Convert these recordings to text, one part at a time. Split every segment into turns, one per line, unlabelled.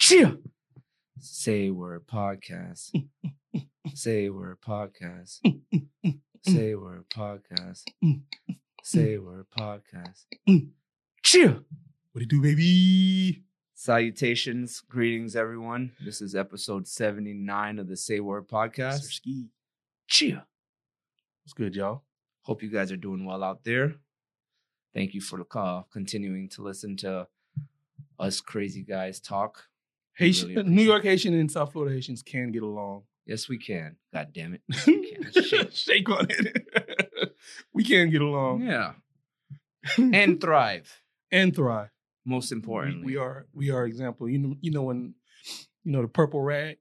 Chia. Say word podcast. Say word podcast. Say word podcast. Say word podcast. Chia.
What it do, baby?
Salutations, greetings, everyone. This is episode 79 of the Say Word podcast.
Ski.
Chia.
What's good, y'all?
Hope you guys are doing well out there. Thank you for the call, continuing to listen to us crazy guys talk.
Haitian,
really
New York Haitian and South Florida Haitians can get along.
Yes, we can. God damn it. can. Shake.
Shake on it. we can get along
Yeah. And thrive,
and thrive.
most
We,
importantly.
we are we are example. You know you know when you know the purple rag,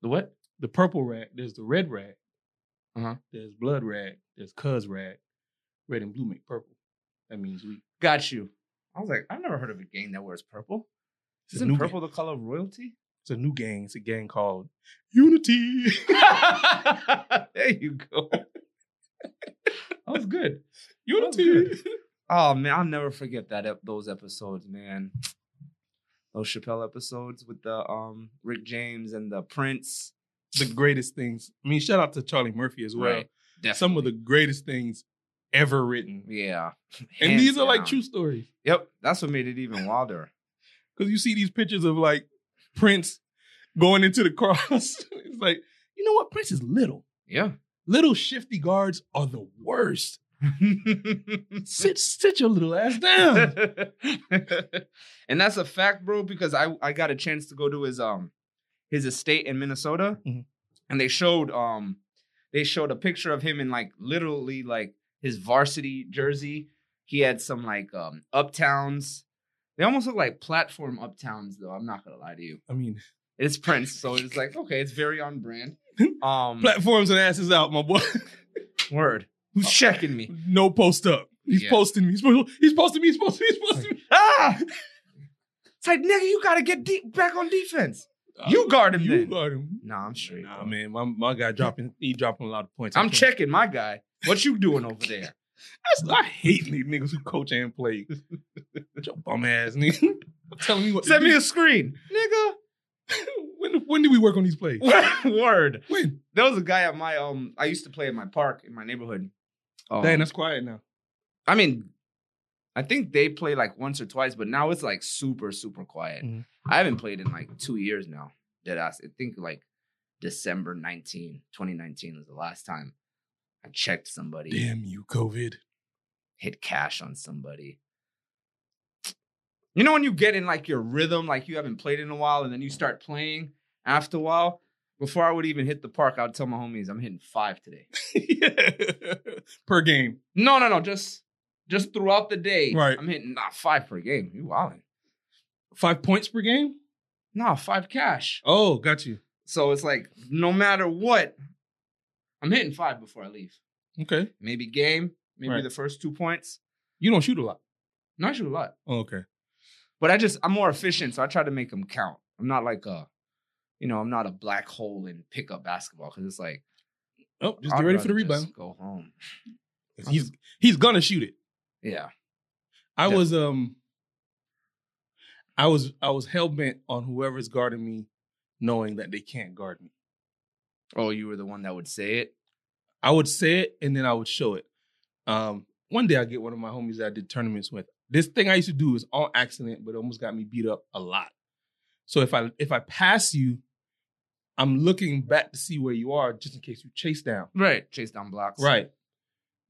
The what?
the purple rag. There's the red rag.
Uh-huh.
There's blood rag. There's cuz rag. Red and blue make purple. That means we.
Got you. I was like, I've never heard of a gang that wears purple.
It's a
Isn't
new
purple the color of royalty?
It's a new gang. It's a gang called Unity.
there you go. That was good.
Unity.
Oh man, I'll never forget that ep- those episodes, man. Those Chappelle episodes with the um Rick James and the Prince.
the greatest things. I mean, shout out to Charlie Murphy as well.
Right, Definitely.
Some of the greatest things ever written.
yeah.
And
Hands
these are like
down.
true stories.
Yep, that's what made it even wilder.
Because you see these pictures of like Prince going into the cross. it's like, you know what? Prince is little.
Yeah.
Little shifty guards are the worst. Sit sit your little ass down.
and that's a fact, bro, because I, I got a chance to go to his um his estate in Minnesota
Mhm.
and they showed um they showed a picture of him in like literally like his varsity jersey. He had some like um uptowns. They almost look like platform uptowns though, I'm not gonna lie to you.
I mean,
It's Prince, so it's like okay, it's very on brand. Um
platforms and asses out, my boy.
word. Who's checking me?
no post up. He's
Yeah.
posting me. He's posting me. He's posting me. He's posting me. He's posting me.
Ah! It's like, nigga, you gotta get deep back on defense. You guard him
Uh, You
then.
guard him.
Nah, I'm straight.
Nah,
bro.
man, my, my guy dropping, he dropping a lot of points. I
I'm
can't-
checking my guy. What you doing over there?
That's- I hate these niggas who coach and play. Get Your bum ass nigga. Telling me what.
Send me a screen, nigga.
when when did we work on these plays?
Word.
When?
There was a guy at my um. I used to play in my park in my neighborhood. Um,
Dang, that's quiet now.
I mean, I think they play like once or twice, but now it's like super super quiet.
Mhm.
I haven't played in like two years now. That I, I think like December 19, 2019 was the last time I checked somebody.
Damn you, COVID.
hit cash on somebody. You know when you get in like your rhythm, like you haven't played in a while, and then you start playing after a while. Before I would even hit the park, I would tell my homies, "I'm hitting five today."
Per game.
No, no, no, just just throughout the day.
Right.
I'm hitting not five per game. You wildin'.
Five points per game?
Nah, five cash.
Oh, got you.
So it's like no matter what, I'm hitting five before I leave.
Okay.
Maybe game, maybe
Right.
the first two points.
You don't shoot a lot.
Not shoot a lot.
Oh, okay.
but I just I'm more efficient, so I try to make them count. I'm not like a, you know, I'm not a black hole in pickup basketball because it's like
Oh, just get
I'd
ready for the
rather just
rebound.
Go home.
'Cause He's he's gonna shoot it.
Yeah.
I
Yeah.
was um I was I was hell bent on whoever's guarding me knowing that they can't guard me.
Oh, you were the one that would say it.
I would say it and then I would show it. Um, one day I get one of my homies that I did tournaments with. This thing I used to do is all accident, but it almost got me beat up a lot. So if I if I pass you, I'm looking back to see where you are just in case you chase down.
Right. Chase down blocks.
Right.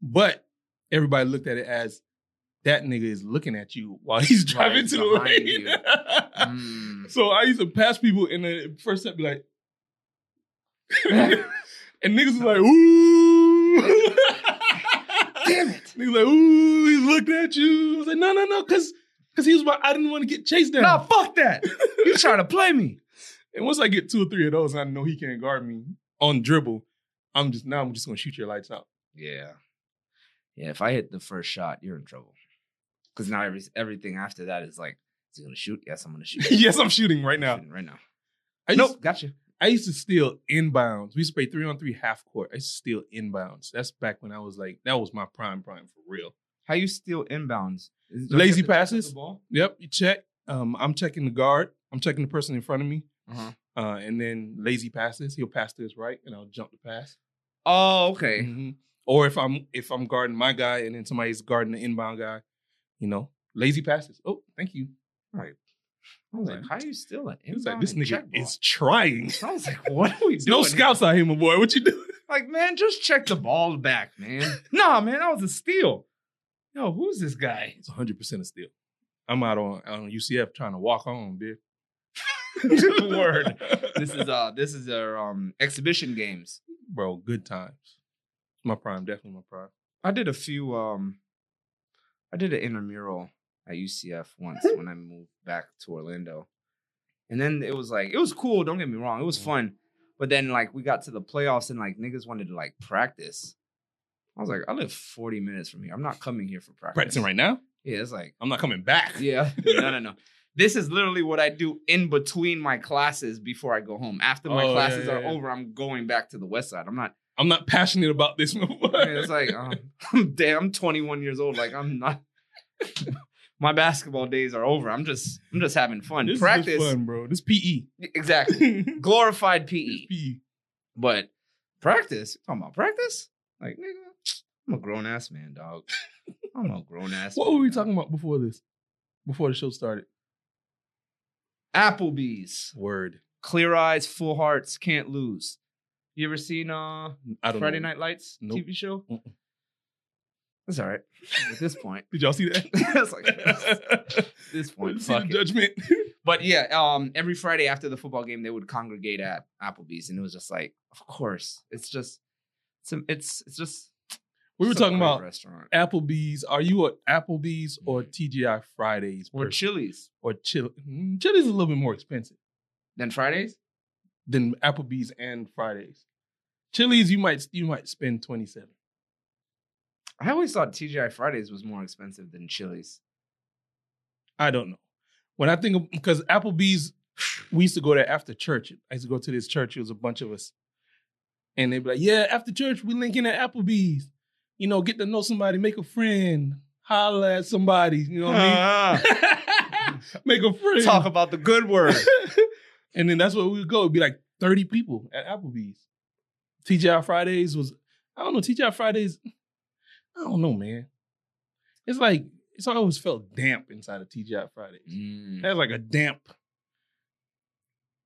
But everybody looked at it as that nigga is looking at you while he's driving
Right,
to the
behind
lane.
you. Mm.
So I used to pass people and the first step be like, and niggas was like, ooh.
Damn it.
Niggas like, ooh, he's looking at you. I was like, no, no, no, cause cause he was about, I didn't want to get chased down.
Nah, fuck that. You trying to play me?
And once I get two or three of those and I know he can't guard me on dribble, I'm just now I'm just gonna shoot your lights out.
Yeah. Yeah. If I hit the first shot, you're in trouble. Because now every, everything after that is like, is he gonna shoot? Yes, I'm gonna shoot.
yes, I'm shooting right
I'm
now.
shooting right now.
I used,
nope. Gotcha.
I used to steal inbounds. We used to play three on three half court. I used to steal inbounds. That's back when I was like, that was my prime prime for real.
How you steal inbounds? Is- don't you
Lazy
have to check out
passes?
the ball?
Yep, you check. Um, I'm checking the guard. I'm checking the person in front of me.
Uh-huh.
Uh, and then lazy passes. He'll pass to his right, and I'll jump the pass.
Oh, okay.
Mhm. Or if I'm if I'm guarding my guy, and then somebody's guarding the inbound guy, you know, lazy passes. Oh, thank you.
I was like, how are you still an
He was like,
inbound
this
and
nigga
check ball?"
is trying.
I was like, what are we doing?
No
here?
scouts out here, my boy. What you doing?
Like, man, just check the ball back, man. nah, man, that was a steal. Yo, who's this guy?
It's 100 percent a steal. I'm out on, on UCF trying to walk home, bitch.
Word. This is uh, this is their um exhibition games.
bro. Good times. My prime, definitely my prime.
I did a few um, I did an intramural at UCF once when I moved back to Orlando, and then it was like it was cool. Don't get me wrong, it
Mm.
was fun. But then like we got to the playoffs and like niggas wanted to like practice. I was like, I live 40 minutes from here. I'm not coming here for practice.
Practicing right now.
Yeah, it's like
I'm not coming back.
Yeah. No, no, no. This is literally what I do in between my classes before I go home. After my
Oh, yeah,
classes
yeah,
are
yeah.
over, I'm going back to the west side. I'm not.
I'm not passionate about this. my boy.
I mean, it's like um, I'm damn. I'm 21 years old. Like I'm not. my basketball days are over. I'm just. I'm just having fun.
this
Practice.
is fun, bro. This PE.
Exactly.
This E.
Glorified PE,
PE.
but practice. You talking about practice? Like nigga, I'm a grown ass man, dog. I'm a grown ass.
What were we talking about before this? Before the show started.
Applebee's,
Word.
clear eyes, full hearts, can't lose. You ever seen uh
I don't
Friday
know.
Night Lights
Nope.
TV show.
Mm-mm.
That's all right. At this point,
Did y'all see that?
it's like at this point,
see the
fuck it.
judgment.
But yeah, um, every Friday after the football game, they would congregate at Applebee's, and it was just like, of course, it's just, it's a- it's, it's just.
we were
it's a
talking
great
about
restaurant
Applebee's. Are you a Applebee's or TGI Fridays
or
person?
Chili's.
or Chili? Mm, Chili's is a little bit more expensive
Then Fridays,
than Applebee's and Fridays. Chili's, you might you might spend twenty seven.
I always thought TGI Fridays was more expensive than Chili's.
I don't know. When I think of because Applebee's, we used to go there after church. I used to go to this church. It was a bunch of us, and they'd be like, "Yeah, after church, we link in at Applebee's. You know, get to know somebody, make a friend, holla at somebody. You know what I
Ah,
mean? make a friend.
Uh-huh. Talk about the good word.
and then that's where we would go. It'd be like thirty people at Applebee's. TGI Fridays was, I don't know. TGI Fridays, I don't know, man. It's like it's always felt damp inside of TGI Fridays.
Mm.
There's like a damp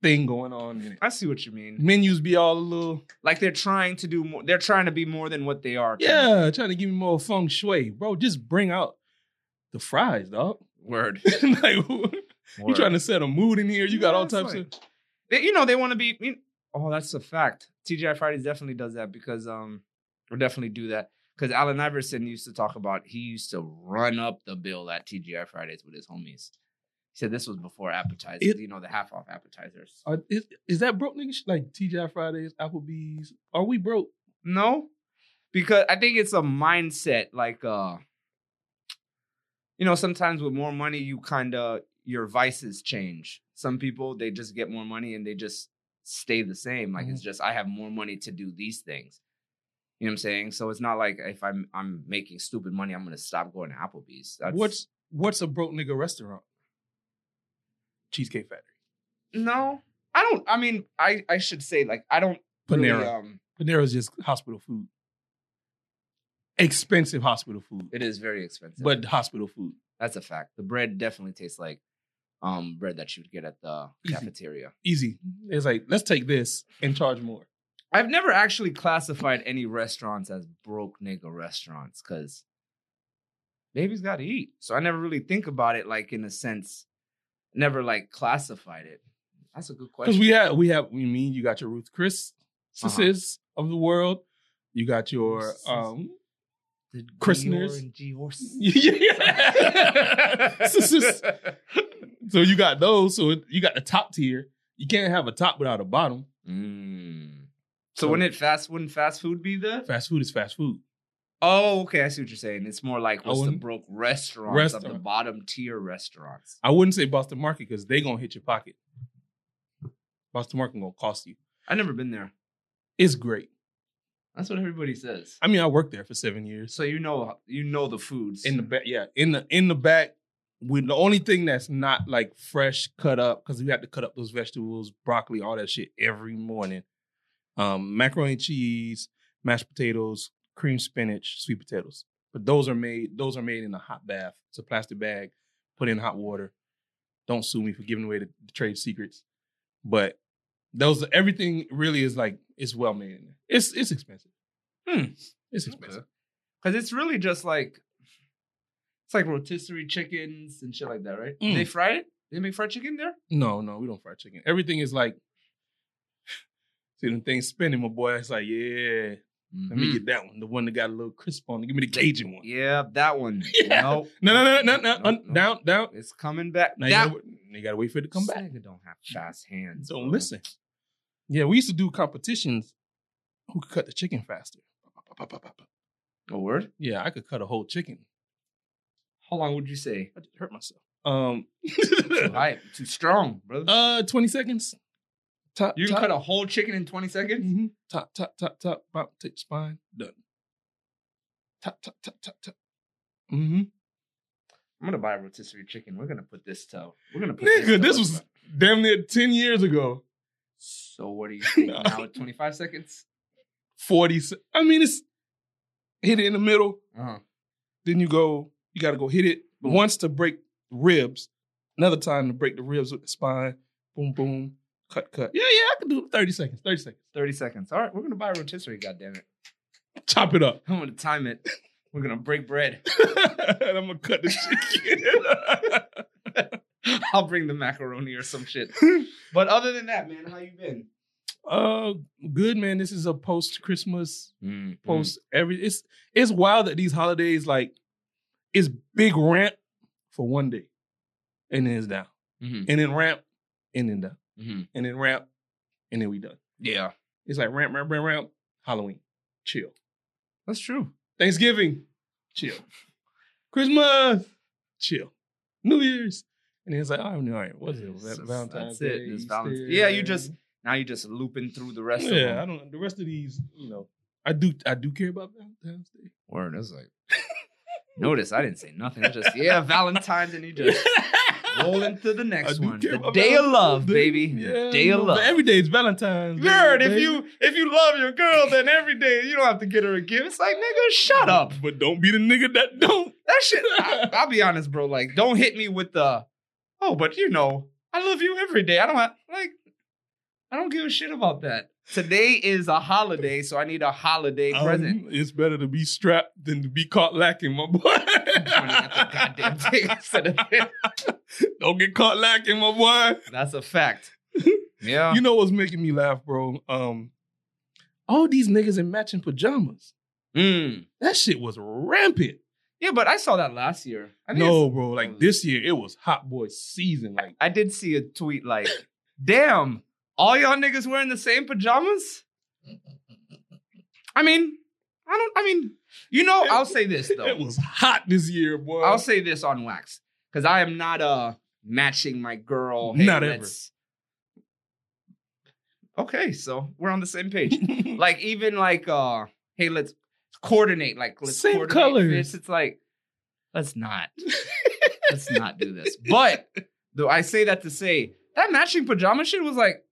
thing going on in it.
I see what you mean.
Menus be all a little,
Like they're trying to do more. They're trying to be more than what they are.
yeah, trying to give me more feng shui. Bro, just bring out the fries, dog.
Word.
like, you
Word.
trying to set a mood in here. You got
Yeah,
all
it's
types
like-
of.
They- you know, they want to be. you- oh, that's a fact. TGI Fridays definitely does that because um, we definitely do that because Allen Iverson used to talk about he used to run up the bill at TGI Fridays with his homies. He said this was before appetizers.
It-
you know, the half off appetizers.
Are, uh, is, is that broke nigga shit? Like TGI Fridays, Applebee's. Are we broke?
No, because I think it's a mindset. Like, uh, you know, sometimes with more money, you kind of your vices change. Some people they just get more money and they just stay the same. Like
Mm-hmm.
it's just I have more money to do these things. You know what I'm saying? So it's not like if I'm I'm making stupid money, I'm gonna stop going to Applebee's. That's,
What's what's a broke nigga restaurant? Cheesecake Factory.
no? I don't. I mean, I I should say like I don't. really,
Panera.
um,
Panera's just hospital food. Expensive hospital food.
it is very expensive.
but hospital food.
That's a fact. The bread definitely tastes like um bread that you would get at the
Easy.
cafeteria.
Easy. It's like, let's take this and charge more.
I've never actually classified any restaurants as broke nigga restaurants because babies got to eat. So I never really think about it like in a sense, never like classified it. That's a good
Because
question.
we have we have we mean you got your Ruth Chris sisters of the world. You got your um
The Dior
Christeners.
and Dior's.
yeah. Sisters. So you got those. So it- you got the top tier. You can't have a top without a bottom.
Mm. So wouldn't it fast? Wouldn't fast food be the?
Fast food is fast food.
Oh, okay. I see what you're saying. It's more like
I
what's the
wouldn't-
broke restaurants of the
Restaurant.
bottom tier restaurants.
I wouldn't say Boston Market because they gonna hit your pocket. Boston Market gonna cost you.
I've never been there.
It's great.
That's what everybody says.
I mean, I worked there for seven years.
So you know, you know the foods.
In the back, yeah. In the in the back, we the only thing that's not like fresh cut up because we have to cut up those vegetables, broccoli, all that shit every morning. Um, macaroni and cheese, mashed potatoes, cream spinach, sweet potatoes. But those are made those are made in a hot bath. It's a plastic bag, put in hot water. Don't sue me for giving away the, the trade secrets, but those everything really is like it's well made. in there. It's it's expensive.
Hmm.
It's expensive.
Because it's really just like it's like rotisserie chickens and shit like that, right?
Mm.
They fry it. They make fried chicken there.
No, no, we don't fry chicken. Everything is like, see them things spinning, my boy. It's like, yeah, let me
Mhm.
get that one, the one that got a little crisp on. it. Give me the Cajun one.
Yeah, that one.
Yeah.
No,
No, no, no, no, no,
No,
un-
no.
down, down.
it's coming back.
Now you,
that
gotta, you gotta wait for it to come
This
back.
nigga don't have fast hands.
Don't
bro.
listen. Yeah, we used to do competitions. Who could cut the chicken faster?
A word?
Yeah, I could cut a whole chicken.
How long would you say?
I just hurt myself. Um,
Too high, too strong, brother.
uh, twenty seconds. Top.
you can
top.
cut a whole chicken in 20 seconds?
Mhm. Top, top, top, top, bop, take the spine, done. Top, top, top, top, top. Mm-hmm.
I'm gonna buy a rotisserie chicken. We're gonna put this to. We're gonna put
Nigga,
to-
this was damn near 10 years ago.
So what do you think
No.
now? At 25 seconds?
40. se- I mean, it's hit it in the middle,
Uh-huh.
then you go, you gotta go hit it
Boom.
once to break ribs, another time to break the ribs with the spine, boom, boom, cut, cut. Yeah, yeah, I can do 30 seconds, 30 seconds.
30 seconds. All right, we're gonna buy a rotisserie. God damn it!
Chop it up.
I'm gonna time it. We're gonna break bread.
and I'm gonna cut the chicken.
I'll bring the macaroni or some shit. But other than that, man, how you been?
uh, good, man. This is a post Christmas
Post.
post every it's it's wild that these holidays like it's big ramp for one day and then it's down
Mhm.
and then ramp and then down
Mhm.
and then ramp and then we done
Yeah,
it's like ramp ramp ramp ramp halloween chill
that's true.
thanksgiving chill christmas chill new year's and then it's like oh, all right what's it
It's- it's-
valentine's
that's it,
Day,
it's Valentine's-
Easter.
yeah, you just- Now you're just looping through the rest of
yeah i
them.
don't the rest of these you know i do i do care about valentine's day
Word, that's like. Notice I didn't say nothing. I just yeah, Valentine's, and you just roll into the next
do
one.
care
The
about
day of
Valentine's
love,
Day.
baby.
Yeah,
the day of
no,
love.
but Every day is Valentine's. Day,
Word, if
baby.
you if you love your girl, then every day you don't have to get her a gift. It's like nigga, shut up.
But don't be the nigga that don't.
That shit. I, I'll be honest, bro. Like, don't hit me with the oh, but you know, I love you every day. I don't have, like. I don't give a shit about that. Today is a holiday, so I need a holiday present.
Um, it's better to be strapped than to be caught lacking, my
Pointing at the goddamn
boy.
thing instead of it.
don't get caught lacking, my boy.
That's a fact. Yeah.
You know what's making me laugh, bro? Um, all these niggas in matching pajamas.
Mm.
That shit was rampant.
Yeah, but I saw that last year. I think
no,
it's-
bro. Like this year, it was hot boy season. Like
I did see a tweet like, "Damn, all y'all niggas wearing the same pajamas." I mean, I don't. I mean, you know, I'll say this
it
though.
was hot this year, boy.
I'll say this on wax because I am not uh matching my girl.
Not ever.
let's- Okay, so we're on the same page. like even like uh, hey, let's coordinate. Like let's
Same
coordinate
colors.
This. It's like let's not. let's not do this. But though I say that to say that matching pajama shit was like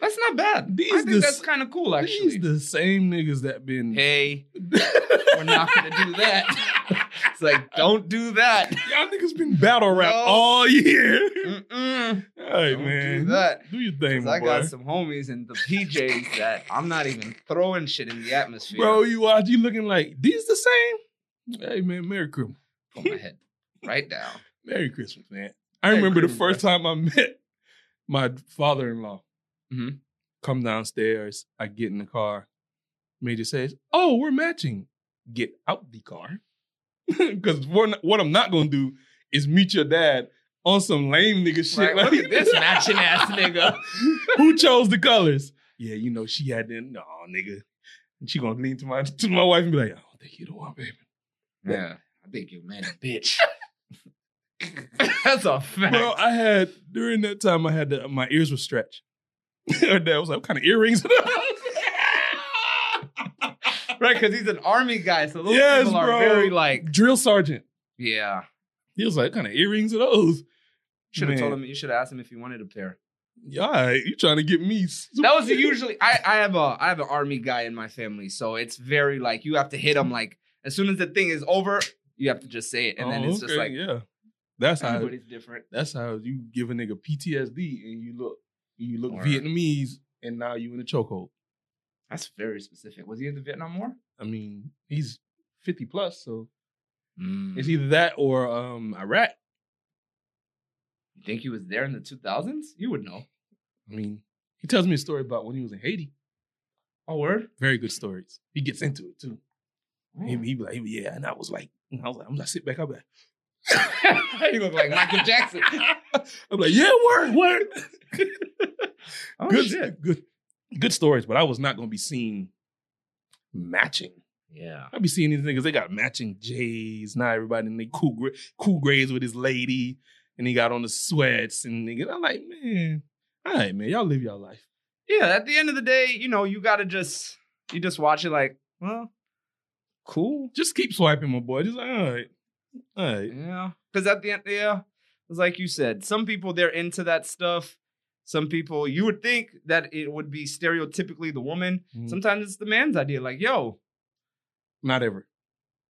that's not bad.
These
I think
the
that's
s-
kind of cool actually.
These the same niggas that been.
hey,
We're
we're not gonna do that. it's like don't do that.
Y'all niggas been battle rap
No.
all year.
Mm-mm.
All right,
Don't
man.
do that.
Do your thing,
'Cause
my
I
boy.
got some homies in the PJs that I'm not even throwing shit in the atmosphere.
Bro, you watch. You looking like these the same? Hey, man. Merry Christmas.
on my head right now.
Merry Christmas, man. I
Merry
remember the
Christmas,
first time I met my father-in-law.
Mhm.
Come downstairs. I get in the car. Major says, "Oh, we're matching." Get out the car. Because what I'm not gonna do is meet your dad on some lame nigga shit.
Like, look at this matching ass nigga.
Who chose the colors? Yeah, you know she had them. No, nigga. And she gonna lean to my to my wife and be like, "I don't think you the one, baby."
Yeah, I think you man a bitch. That's a fact.
Bro, I had during that time I had the, my ears were stretched. Her dad was like, "What kind of earrings?" are those?"
right, because he's an army guy, so those
Yes,
people are
bro.
very like,
Drill sergeant.
yeah,
He was like, "What kind of earrings are those?
Should have told
Man.
him. You should have asked him if he wanted a pair.
Yeah, all right, you trying to get me? super-
That was usually. I I have a I have an army guy in my family, so it's very like you have to hit him like as soon as the thing is over, you have to just say it, and then
Oh,
it's just
okay,
like
yeah. That's how
everybody's different.
that's how you give a nigga PTSD and you look you look
Or-
Vietnamese and now you in a chokehold.
That's very specific. Was he in the Vietnam War?
I mean, he's fifty plus, so
Mm.
it's either that or um Iraq.
You think he was there in the 2000s? You would know.
I mean, he tells me a story about when he was in Haiti.
Oh, word.
Very good stories. He gets into it too. He,
Mm.
he be like, yeah, and I was like, and I was like, I'm gonna sit back. I'm like,
he looked like Michael Jackson.
I'm like, yeah, word, word.
Oh,
good,
shit.
good, good stories. But I was not gonna be seen matching.
Yeah.
I be seeing these niggas. They got matching J's. Now everybody in they cool gra- cool grades with his lady, and he got on the sweats and nigga. I'm like, man, all right, man, y'all live y'all life.
Yeah. At the end of the day, you know, you gotta just you just watch it like, well, cool.
Just keep swiping, my boy. Just like, all right, all right.
Yeah. Because at the end, yeah, it's like you said, some people they're into that stuff. Some people you would think that it would be stereotypically the woman.
Mhm.
Sometimes it's the man's idea. Like, yo,
Not ever,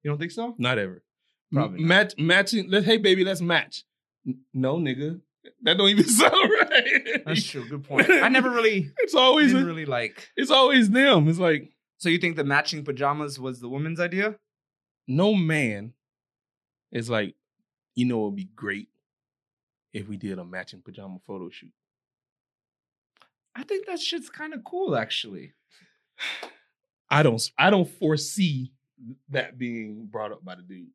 you don't think so?
not ever.
Probably
M- match matching. Let hey baby, let's match. N- No, nigga, that don't even sound right.
That's true. Good point. I never really
it's always
didn't
a-
really like.
it's always them. It's like
So you think the matching pajamas was the woman's idea?
no man is like, you know, it'd be great if we did a matching pajama photo shoot.
I think that shit's kind of cool, actually.
I don't, I don't foresee that being brought up by the dude.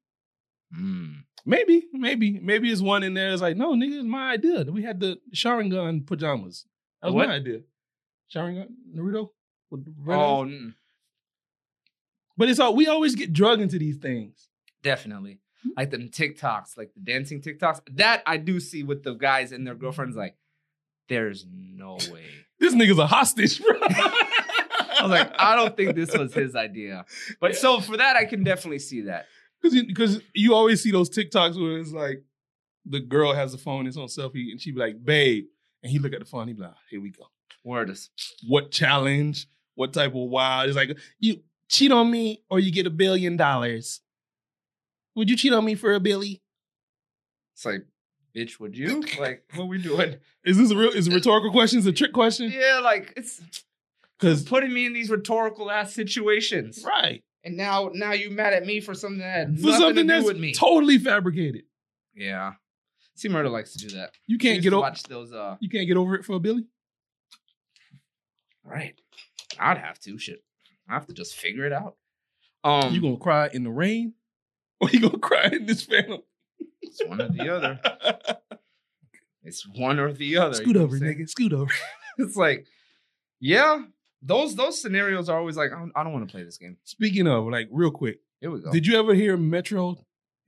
Mm.
Maybe, maybe, maybe it's one in there. It's like, no, nigga, it's my idea. We had the Sharingan pajamas. That was
What?
my idea. Sharingan Naruto. With the red
Oh,
eyes?
mm,
but it's all we always get drugged into these things.
definitely. Like them TikToks, like the dancing TikToks. That I do see with the guys and their girlfriends. Like, there's no way.
This nigga's a hostage, bro.
I was like, I don't think this was his idea. But so for that, I can definitely see that.
Because you, 'cause you always see those TikToks where it's like the girl has the phone, it's on selfie, and she be like, babe. And he look at the phone, he be like, here we go.
Word is
What challenge? What type of wild? It's like, you cheat on me or you get a billion dollars. Would you cheat on me for a billy?
it's like, bitch, would you? Like, what we doing?
Is this a real is a rhetorical question? Is it a trick question?
Yeah, like it's
Because
putting me in these rhetorical ass situations.
right.
And now now you mad at me for something that had
For
nothing
something
to do
that's
with me.
totally fabricated.
yeah. See Murder likes to do that.
You
He
can't
used
get
to
over
watch those uh
you can't get over it for a billy?
Right. I'd have to shit. I have to just figure it out. Um
you gonna cry in the rain? Or you gonna cry in this family?
it's one or the other. It's one or the other. you
Scoot
know what
over,
I'm saying?
nigga. Scoot over.
It's like, yeah, those those scenarios are always like, I don't, I don't want to play this game.
Speaking of, like, real quick,
Here we go.
did you ever hear Metro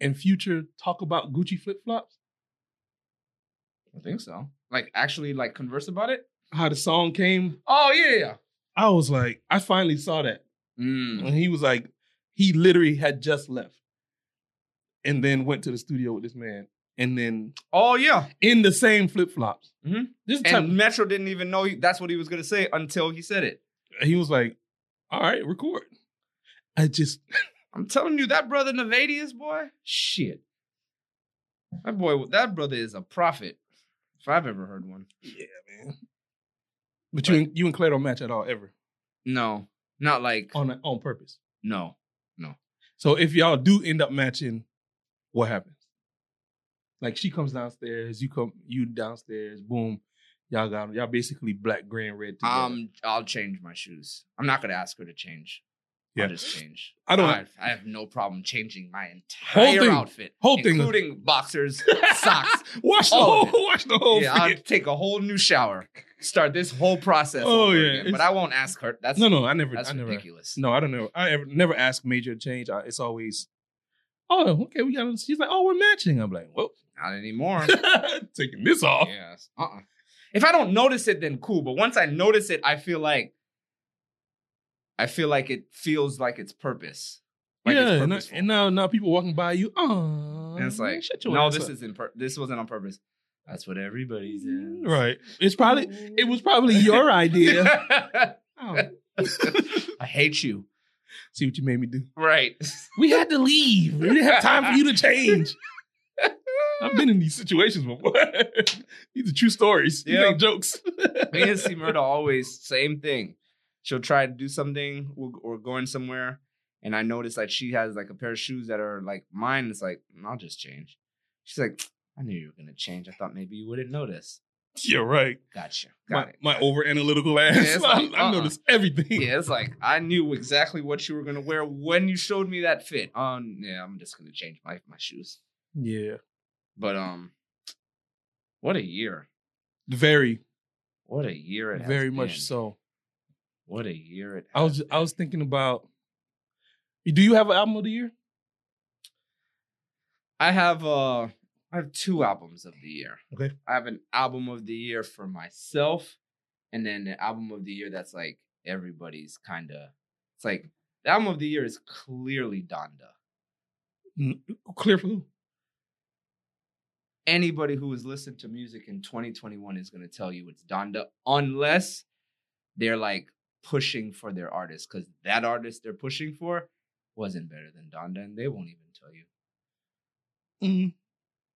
and Future talk about Gucci flip flops?
I think so. Like actually like converse about it?
How the song came?
Oh yeah, yeah.
I was like, I finally saw that.
Mm.
And he was like, he literally had just left and then went to the studio with this man and then
Oh yeah.
in the same flip flops.
Mhm.
This type,
And Metro didn't even know he, that's what he was gonna say until he said it.
he was like, all right, record. I just,
I'm telling you, that brother Navadius boy, shit. That boy, that brother is a prophet, if I've ever heard one.
yeah, man. But you, and- you and Clay don't match at all, ever,
No, not like
on, on purpose.
no.
So if y'all do end up matching, what happens? Like she comes downstairs, you come, you downstairs, boom, y'all got y'all basically black, gray, and red. Together.
Um, I'll change my shoes. I'm not gonna ask her to change.
Yeah.
I'll just change.
I don't-
I, I have no problem changing my entire
thing.
outfit,
Whole thing.
including boxers, socks.
watch the
all
whole,
of
watch the whole.
oh, yeah, I'll
thing.
take a whole new shower. Start this whole process.
Oh,
over
yeah,
again. but
it's-
I won't ask her. That's
No, no, I never,
that's
I never.
ridiculous.
No, I don't know. I ever, never ask major to change. I, it's always, oh, okay, we got. She's like, oh, we're matching. I'm like, well,
Not anymore.
taking this off.
Yes. Uh-uh. If I don't notice it, then cool. But once I notice it, I feel like I feel like it feels like its purpose. Like
yeah,
it's
and,
purposeful.
and now now people walking by you. Oh,
And it's like, no, this isn't. Pur- this wasn't on purpose. That's what everybody says.
right. It's probably it was probably your idea. Oh,
I hate you.
see what you made me do.
Right.
We had to leave. We didn't have time for you to change. I've been in these situations before. these are true stories. These
Yeah.
ain't jokes.
Me and C Murda always same thing. She'll try to do something. We're, we're going somewhere, and I notice that she has like a pair of shoes that are like mine. It's like "Mm, I'll just change. She's like, I knew you were gonna change. I thought maybe you wouldn't notice.
You're right.
Gotcha. Got
My,
it.
my over analytical ass.
Yeah, it's like,
I, I
uh-uh.
noticed everything.
Yeah, it's like I knew exactly what you were gonna wear when you showed me that fit. Um, yeah, I'm just gonna change my my shoes.
yeah.
But um, what a year!
Very,
What a year it has
very much
been.
so.
What a year it.
I was
has
I was thinking about. Do you have an album of the year?
I have uh I have two albums of the year.
Okay.
I have an album of the year for myself and then an album of the year that's like everybody's kind of it's like the album of the year is clearly Donda.
Clear for who?
Anybody who has listened to music in 2021 is going to tell you it's Donda unless they're like pushing for their artist cuz that artist they're pushing for wasn't better than Donda and they won't even tell you. Mm-hmm.
Mm.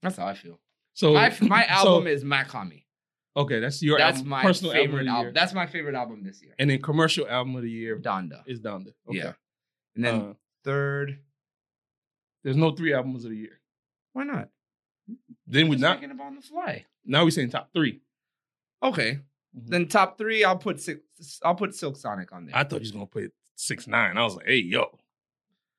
That's how I feel.
So
My, my
so-
album is Makami.
okay. That's your
that's
album,
my
personal album of
favorite
the
album.
year.
That's my favorite album this year.
and then commercial album of the year
Donda.
is Donda.
Yeah. And then
Uh,
third,
there's no three albums of the year.
why not?
Then we
Just
not
thinking about on the fly.
now we saying top 3
Okay. Then top three, I'll put six. I'll put Silk Sonic on there.
I thought you was gonna put six nine. I was like, hey yo,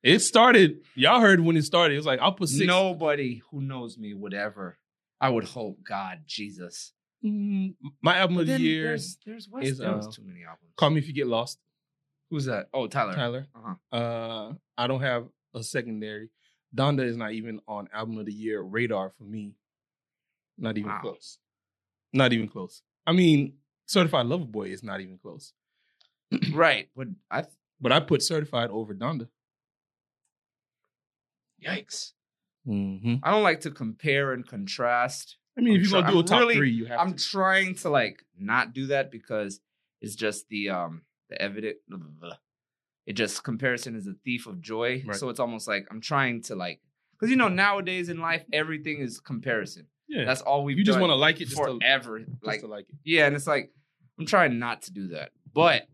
it started. Y'all heard when it started. It was like I'll put six.
Nobody who knows me would ever. I would hope God, Jesus.
Mm, my
Mm-hmm.
album
But
of the
then
year.
there's there's West,
is,
there was
uh,
too many albums.
Call me if you get lost,
Who's that? Oh, Tyler.
Tyler.
Uh-huh.
Uh, I don't have a secondary. Donda is not even on album of the year radar for me. Not even
Wow.
close. Not even close. I mean, Certified Lover Boy is not even close.
right. But I.
But I put Certified over Donda.
Yikes.
Mm-hmm.
I don't like to compare and contrast.
I mean,
I'm
if you're gonna
try-
do a
I'm
top
really-
three, you have
I'm
to.
trying to like not do that because it's just the um the evident it just comparison is a thief of joy.
Right.
So it's almost like I'm trying to like because you know nowadays in life everything is comparison.
yeah,
That's all we've
you just
done
want to like it just to, just
forever. like
to like it.
yeah, and it's like I'm trying not to do that, but.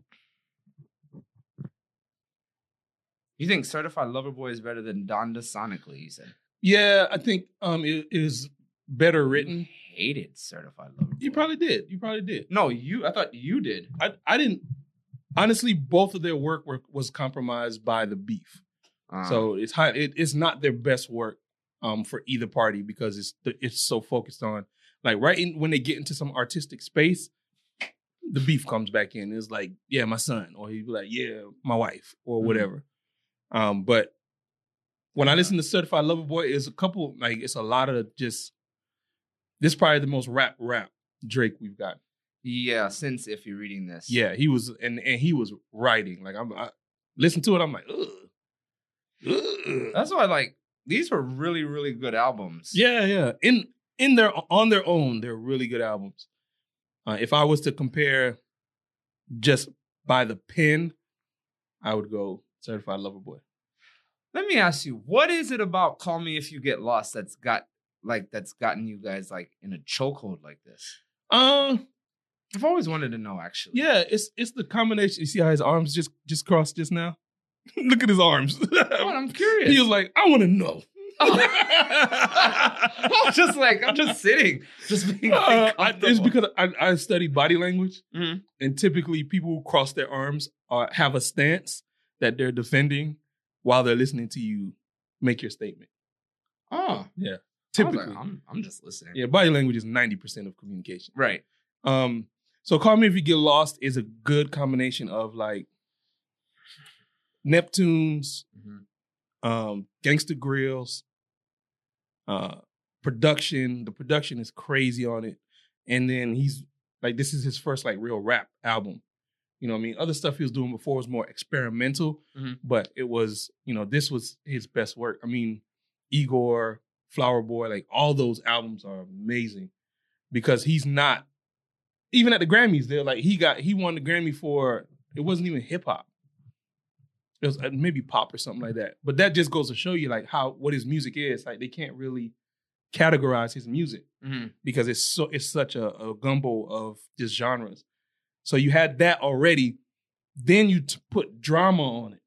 You think Certified Lover Boy is better than Donda sonically? You said
Yeah, I think um it it is
Mm-hmm.
better written.
hated Certified Lover.
You
Boy.
probably did. You probably did.
no, you. I thought you did.
I I didn't. Honestly, both of their work were, was compromised by the beef.
Uh,
So it's high, it, it's not their best work um, for either party because it's the, it's so focused on like right in, when they get into some artistic space, the beef comes back in. It's like yeah, my son, or he'd be like yeah, my wife, or
Mhm.
whatever. Um, but when I listen to Certified Lover Boy, it's a couple like it's a lot of just this is probably the most rap rap Drake we've got.
Yeah, since if you're reading this.
Yeah, he was and and he was writing like I'm I listen to it. I'm like ugh. Ugh.
That's why like these were really, really good albums.
Yeah, yeah. In in their on their own, they're really good albums. Uh, if I was to compare just by the pen, I would go Certified Lover Boy.
Let me ask you, what is it about Call Me If You Get Lost that's got like that's gotten you guys like in a chokehold like this?
Uh
I've always wanted to know actually.
yeah, it's it's the combination. You see how his arms just just crossed just now? Look at his arms.
Oh, I'm curious.
he was like, I want to know.
I'm just like, I'm just sitting. Just being
Uh, I- it's
uncomfortable.
because I, I studied body language,
Mhm.
and typically people who cross their arms are, have a stance that they're defending while they're listening to you make your statement.
Oh. I was like,
Typically,
I'm I'm just listening.
yeah, body language is ninety percent of communication.
Right.
Um, so call me if you get lost is a good combination of like Neptune's um, Gangsta Grills, uh, production. The production is crazy on it, and then he's like, this is his first like real rap album, You know, what I mean, other stuff he was doing before was more experimental,
Mhm.
but it was, you know, this was his best work. I mean, Igor, Flower Boy, like all those albums are amazing because he's not even at the Grammys. They're like he got he won the Grammy for it wasn't even hip hop. It was uh, maybe pop or something like that. But that just goes to show you like how what his music is. Like they can't really categorize his music
Mhm.
because it's so it's such a, a gumbo of just genres. So you had that already, then you t- put drama on it,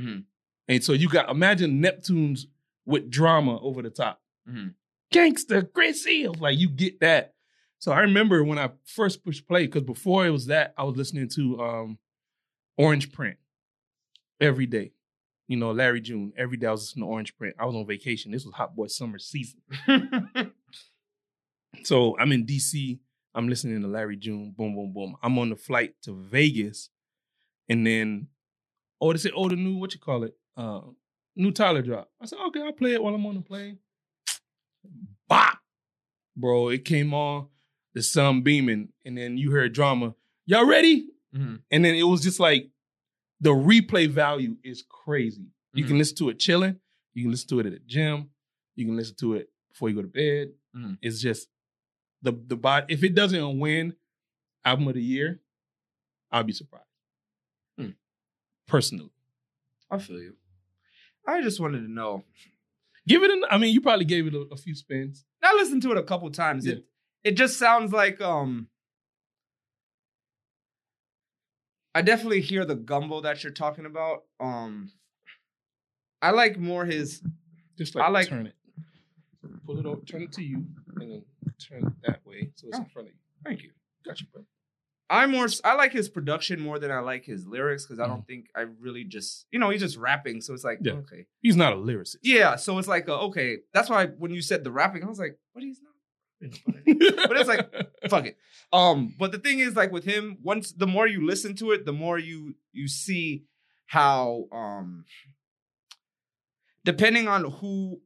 Mhm.
and so you got imagine Neptune's with drama over the top,
Mhm.
gangster Chris Hill, like you get that. So I remember when I first pushed play because before it was that I was listening to um, Orange Print every day. You know, Larry June every day I was listening to Orange Print. I was on vacation. This was Hot Boy Summer season.
Mm-hmm.
So I'm in DC. I'm listening to Larry June. Boom, boom, boom. I'm on the flight to Vegas, and then oh, they say oh the new what you call it uh, new Tyler drop. I said okay, I'll play it while I'm on the plane. Bop, bro. It came on. The sun beaming, and then you heard drama. Y'all ready?
Mhm.
And then it was just like the replay value is crazy. You
Mhm.
can listen to it chilling. You can listen to it at the gym. You can listen to it before you go to bed.
Mhm.
It's just the the body. If it doesn't win album of the year, I'll be surprised.
Hmm.
Personally,
I feel you. I just wanted to know.
give it. An, I mean, you probably gave it a, a few spins.
I listened to it a couple times. It it just sounds like um I definitely hear the gumbo that you're talking about. Um I like more his
Just like,
I like-
turn it, pull it over, turn it to you, and then turn it that way so it's in
Oh.
front of you.
thank you.
Got you, bro.
I more I like his production more than I like his lyrics because I don't think I really just you know he's just rapping so it's like
Yeah.
okay
He's not a lyricist.
yeah so it's like uh, okay that's why when you said the rapping I was like but he's not
but
it's like- fuck it. Um, but the thing is, like with him, once the more you listen to it, the more you you see how um depending on who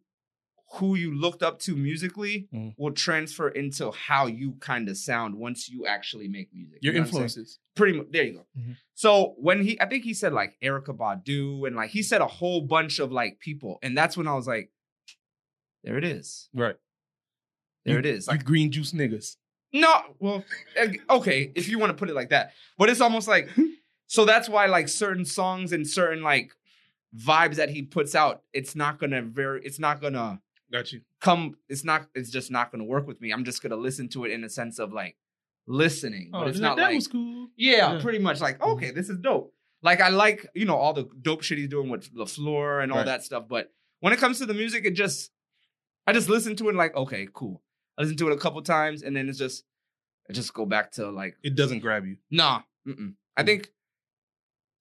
who you looked up to musically
Mhm.
will transfer into how you kind of sound once you actually make music.
your
You know what I'm saying?
influences.
pretty much there you go.
Mhm.
So when he, I think he said like Erica Badu and like he said a whole bunch of like people, and that's when I was like, there it is,
Right.
there it is.
You
Like
green juice niggas.
no, well, ag- okay, if you want to put it like that. But it's almost like so that's why like certain songs and certain like vibes that he puts out, it's not gonna very it's not gonna
Got you.
come it's not it's just not gonna work with me. I'm just gonna listen to it in a sense of like listening.
Oh,
but it's
that,
not
that
like
was cool.
yeah,
Yeah.
pretty much like,
Mhm.
okay, this is dope. Like I like, you know, all the dope shit he's doing with LaFleur and all
Right.
that stuff. But when it comes to the music, it just I just listen to it like, okay, cool. I listen to it a couple times and then it's just I just go back to like,
It doesn't grab you.
nah. Mm-mm. I
Mhm.
think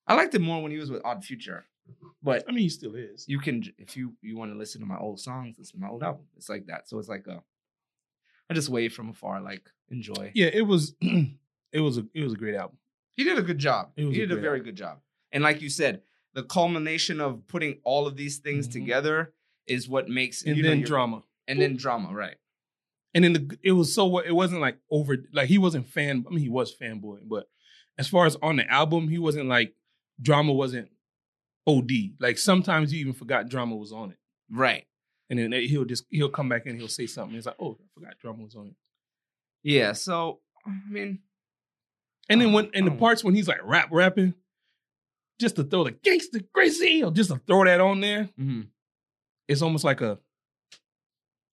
I liked it more when he was with Odd Future. But
I mean, he still is.
you can if you you want to listen to my old songs, listen to my old album. It's like that. So it's like a I just wave from afar, like enjoy.
Yeah, it was. it was a. It was a great album.
He did a good job.
It
He
was a
did a
great
very good job. And like you said, the culmination of putting all of these things
Mhm.
together is what makes
And
you know,
then
your-
drama.
and then drama, right?
And then the, it was so. It wasn't like over. Like he wasn't fan. I mean, he was fanboy, but as far as on the album, he wasn't like drama wasn't OD. Like sometimes you even forgot drama was on it,
Right.
and then eh, he'll just he'll come back and he'll say something. It's like, oh, I forgot drama was on it.
Yeah. So I mean,
And then when
Oh,
in the
oh.
parts when he's like rap rapping, just to throw the gangster crazy, Hill, just to throw that on there, it's almost like a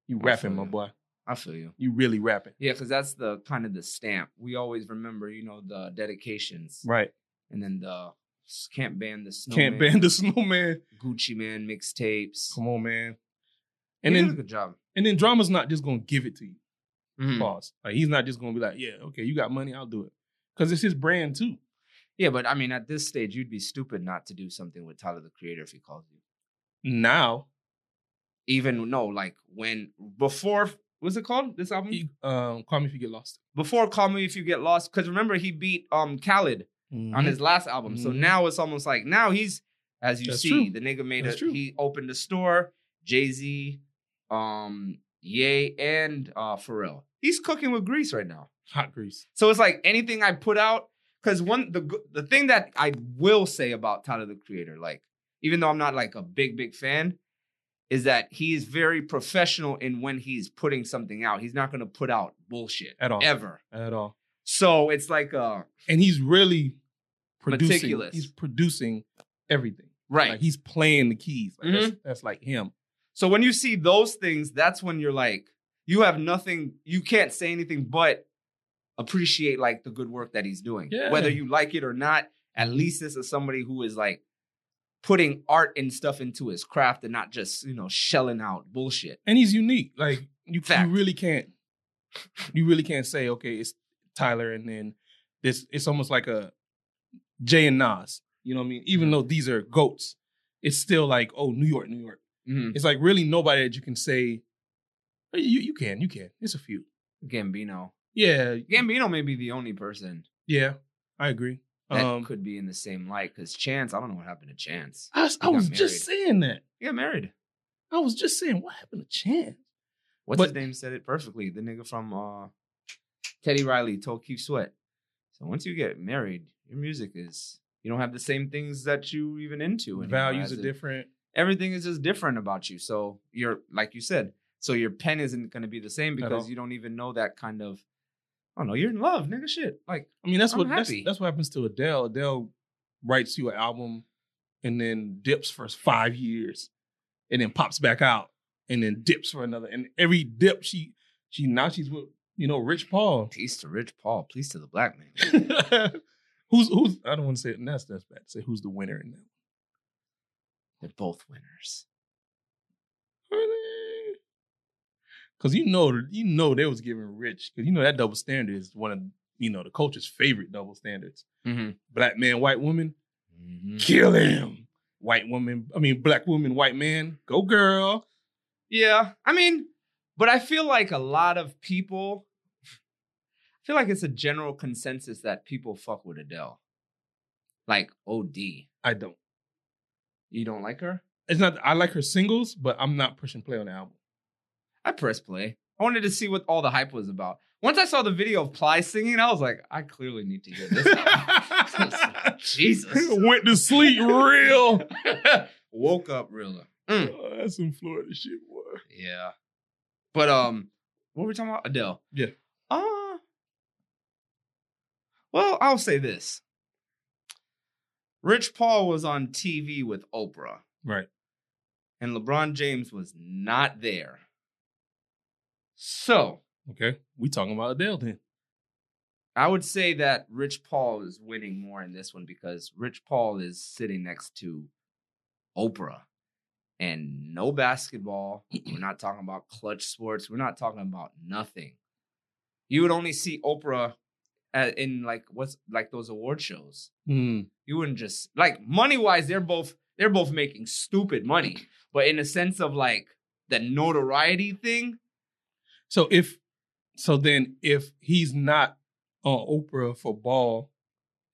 you rapping, my
Absolutely.
boy.
I feel you.
You really rapping.
Yeah, because that's the kind of the stamp we always remember. You know, the dedications,
Right.
and then the can't ban the snow.
Can't ban the snowman.
Gucci man mixtapes.
Come on, man. And
he did a
then
good job.
and then drama's not just gonna give it to you.
Mhm.
Pause. Like he's not just gonna be like, yeah, okay, you got money, I'll do it. Cause it's his brand too.
Yeah, but I mean, at this stage, you'd be stupid not to do something with Tyler the Creator if he calls you.
Now,
even no, like when before what's it called? This album
he- um, call me if you get lost.
before "Call Me If You Get Lost" because remember he beat um Khaled on
Mm-hmm.
his last album, so
Mhm.
now it's almost like now he's as you
That's
see
true.
the nigga made
That's
a
true.
he opened a store. Jay Z, um, Ye, and uh Pharrell. He's cooking with grease right now,
hot grease.
so it's like anything I put out. because one the go- the thing that I will say about Tyler the Creator, like even though I'm not like a big big fan, is that he is very professional in when he's putting something out. He's not going to put out bullshit
At all.
ever.
at all.
So it's like uh
And he's really producing.
Meticulous.
He's producing everything.
right. Mm-hmm.
Like he's playing the keys. Like that's, that's like him.
So when you see those things, that's when you're like, you have nothing, you can't say anything but appreciate like the good work that he's doing.
Yeah.
Whether you like it or not, at least this is somebody who is like putting art and stuff into his craft and not just, you know, shelling out bullshit.
And he's unique. Like you,
Fact.
you really can't. You really can't say okay, it's Tyler, and then this. It's almost like a Jay and Nas. You know what I mean? Even though these are goats, it's still like oh, New York, New York. It's like really nobody that you can say. "Hey, You you can you can. It's a few.
Gambino.
Yeah
Gambino may be the only person
yeah. I agree.
that
Um,
could be in the same light because Chance, I don't know what happened to Chance.
I, was- I
He got
was just saying that.
He got married.
I was just saying what happened to Chance.
What's
But-
his name said it perfectly? The nigga from uh, Teddy Riley told Keith Sweat. So once you get married, your music is you don't have the same things that you even into. anymore as
Values are
in-
different.
Everything is just different about you. So you're like you said. So your pen isn't going to be the same
At
because
all.
you don't even know that kind of. I don't know. You're in love, nigga. Shit. Like
I mean, that's
I'm
what that's,
happy.
that's what happens to Adele. Adele writes you an album and then dips for five years, and then pops back out and then dips for another. And every dip, she she now she's with you know Rich Paul,
peace to Rich Paul. Peace to the black man.
who's who's I don't want to say it. That's that's bad. to Say who's the winner in that.
They're both winners.
Because you know you know they was giving Rich because you know that double standard is one of you know the culture's favorite double standards.
Mm-hmm.
Black man, white woman. kill him. White woman, I mean, black woman, white man, go girl.
Yeah, I mean, but I feel like a lot of people. I feel like it's a general consensus that people fuck with Adele. Like OD,
I don't.
you don't like her?
It's not, I like her singles, but I'm not pushing play on the album.
I press play. I wanted to see what all the hype was about. Once I saw the video of Ply singing, I was like, I clearly need to hear this. album. Jesus,
Went to sleep real.
woke up real. Mm,
Oh, that's some Florida shit, boy.
yeah, but um, what were we talking about? Adele.
Yeah.
Uh, well, I'll say this. Rich Paul was on TV with Oprah,
Right.
and LeBron James was not there. So
Okay. We talking about Adele then.
I would say that Rich Paul is winning more in this one because Rich Paul is sitting next to Oprah and no basketball. We're not talking about clutch sports. We're not talking about nothing. You would only see Oprah at, in like what's like those award shows.
Hmm.
You wouldn't just like money wise, they're both they're both making stupid money. But in the sense of like the notoriety thing,
So if, so then if he's not on Oprah for ball,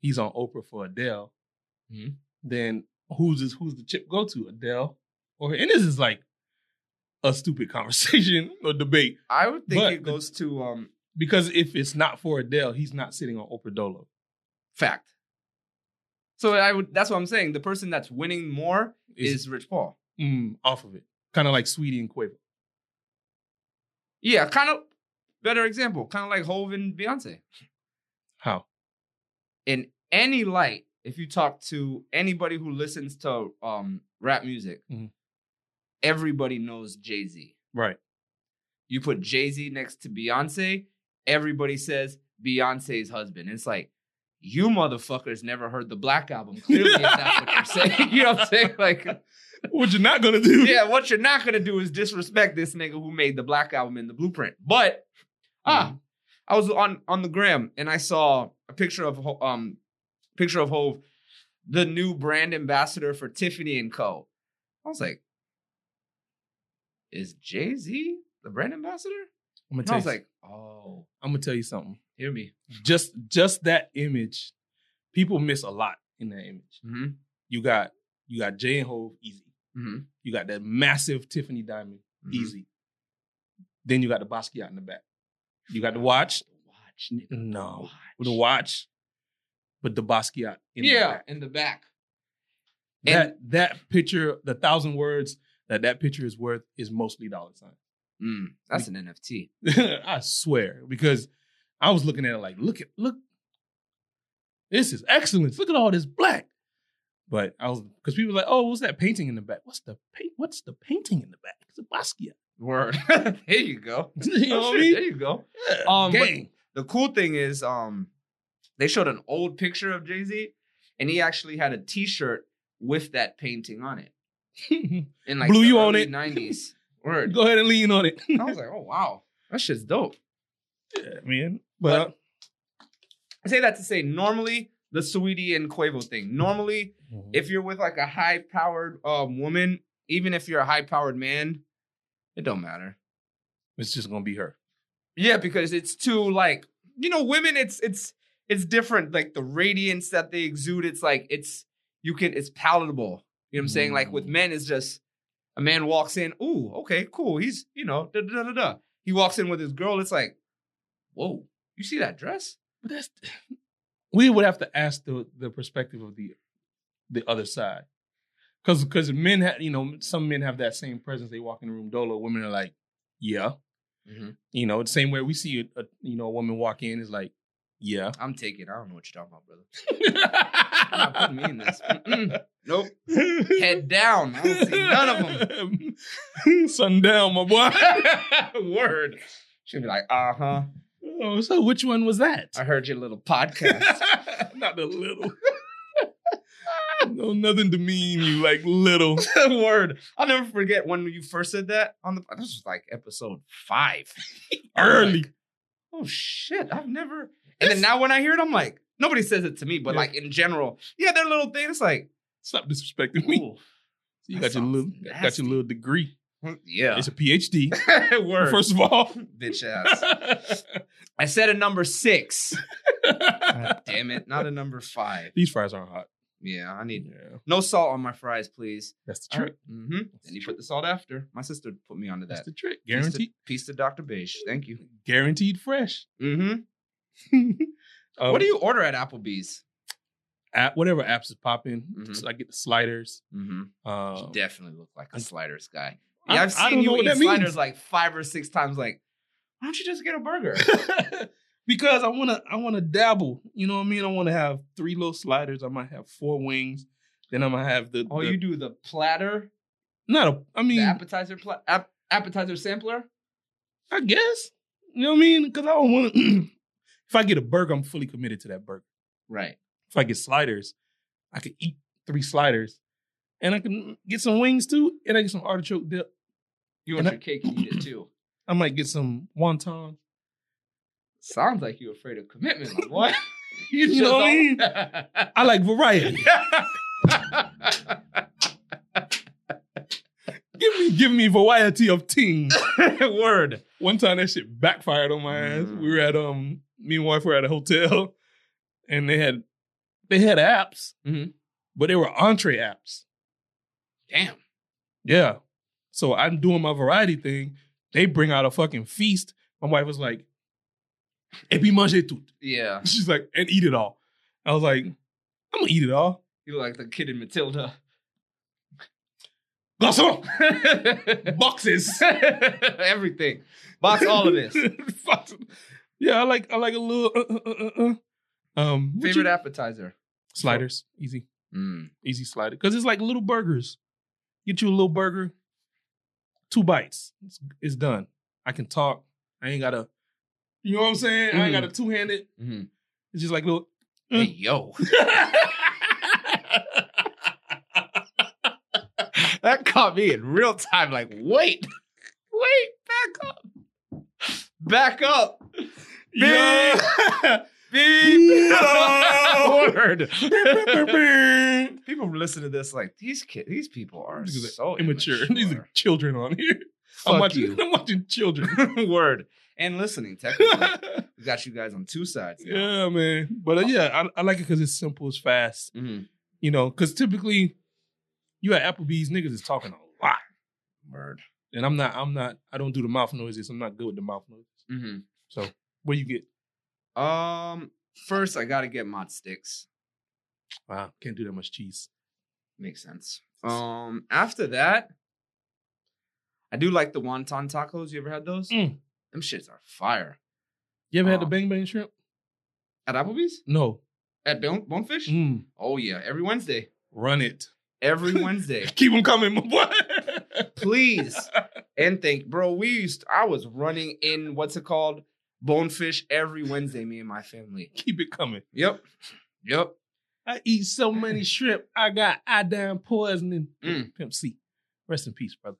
he's on Oprah for Adele,
Mhm.
then who's this, who's the chip go to Adele or and this is like a stupid conversation or debate
I would think
But
it
the-
goes to um
because if it's not for Adele, he's not sitting on Oprah Dolo.
Fact. So I would. That's what I'm saying. The person that's winning more is,
Is
Rich Paul.
mm, off of it, kind of like Sweetie and Quavo.
Yeah, kind of better example. Kind of like Hove and Beyonce.
How?
In any light, if you talk to anybody who listens to um, rap music,
Mhm.
everybody knows Jay Z.
Right.
You put Jay Z next to Beyonce, everybody says Beyonce's husband. It's like. You motherfuckers never heard the Black Album. Clearly, if that's what you're saying. You know what I'm saying? Like,
What you're not gonna do?
yeah, what you're not gonna do is disrespect this nigga who made the black album in the blueprint. But
Mm-hmm.
ah, I was on on the gram and I saw a picture of Ho- um picture of Hove, the new brand ambassador for Tiffany and Co. I was like, is Jay Z the brand ambassador?
I'm gonna
And
tell
I
you.
was like, oh,
I'm gonna tell you something.
hear me.
Just just that image, people miss a lot in that image.
hmm
You got you got Jay and Hove easy.
hmm
You got that massive Tiffany diamond
Mm-hmm.
easy. Then you got the Basquiat in the back. You got the watch.
Watch, nigga.
No.
Watch.
With the watch. but the Basquiat. In
yeah,
The back.
in the back.
That that picture, the thousand words that that picture is worth is mostly dollar sign.
Mm, that's an NFT.
I swear, because I was looking at it like, look at look, this is excellence. Look at all this black. But I was because people were like, oh, what's that painting in the back? What's the paint? What's the painting in the back? It's a Basquiat.
Word. there you go.
you know
Oh,
what I
shit,
mean?
There you go.
Yeah.
Um, but-
Gang.
The cool thing is, um, they showed an old picture of Jay Z, and he actually had a T-shirt with that painting on it. In like
Blew
the
you on
early
it.
'90s. Word.
Um, Go ahead and lean on it.
I was like, oh wow, that shit's dope.
yeah, man.
But-
But,
I say that to say, normally the Sweetie and Quavo thing. Normally, if you're with like a high powered um, woman, even if you're a high powered man, it don't matter.
it's just gonna be her.
Yeah, because it's too like you know, women. It's it's it's different. Like the radiance that they exude. It's like it's you can it's palatable. You know what I'm saying? Like with
Mm.
men, it's just a man walks in. Ooh, okay, cool. He's you know da da da da. da. He walks in with his girl. It's like, whoa, you see that dress?
But that's we would have to ask the the perspective of the the other side, because because men have you know some men have that same presence. They walk in the room dolo. Women are like, yeah,
Mm-hmm.
you know, the same way we see a, a you know a woman walk in is like, yeah.
I'm taking. I don't know what you're talking about, brother. not putting me in this. Mm-mm. Nope. Head down. I don't see none of them.
them. Sundown, my boy.
Word. She'd be like, uh huh.
oh, so which one was that?
I heard your little podcast.
Not the little. no, nothing to mean you like little.
Word. I'll never forget when you first said that on the this was like episode five.
Early.
Oh shit. I've never and then now when I hear it, I'm like, nobody says it to me, but
Yeah.
like in general, yeah, their little thing. It's like,
Stop disrespecting me.
ooh, that
You got your
sounds
little got
nasty.
your little degree.
yeah.
It's a PhD.
Word.
First of all.
bitch ass. I said a number six. God damn it. Not a number five.
These fries aren't hot.
Yeah, I
Yeah.
need no salt on my fries, please.
That's the trick.
Mm-hmm. And you put the salt after. My sister put me onto
That's
that.
the trick.
Piece to-
Guaranteed
Piece to Dr. Beige. Thank you.
guaranteed fresh.
Mm-hmm.
Um,
what do you order at Applebee's?
app, whatever apps is popping.
Mhm.
So I get the sliders.
Mm-hmm.
Um,
definitely look like a
I-
sliders guy.
I-
Yeah, I've seen
I don't know
you
what
eat
that
sliders
means.
like five or six times. Like, why don't you just get a burger?
because I wanna I wanna dabble. You know what I mean? I wanna have three little sliders. I might have four wings. Then I'm gonna have the,
oh,
the- Mm.
you do the platter,
not a I
the
mean
appetizer, pla- app- appetizer sampler.
I guess. You know what I mean? Because I don't want to. if I get a burger, I'm fully committed to that burger.
Right.
If I get sliders, I can eat three sliders, and I can get some wings too, and I get some artichoke dip.
You want
And I-
your cake and eat it too.
I might get some wonton.
Sounds like you're afraid of commitment, my boy.
You know what I mean? I like variety. give me, give me variety of things.
Word.
One time that shit backfired on my ass.
Mm.
We were at um, me and wife were at a hotel, and they had, they had apps,
Mhm.
but they were entree apps.
Damn.
Yeah. So I'm doing my variety thing. They bring out a fucking feast. My wife was like, et puis manger tout.
Yeah.
She's like, and eat it all. I was like, I'm gonna eat it all.
You look like the kid in Matilda.
Garçon, boxes.
Everything. Box all of this.
Box- yeah, I like I like a little uh, uh, uh, uh, uh. um what
Favorite
you-
appetizer?
sliders. Easy.
Mm.
Easy slider. Cause it's like little burgers. Get you a little burger, two bites. It's, it's done. I can talk. I ain't gotta, you know what I'm saying? I ain't
Mhm.
gotta two-handed.
Mhm.
It's just like little.
Hey, yo. that caught me in real time. Like, wait. Wait. Back up. Back up.
Yeah.
Beep.
No.
Word. People listen to this like these kids, these people are
These are
so
immature.
immature.
These are children on here.
Fuck
I'm watching.
you.
I'm watching children.
Word. And listening, technically. we got you guys on two sides. now.
yeah, man. But uh, yeah, I, I like it because it's simple, it's fast.
Mhm.
You know, because typically you at Applebee's, niggas is talking a lot,
Word.
and I'm not. I'm not. I don't do the mouth noises. I'm not good with the mouth noises.
Mm-hmm.
So what you get?
Um, first I gotta get mod sticks.
Wow, can't do that much cheese.
Makes sense. Um, after that, I do like the wonton tacos. You ever had those?
Mm.
Them shits are fire.
You ever had the
Um,
bang bang shrimp?
At Applebee's?
No.
At Bone- Bonefish?
Mm.
Oh yeah, every Wednesday.
Run it.
Every Wednesday.
Keep them coming, my boy.
Please. and think, bro, we used I was running in what's it called? Bonefish every Wednesday, me and my family.
Keep it coming.
Yep. Yep.
I eat so many shrimp. I got iodine poisoning.
Mm.
Pimp C. Rest in peace, brother.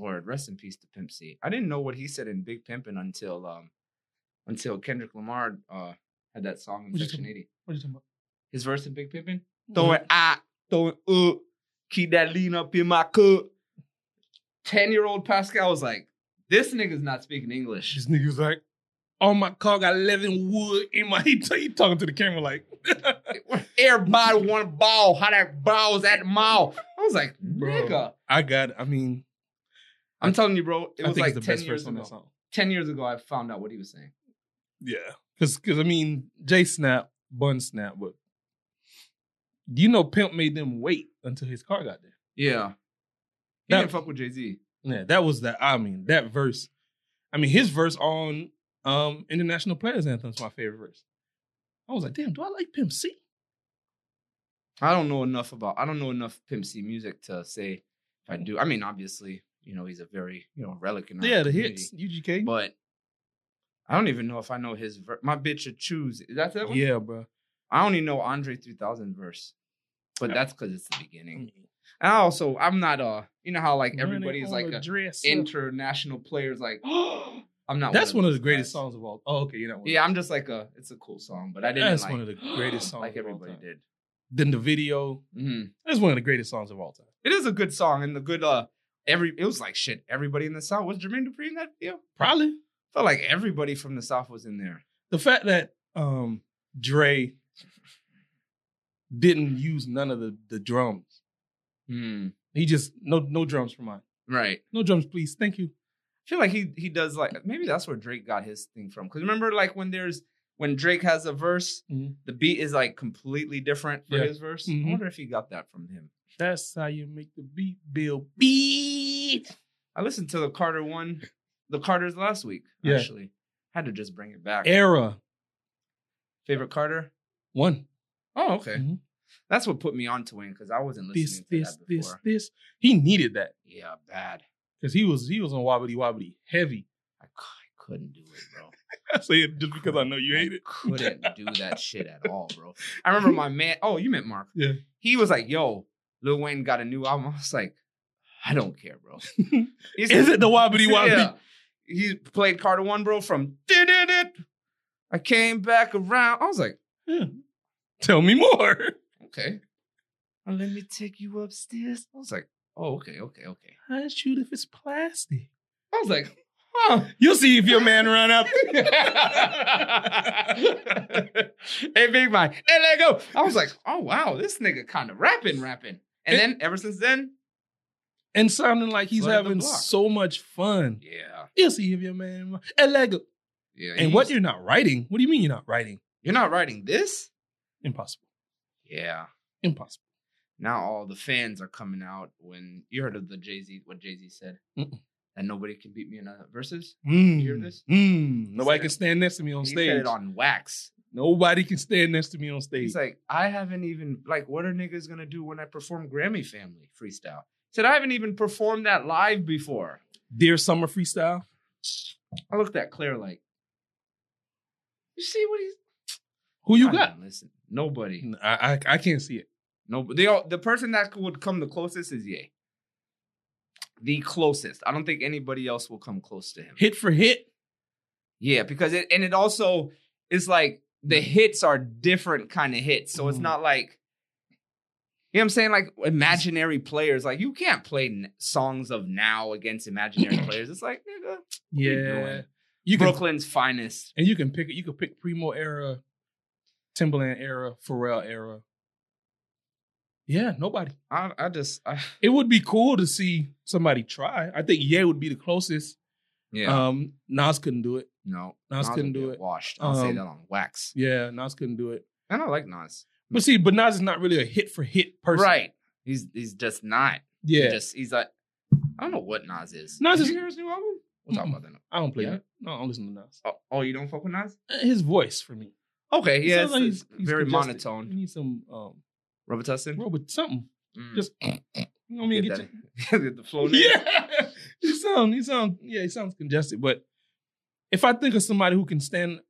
Lord, rest in peace to Pimp C. I didn't know what he said in Big Pimpin' until um until Kendrick Lamar uh had that song in
What you
Section
talking-
80.
What are you talking about? Mm.
His verse in Big Pimpin'? Throw
Mm-hmm.
it out, throw it up, ah, uh, keep that lean up in my cup. 10 year old Pascal was like, this nigga's not speaking English.
This nigga's like, oh my car got 11 wood in my. He, he talking to the camera like,
Everybody want a ball, how that ball was at the mall. I was like,
Bro.
nigga.
I got, I mean,
I'm telling you, bro, it
I
was
think
like
it's the
10
best
years
verse on
ago.
that song.
10 years ago, I found out what he was saying.
Yeah. Cause, cause I mean, J Snap, Bun Snap, but you know, Pimp made them wait until his car got there.
Yeah. He
That-
didn't fuck with Jay Z.
Yeah, that was that. I mean, that verse. I mean, his verse on um International Players Anthem is my favorite verse. I was like, damn, do I like Pimp C?
I don't know enough about, I don't know enough Pimp C music to say if I do. I mean, obviously, you know, he's a very, you know, relic in our
yeah, the
community.
hits, UGK.
But I don't even know if I know his ver- My bitch would choose. Is that that one?
yeah, bro.
I only know Andre 3000 verse. But that's because it's the beginning.
Mm-hmm.
And I also, I'm not, uh, you know how like everybody is like a
dress. up.
international players like, I'm not.
That's one of
those
the greatest
guys.
songs of all. Oh, okay, you're not one.
Yeah, I'm just like a. It's a cool song, but I didn't.
That's
like,
one of the greatest songs
Like
of all
everybody
time.
did.
Then the video.
Mhm.
That's one of the greatest songs of all time.
It is a good song and the good. uh Every it was like shit. Everybody in the south was Jermaine Dupri in that video.
Probably
Felt like everybody from the south was in there.
the fact that um Dre didn't use none of the the drums.
Hmm.
He just no no drums for mine.
Right.
No drums, please. Thank you.
I feel like he he does like maybe that's where Drake got his thing from. Because remember, like when there's when Drake has a verse,
Mhm.
the beat is like completely different for
Yeah.
his verse.
Mhm.
I wonder if he got that from him.
That's how you make the beat, Bill. Beat.
I listened to the Carter one, the Carters last week.
Yeah.
Actually, had to just bring it back.
Era
Favorite Carter?
one.
Oh, okay.
Mhm.
That's what put me on to Wayne because I wasn't
This,
listening
this,
to that
this,
before.
this. He needed that
Yeah, bad.
because he was he was on wobbly wobbly heavy.
I, c- I couldn't do it, bro.
I say it just because I know you hate
I
it.
couldn't do that shit at all, bro. I remember my man. Oh, you meant Mark.
Yeah.
He was like, "Yo, Lil Wayne got a new album." I was like, "I don't care, bro." He's-
Is it the wobbly wobbly?
Yeah. He played Carter One, bro. From did it. I came back around. I was like,
Tell me more.
okay. Now Let me take you upstairs. I was like, oh, okay, okay, okay.
I shoot if it's plastic.
I was like, huh.
You'll see if your man run up.
hey, Big Mike. Hey, let go. I was like, oh wow, this nigga kind of rapping, rapping. And then ever since then,
and sounding like he's
Flood the
having
block.
so much fun.
yeah,
You'll see if your man run and let go.
yeah.
And
he
what
was-
you're not writing? What do you mean you're not writing?
you're not writing this?
Impossible.
Yeah.
Impossible.
Now all the fans are coming out when you heard of the Jay Z, what Jay Z said,
Mm-mm.
and nobody can beat me in a verses.
Mm.
hear this?
Mm. Nobody
said
can
it.
stand next to me on
he
stage.
said it on wax.
Nobody can stand next to me on stage.
He's like, I haven't even like, what are niggas gonna do when I perform Grammy Family freestyle? He said I haven't even performed that live before.
Dear Summer Freestyle.
I looked at Claire like, you see what he's.
Who you
I
got?
didn't Listen, nobody,
I, I I can't see it.
nobody. They all, the person that would come the closest is Ye. The closest. I don't think anybody else will come close to him.
Hit for hit.
Yeah, because it and it also is like the hits are different kind of hits. So it's
Mm.
not like you know what I'm saying? Like imaginary players. Like you can't play n- songs of now against imaginary players. It's like nigga, you
Yeah.
doing?
You can
Brooklyn's finest.
and you can pick you can pick Primo era, Timbaland era, Pharrell era. Yeah, nobody.
I, I just I,
It would be cool to see somebody try. I think Ye would be the closest.
yeah
Um, Nas couldn't do it.
no
Nas
would
couldn't
get
do it.
washed. I'll say
Um,
that on wax.
Yeah, Nas couldn't do it.
And I like Nas.
But see, but Nas is not really a hit for hit person.
Right. He's he's just not. He
Yeah.
just he's like I don't know what Nas is.
Nas
Did
is-
you hear his new album? We'll talk
Mm-mm.
about that. now.
I don't play
Yeah.
that. No, I don't listen to Nas.
Oh, oh, you don't fuck with Nas?
Eh, His voice for me.
Okay,
He
yeah,
sounds
it's,
like
it's very
congested. You
monotone.
need some um,
Robitussin.
robot something.
Mm.
Just you know what I mean?
Get
Get
that-
your-
get the flow. name.
yeah, he sound, he sound, yeah, he sounds congested. But if I think of somebody who can stand,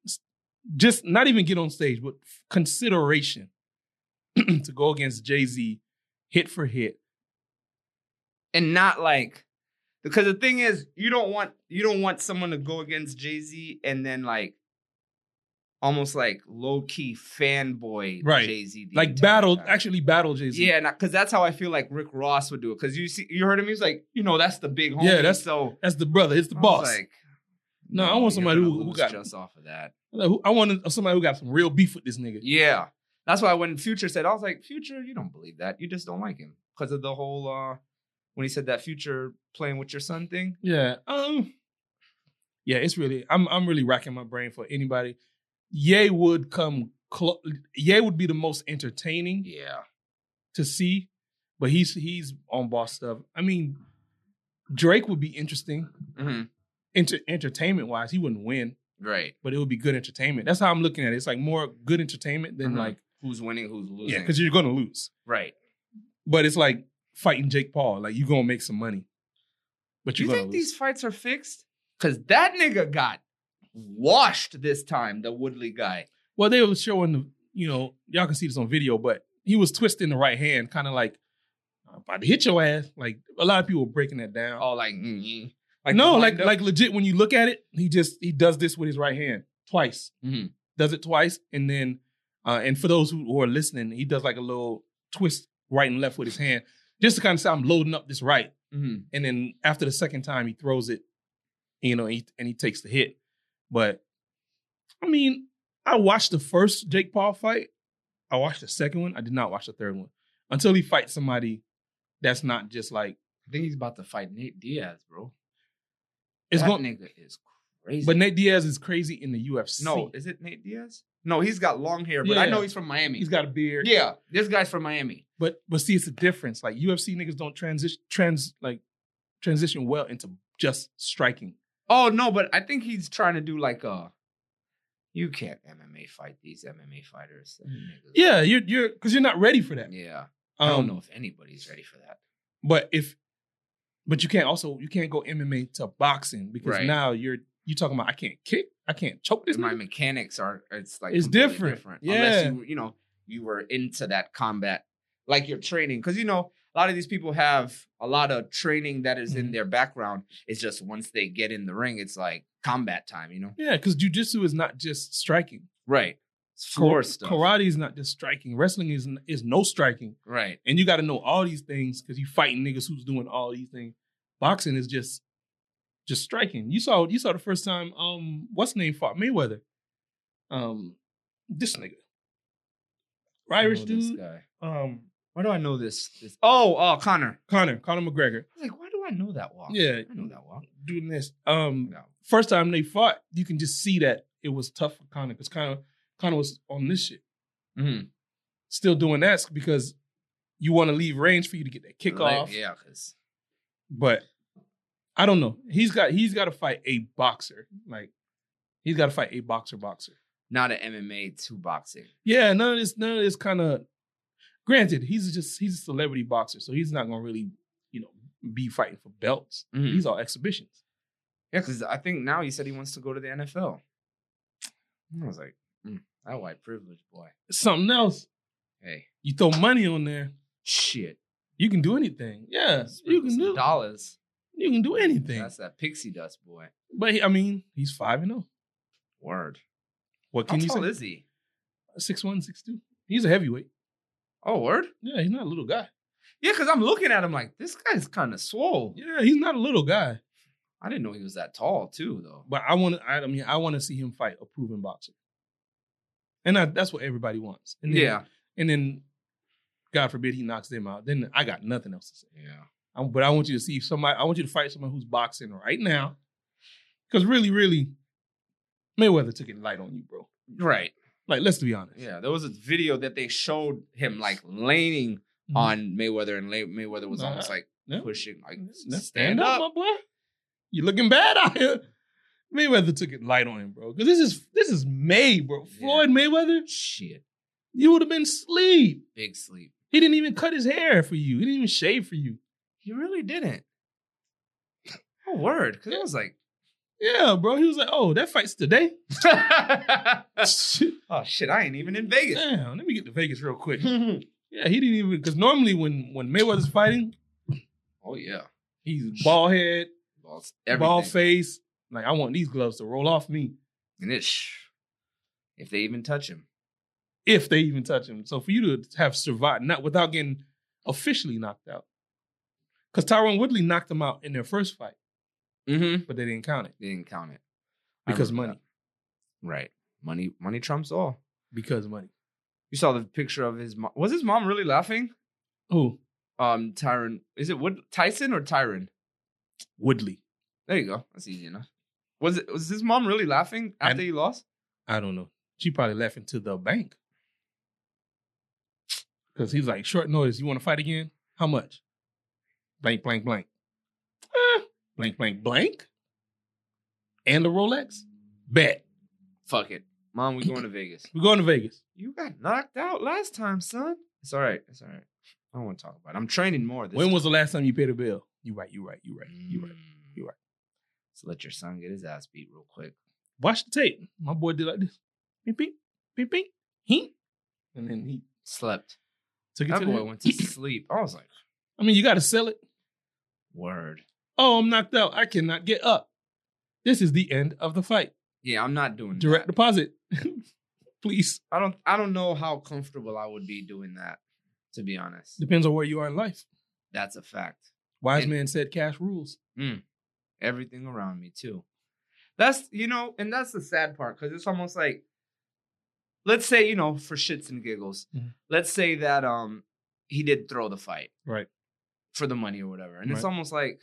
just not even get on stage, but consideration to go against Jay Z, hit for hit.
and not like because the thing is you don't want you don't want someone to go against Jay-Z and then like almost like low-key fanboy
Right.
Jay-Z. the
like
entire
battle,
time.
actually battle Jay Z.
Yeah, because that's how I feel like Rick Ross would do it. Because you see, you heard him. He's like, you know, that's the big homie.
Yeah, that's
so
that's the brother. It's the
I was
boss.
Like,
No, I want
you're
somebody
gonna
who- who
lose
got-
just off of that.
Like, who- I want somebody who got some real beef with this nigga.
Yeah, that's why when Future said, I was like, Future, you don't believe that. You just don't like him because of the whole uh when he said that Future playing with your son thing.
Yeah. Um. Yeah, it's really I'm I'm really racking my brain for anybody. Ye would come. Clo- Ye would be the most entertaining.
Yeah,
to see, but he's he's on boss stuff. I mean, Drake would be interesting
hmm
enter, entertainment wise. He wouldn't win,
right.
but it would be good entertainment. That's how I'm looking at it. It's like more good entertainment than
Mhm.
like
Who's winning? Who's losing?
yeah, because you're gonna lose.
right.
But it's like fighting Jake Paul. Like you're gonna make some money, but
Do
you're
you
gonna
think
lose.
these fights are fixed? Because that nigga got washed this time. The Woodley guy.
well, they were showing the you know y'all can see this on video, but he was twisting the right hand, kind of like I'm about to hit your ass. Like a lot of people were breaking that down.
Oh, like, mm-hmm.
no,
the
like
windup?
like legit. When you look at it, he just he does this with his right hand twice.
Mhm.
Does it twice, and then uh, and for those who, who are listening, he does like a little twist right and left with his hand, just to kind of say I'm loading up this right.
Mhm.
And then after the second time, he throws it, you know, and he, and he takes the hit. But I mean, I watched the first Jake Paul fight. I watched the second one. I did not watch the third one until he fights somebody that's not just like
I think he's about to fight Nate Diaz, bro.
it's
that
going.
nigga is crazy.
But Nate Diaz is crazy in the UFC.
no, is it Nate Diaz? No, he's got long hair, but I
Yeah.
know he's from Miami.
He's got a beard.
yeah, this guy's from Miami.
But but see, it's a difference. Like UFC niggas don't transition trans like transition well into just striking.
Oh no, but I think he's trying to do like a. You can't MMA fight these MMA fighters. Them niggas.
Yeah, you're you're because you're not ready for that.
yeah. I
Um,
don't know if anybody's ready for that.
But if but you can't also you can't go MMA to boxing because
Right.
now you're you talking about I can't kick, I can't choke this
My
nigga.
mechanics are it's like
It's
completely
different.
Unless
Yeah.
you were- you know you were into that combat, like your training, because you know a lot of these people have a lot of training that is in
Mhm.
their background. It's just once they get in the ring, it's like combat time. You know.
Yeah, because jujitsu is not just striking.
Right. It's
Kar-
floor stuff.
Karate is not just striking. Wrestling is n- is no striking.
Right.
and you got to know all these things because you fighting niggas who's doing all these things. Boxing is just just striking. You saw you saw the first time um what's name fought Mayweather, um this nigga, Irish
I know this
dude,
guy.
um
Why do I know this? this- oh, oh, Connor.
Connor Connor McGregor,
I was like, why do I know that walk?
Yeah.
I know that walk.
doing this. Um
No.
first time they fought, you can just see that it was tough for Connor because Connor Connor was on this shit,
Mhm.
still doing that because you want to leave range for you to get that kick
Like,
off.
Yeah, because
but I don't know. He's got he's got to fight a boxer. Like he's got to fight a boxer boxer.
not an MMA to boxing.
Yeah, none of this none of this kind of. Granted, he's just he's a celebrity boxer, so he's not gonna really you know be fighting for belts.
Mhm.
These are exhibitions.
Yeah, because I think now he said he wants to go to the NFL. I was like, mm, that white privilege boy.
Something else.
Hey,
You throw money on there,
shit.
you can do anything. Yeah, you
Sprinkle
can
some
do
dollars.
you can do anything.
That's that pixie dust boy.
but he, I mean, he's five and zero.
Word.
What
How
can you
tall
say?
is he?
Six one, six two. He's a heavyweight.
Oh, word.
Yeah, he's not a little guy.
Yeah, because I'm looking at him like this guy's kind of swole.
Yeah, he's not a little guy.
I didn't know he was that tall too, though.
But I want to. I mean, I want to see him fight a proven boxer, and I, that's what everybody wants. And then,
yeah.
and then, God forbid he knocks them out. Then I got nothing else to say.
Yeah.
I, but I want you to see somebody. I want you to fight someone who's boxing right now, because really, really, Mayweather took it light on you, bro.
Right.
Like, let's be honest.
Yeah, there was a video that they showed him like leaning on Mayweather, and Lay- Mayweather was
Mm-hmm. Nah.
almost like
Yeah.
pushing, like
Now
stand, up.
my boy. You looking bad out here. Mayweather took it light on him, bro. Because this is this is May, bro.
Yeah.
Floyd Mayweather,
Shit,
you would have been sleep.
big sleep.
He didn't even cut his hair for you. He didn't even shave for you.
He really didn't. Oh word, because it was like,
Yeah, bro. He was like, oh, that fight's today. Shit.
oh shit, I ain't even in Vegas.
Damn, let me get to Vegas real quick. Yeah, he didn't even because normally when when Mayweather's fighting,
oh yeah,
he's bald head,
lost everything.
bald face. Like, I want these gloves to roll off me
and it's if they even touch him.
if they even touch him. So for you to have survived, not without getting officially knocked out. Because Tyron Woodley knocked him out in their first fight,
Mm-hmm.
but they didn't count it.
They didn't count it I
Because
remember
money.
that. Right, money, money trumps all.
Because money.
You saw the picture of his mom. Was his mom really laughing?
Who?
Um, Tyron, is it Wood Tyson or Tyron?
Woodley.
There you go. That's easy enough. Was it was his mom really laughing after
And-
he lost?
I don't know. She probably left into the bank. Because he's like, short notice, you want to fight again? How much? Blank, blank, blank. Eh, blank, blank, blank. And the Rolex? Bet.
Fuck it. Mom, we going to Vegas.
We're going to Vegas.
You got knocked out last time, son. It's all right. It's all right. I don't want to talk about it. I'm training more this
when was Mm. the last time you paid a bill? You right, you right, you right, you right. you right.
So let your son get his ass beat real quick.
Watch the tape. My boy did like this. Beep, beep, beep, beep. He. And then he
Slept.
took it
That
to
boy
the
went to sleep. I was like,
I mean, you got to sell it.
word.
Oh, I'm knocked out. I cannot get up. This is the end of the fight.
Yeah, I'm not doing
direct
that.
deposit. Please.
I don't I don't know how comfortable I would be doing that, to be honest.
Depends on where you are in life.
That's a fact.
Wise
And-
man said cash rules.
everything around me too. That's you know, and that's the sad part because it's almost like, let's say you know, for shits and giggles,
Mhm.
let's say that um he did throw the fight
Right.
for the money or whatever, and it's
Right.
almost like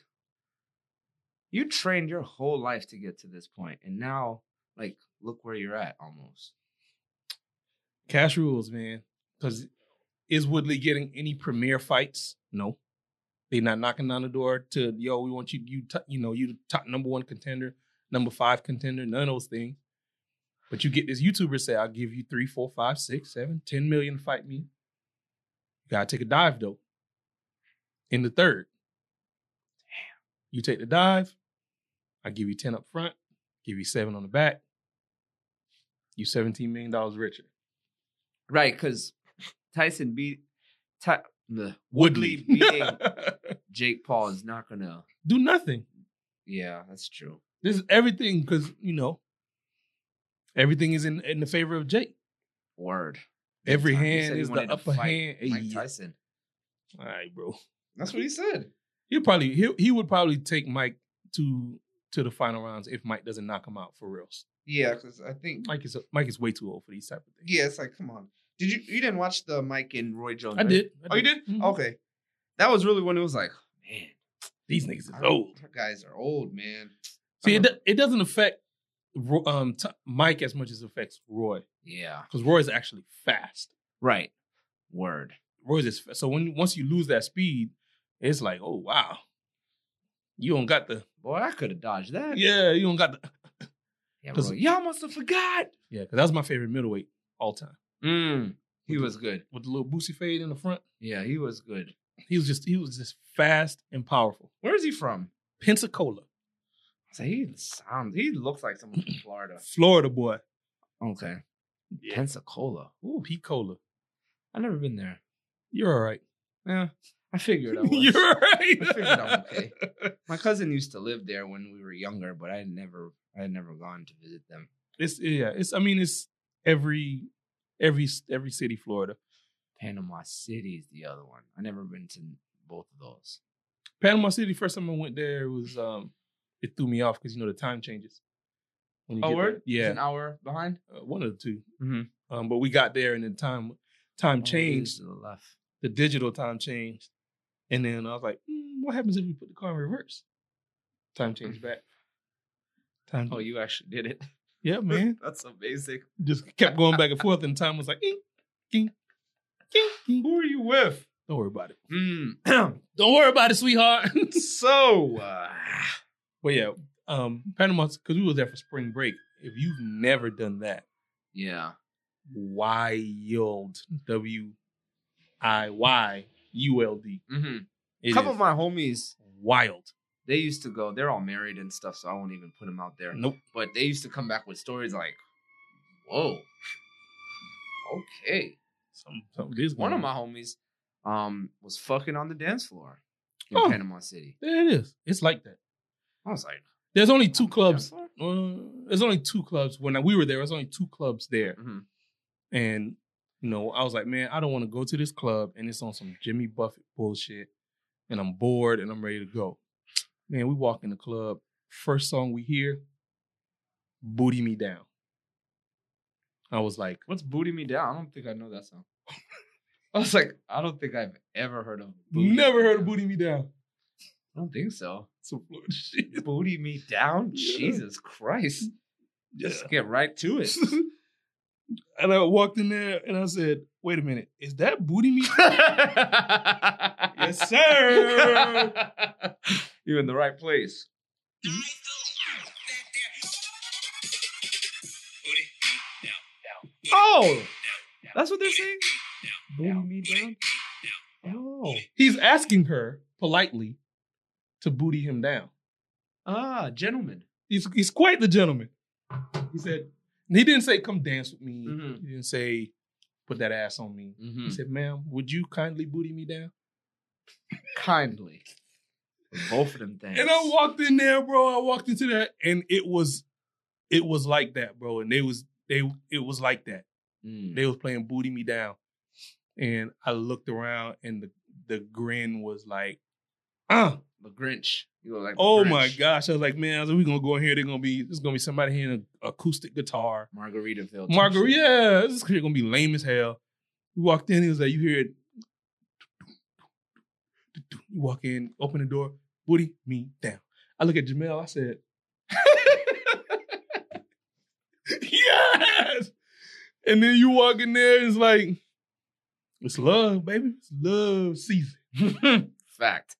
you trained your whole life to get to this point, and now like look where you're at almost.
Cash rules, man. Because is Woodley getting any premier fights? No. They're not knocking down the door to yo. We want you, you, t- you know, you the top number one contender, number five contender. None of those things. But you get this YouTuber say, "I'll give you three, four, five, six, seven, ten million to fight me." You gotta take a dive though. In the third, damn, you take the dive. I give you ten up front, give you seven on the back. You seventeen million dollars richer.
Right, because Tyson beat Ty, bleh, Woodley beating Jake Paul is not gonna.
do nothing.
Yeah, that's true.
This is everything because you know everything is in, in the favor of Jake.
Word.
Every
Big time. He said
hand
he
is the
wanted to
upper
fight
hand. eh,
Mike
Yeah.
Tyson.
All right, bro.
That's what he said.
He probably he he would probably take Mike to to the final rounds if Mike doesn't knock him out for reals.
Yeah, because I think
Mike is Mike is way too old for these type of things.
yeah, it's like come on. Did you you didn't watch the Mike and Roy Jones?
I
right?
did. I
Oh, you did?
Mhm.
Okay, that was really when it was like, man,
These niggas is
I-
old.
our guys are old, man.
See, it, do- it doesn't affect Ro- um t- Mike as much as it affects Roy
Yeah,
because Roy is actually fast.
right. Word.
Roy's is so when once you lose that speed, it's like oh wow, you don't got the
Boy, I could have dodged that.
yeah you don't got the
yeah
Cause-
Roy, y'all must have forgot.
Yeah, because that was my favorite middleweight all time.
Mm, he was good.
With the little boosie fade in the front.
Yeah, he was good.
He was just he was just fast and powerful.
Where is he from?
Pensacola,
So he sounds. He looks like someone from Florida.
Florida boy.
Okay,
Yeah.
Pensacola.
Ooh, Pete Cola.
I've never been there.
You're all right.
Yeah, I figured I was.
You're all right.
I figured I'm okay. My cousin used to live there when we were younger, but I had never I had never gone to visit them.
It's yeah, it's I mean it's every every every city Florida.
Panama City is the other one. I never been to both of those.
Panama City, first time I went there it was um it threw me off because you know the time changes. When you get there.
It's
Oh, Yeah.
an hour behind.
uh, one of the 2
Mhm.
Um, but we got there and then time time changed.
Oh, to the left.
the digital time changed. And then I was like, "Hmm, what happens if we put the car in reverse? Time changed back. Time.
Oh, you actually did it.
Yeah, man.
That's amazing.
Just kept going back and forth, and time was like, "Ing, ing, ing, ing."
Who are you with?
don't worry about it.
Mm.
Don't worry about it, sweetheart.
so, uh,
but yeah,
Mm.
um, Panama because we was there for spring break. If you've never done that,
yeah,
wild W I Y U L D.
hmm
It
couple
is
of my homies
wild.
they used to go. They're all married and stuff, so I won't even put them out there.
Nope.
But they used to come back with stories like, "Whoa, okay."
Some, some, this
One of my homies um was fucking on the dance floor in
Oh.
Panama City.
There it is. It's like that.
I was like,
There's only two
"On the dance floor?"
clubs. Well, there's only two clubs. When we were there, there's only two clubs there.
Mhm.
And you know, I was like, man, I don't want to go to this club and it's on some Jimmy Buffett bullshit. And I'm bored and I'm ready to go. Man, we walk in the club. First song we hear, Booty Me Down. I was like,
What's "Booty Me Down"? I don't think I know that song. I was like, I don't think I've ever heard of.
never
Me
heard of
Down."
Booty Me Down.
I don't think so.
Some Florida shit.
Booty Me Down.
Yeah.
Jesus Christ. Let's
Yeah.
get right to it.
and I walked in there and I said, wait a minute, is that Booty Me
yes,
sir.
You're in the right place. Oh, that's what they're saying. Booty me down. Oh,
He's asking her politely to booty him down.
ah, gentlemen.
He's, he's quite the gentleman. He said, and he didn't say, come dance with me.
Mhm.
He didn't say, put that ass on me.
Mm.
He said, ma'am, would you kindly booty me down?
Kindly, both of them things.
And I walked in there, bro. I walked into that and it was, it was like that, bro. And they was, they, it was like that.
Mm.
They was playing booty me down. And I looked around and the, the grin was like, uh,
The Grinch. You look like. the
Oh my
Grinch.
gosh! I was like, man, I was like, we gonna go in here. They're gonna be there's gonna be somebody here in an acoustic guitar.
Margaritaville.
Margarita, yeah, this shit gonna be lame as hell. We walked in. He was like, you hear it? You walk in, open the door, booty me down. I look at Jamel. I said, yes. And then you walk in there. It's like, it's love, baby. It's love season.
Grinch. Fact.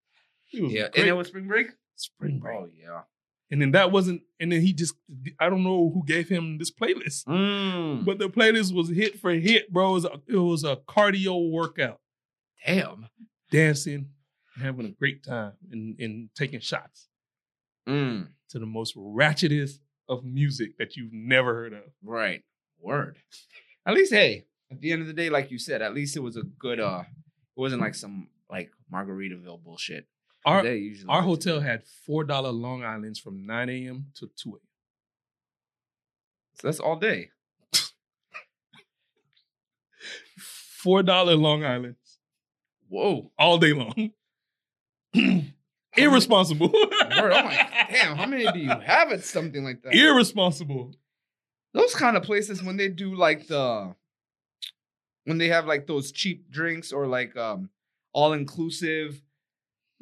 It was
Yeah,
great.
and it was spring break.
spring break.
Oh yeah.
And then that wasn't, and then he just, I don't know who gave him this playlist,
Mm.
but the playlist was hit for hit, bro. It was a, it was a cardio workout,
Damn.
dancing, having a
Mm-hmm.
great time, and, and taking shots
Mm.
to the most ratchetest of music that you've never heard of.
Right. Word. At least, hey, at the end of the day, like you said, at least it was a good uh it wasn't like some like Margaritaville bullshit.
Our,
They usually
our
like to
hotel
do.
had $4 Long Islands from 9 a.m. to 2 a.m.
so that's all day.
$4 Long Islands
Whoa.
all day long. Irresponsible.
Word. I'm like, damn, how many do you have at something like that?
Irresponsible.
Those kind of places when they do like the when they have like those cheap drinks or like um all inclusive.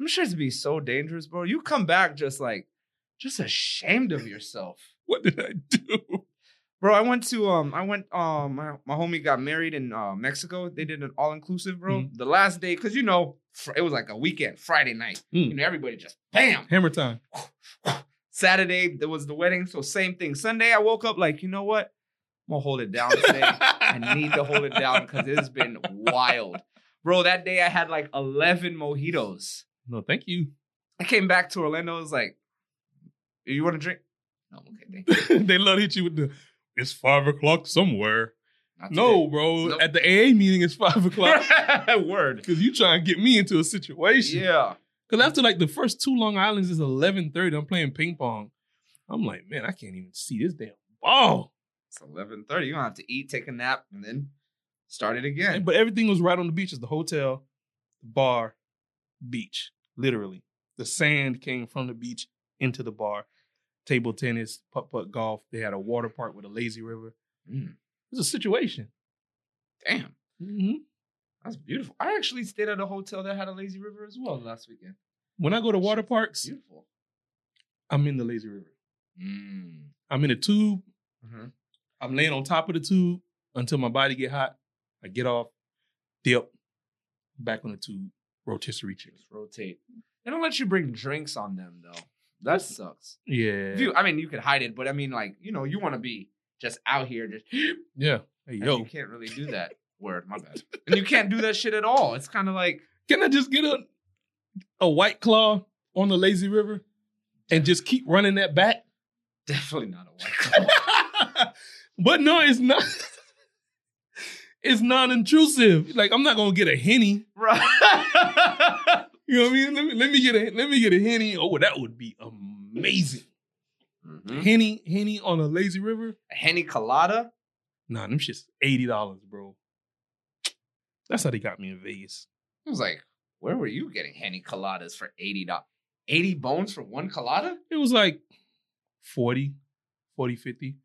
I'm sure it'd be so dangerous, bro. You come back just like just ashamed of yourself.
What did I do?
Bro, I went to um, I went um, my, my homie got married in uh, Mexico. They did an all inclusive, bro. The last day, cause you know, fr- it was like a weekend, Friday night.
Mm.
You know, everybody just bam.
Hammer time.
Saturday there was the wedding, so same thing. Sunday, I woke up like, you know what? I'm gonna hold it down today. I need to hold it down because it's been wild, bro. That day I had like eleven mojitos.
No, thank you.
I came back to Orlando. I was like, you want to drink? No, I'm okay, thank you.
they love to hit you with the it's five o'clock somewhere.
Not
No, bro.
Nope.
At the AA meeting, it's five o'clock
today. word.
because you trying to get me into a situation.
Yeah.
Because after like the first two Long Islands is eleven thirty. I'm playing ping pong. I'm like, man, I can't even see this damn ball.
It's eleven thirty. You don't have to eat, take a nap, and then start it again.
But everything was right on the beach. It's the hotel, the bar, beach. Literally, the sand came from the beach into the bar. Table tennis, putt putt golf. They had a water park with a lazy river.
Mm.
It's a situation.
Damn,
Mm-hmm.
that's beautiful. I actually stayed at a hotel that had a lazy river as well last weekend.
When I go to water parks,
Beautiful.
I'm in the lazy river.
Mm.
I'm in a tube.
Mhm.
I'm laying on top of the tube until my body get hot. I get off, dip, back on the tube, rotisserie chicken.
Just rotate. They don't let you bring drinks on them though. That sucks.
Yeah.
If you, I mean, you could hide it, but I mean, like, you know, you want to be just out here. Just
Yeah. Hey,
and
yo.
you can't really do that. Word, my bad. And you can't do that shit at all. It's kind of like
Can I just get a a white claw on the lazy river and just keep running that back?
definitely not a white claw.
but no, it's not. it's non-intrusive. Like I'm not gonna get a henny.
Right.
You know what I mean? Let me let me get a let me get a henny. Oh, that would be amazing.
Mhm.
Henny henny on a lazy river.
A Henny colada.
Nah, them shit's eighty dollars, bro. That's how they got me in Vegas.
I was like, where were you getting henny coladas for eighty dollars? Eighty bones for one colada?
It was like 40, 40, 50.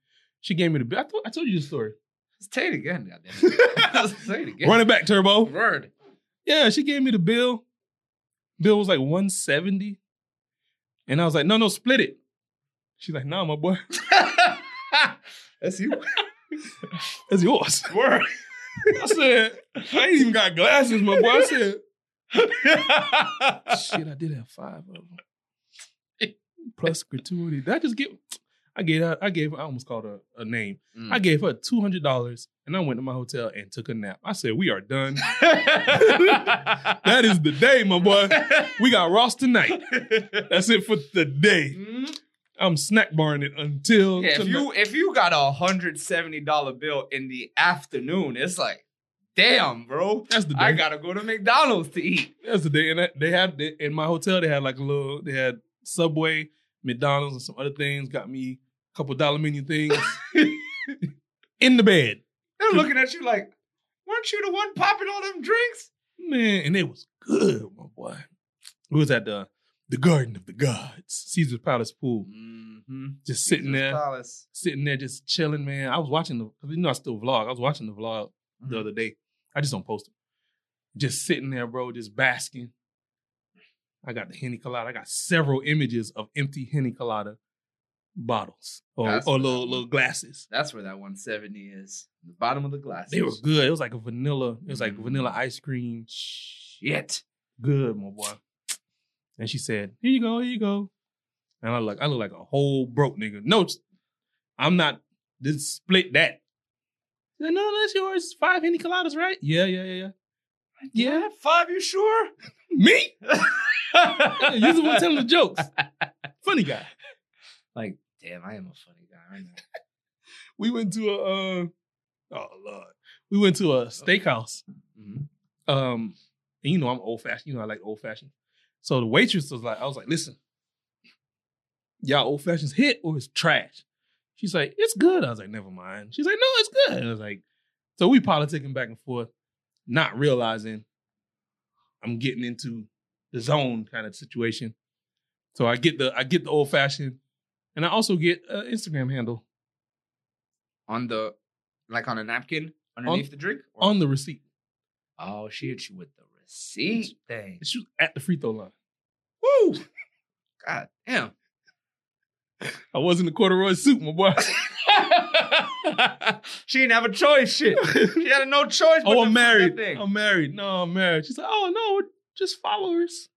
She gave me the bill. I, told- I told you the story.
Let's say it again. Goddamn. it. Let's say it again.
Run it back, Turbo.
Word.
Yeah, she gave me the bill. Bill was like 170. And I was like, no, no, split it. She's like, nah, my boy,
That's you.
that's yours.
Word.
I said, I ain't even got glasses, my boy. I said, shit, I did have five of them. Plus gratuity. Did I just get I gave her, I gave her, I almost called her a name.
Mm.
I gave her two hundred dollars and I went to my hotel and took a nap. I said, We are done. That is the day, my boy. We got Ross tonight. That's it for the day.
Mm.
I'm snack barring it until
Yeah, if
tonight.
you if you got a hundred seventy dollar bill in the afternoon, it's like, damn, bro,
that's the day.
I gotta go to McDonald's to eat.
that's the day. And I- they had they, in my hotel, they had like a little, they had Subway, McDonald's, and some other things. Got me a couple dollar menu things in the bed.
They're looking at you like, weren't you the one popping all them drinks?
Man, and it was good, my boy. We was at the the Garden of the Gods, Caesar's Palace pool,
Mm-hmm.
just sitting there, sitting there, just chilling, man. I was watching the, 'cause you know, I still vlog. I was watching the vlog the
Mhm.
other day. I just don't post it. Just sitting there, bro, just basking. I got the henny colada. I got several images of empty henny colada bottles or,
That's
or
what I
little
want.
little glasses.
That's where that 170 is. The bottom of the glass.
They were good. It was like a vanilla. It was like
Mm.
vanilla ice cream.
Shit.
good, my boy. And she said, "Here you go, here you go." And I look, I look like a whole broke nigga. No, it's- I'm not. Just split that. She said, no, that's yours. Five henny coladas, right? Yeah, yeah, yeah, yeah. Yeah.
Five, you sure?
Me? Yeah, you the one telling the jokes. Funny guy.
like, damn, I am a funny guy right now.
We went to a. Uh, oh lord. We went to
Oh,
a steakhouse.
Mhm.
Um, and you know I'm old fashioned. You know I like old fashioned. So the waitress was like, I was like, listen, y'all old fashions hit or it's trash. She's like, it's good. I was like, never mind. She's like, no, it's good. I was like, so we politicking back and forth, not realizing I'm getting into the zone kind of situation. So I get the I get the old fashioned, and I also get an Instagram handle
On the, like on a napkin underneath the drink? Or-
on the receipt.
oh, she hit you with the receipt thing.
She was at the free throw line.
Woo! God damn.
I was in the corduroy suit, my boy.
she didn't have a choice, shit. She had no choice. but
oh,
to
I'm
put that
married.
thing.
I'm married. No, I'm married. She's like, oh no, we're just followers.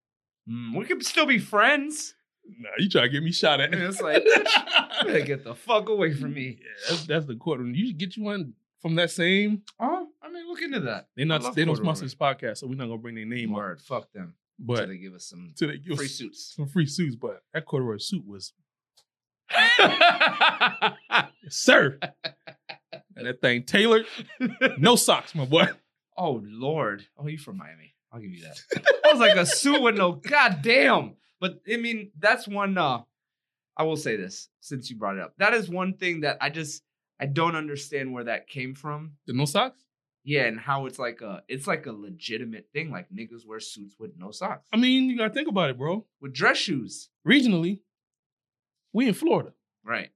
Mm, we could still be friends.
Nah, you try to get me shot at.
And
yeah,
it's like, you better get the fuck away from me.
that's, that's the courtroom. You should get you one from that same.
Oh, I mean, look into that.
They're
I
not.
love
They don't
courtroom.
sponsor this podcast, so we're not gonna bring their name up.
Word, fuck them. But
But
they give us some
to they give
free
us
suits.
some free suits. But that corduroy suit was, yes, sir. and that thing tailored. No socks, my boy.
oh Lord. Oh, you from Miami. I'll give you that. That was like a suit with no goddamn. But I mean, that's one uh I will say this since you brought it up. That is one thing that I just I don't understand where that came from.
The no socks.
Yeah, and how it's like a it's like a legitimate thing. Like niggas wear suits with no socks.
I mean, you gotta think about it, bro.
with dress shoes.
Regionally, we in Florida.
Right.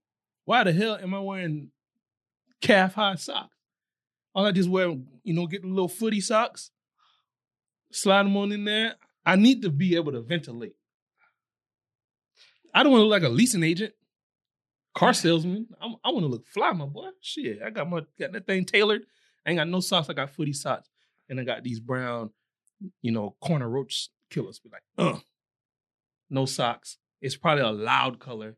why the hell am I wearing calf high socks? All I just wear, you know, get the little footy socks, slide them on in there. I need to be able to ventilate. I don't want to look like a leasing agent car salesman. I'm, I want to look fly, my boy. Shit, I got my got that thing tailored. I ain't got no socks. I got footy socks, and I got these brown, you know, corner roach killers. Be like, ugh, no socks. It's probably a loud color.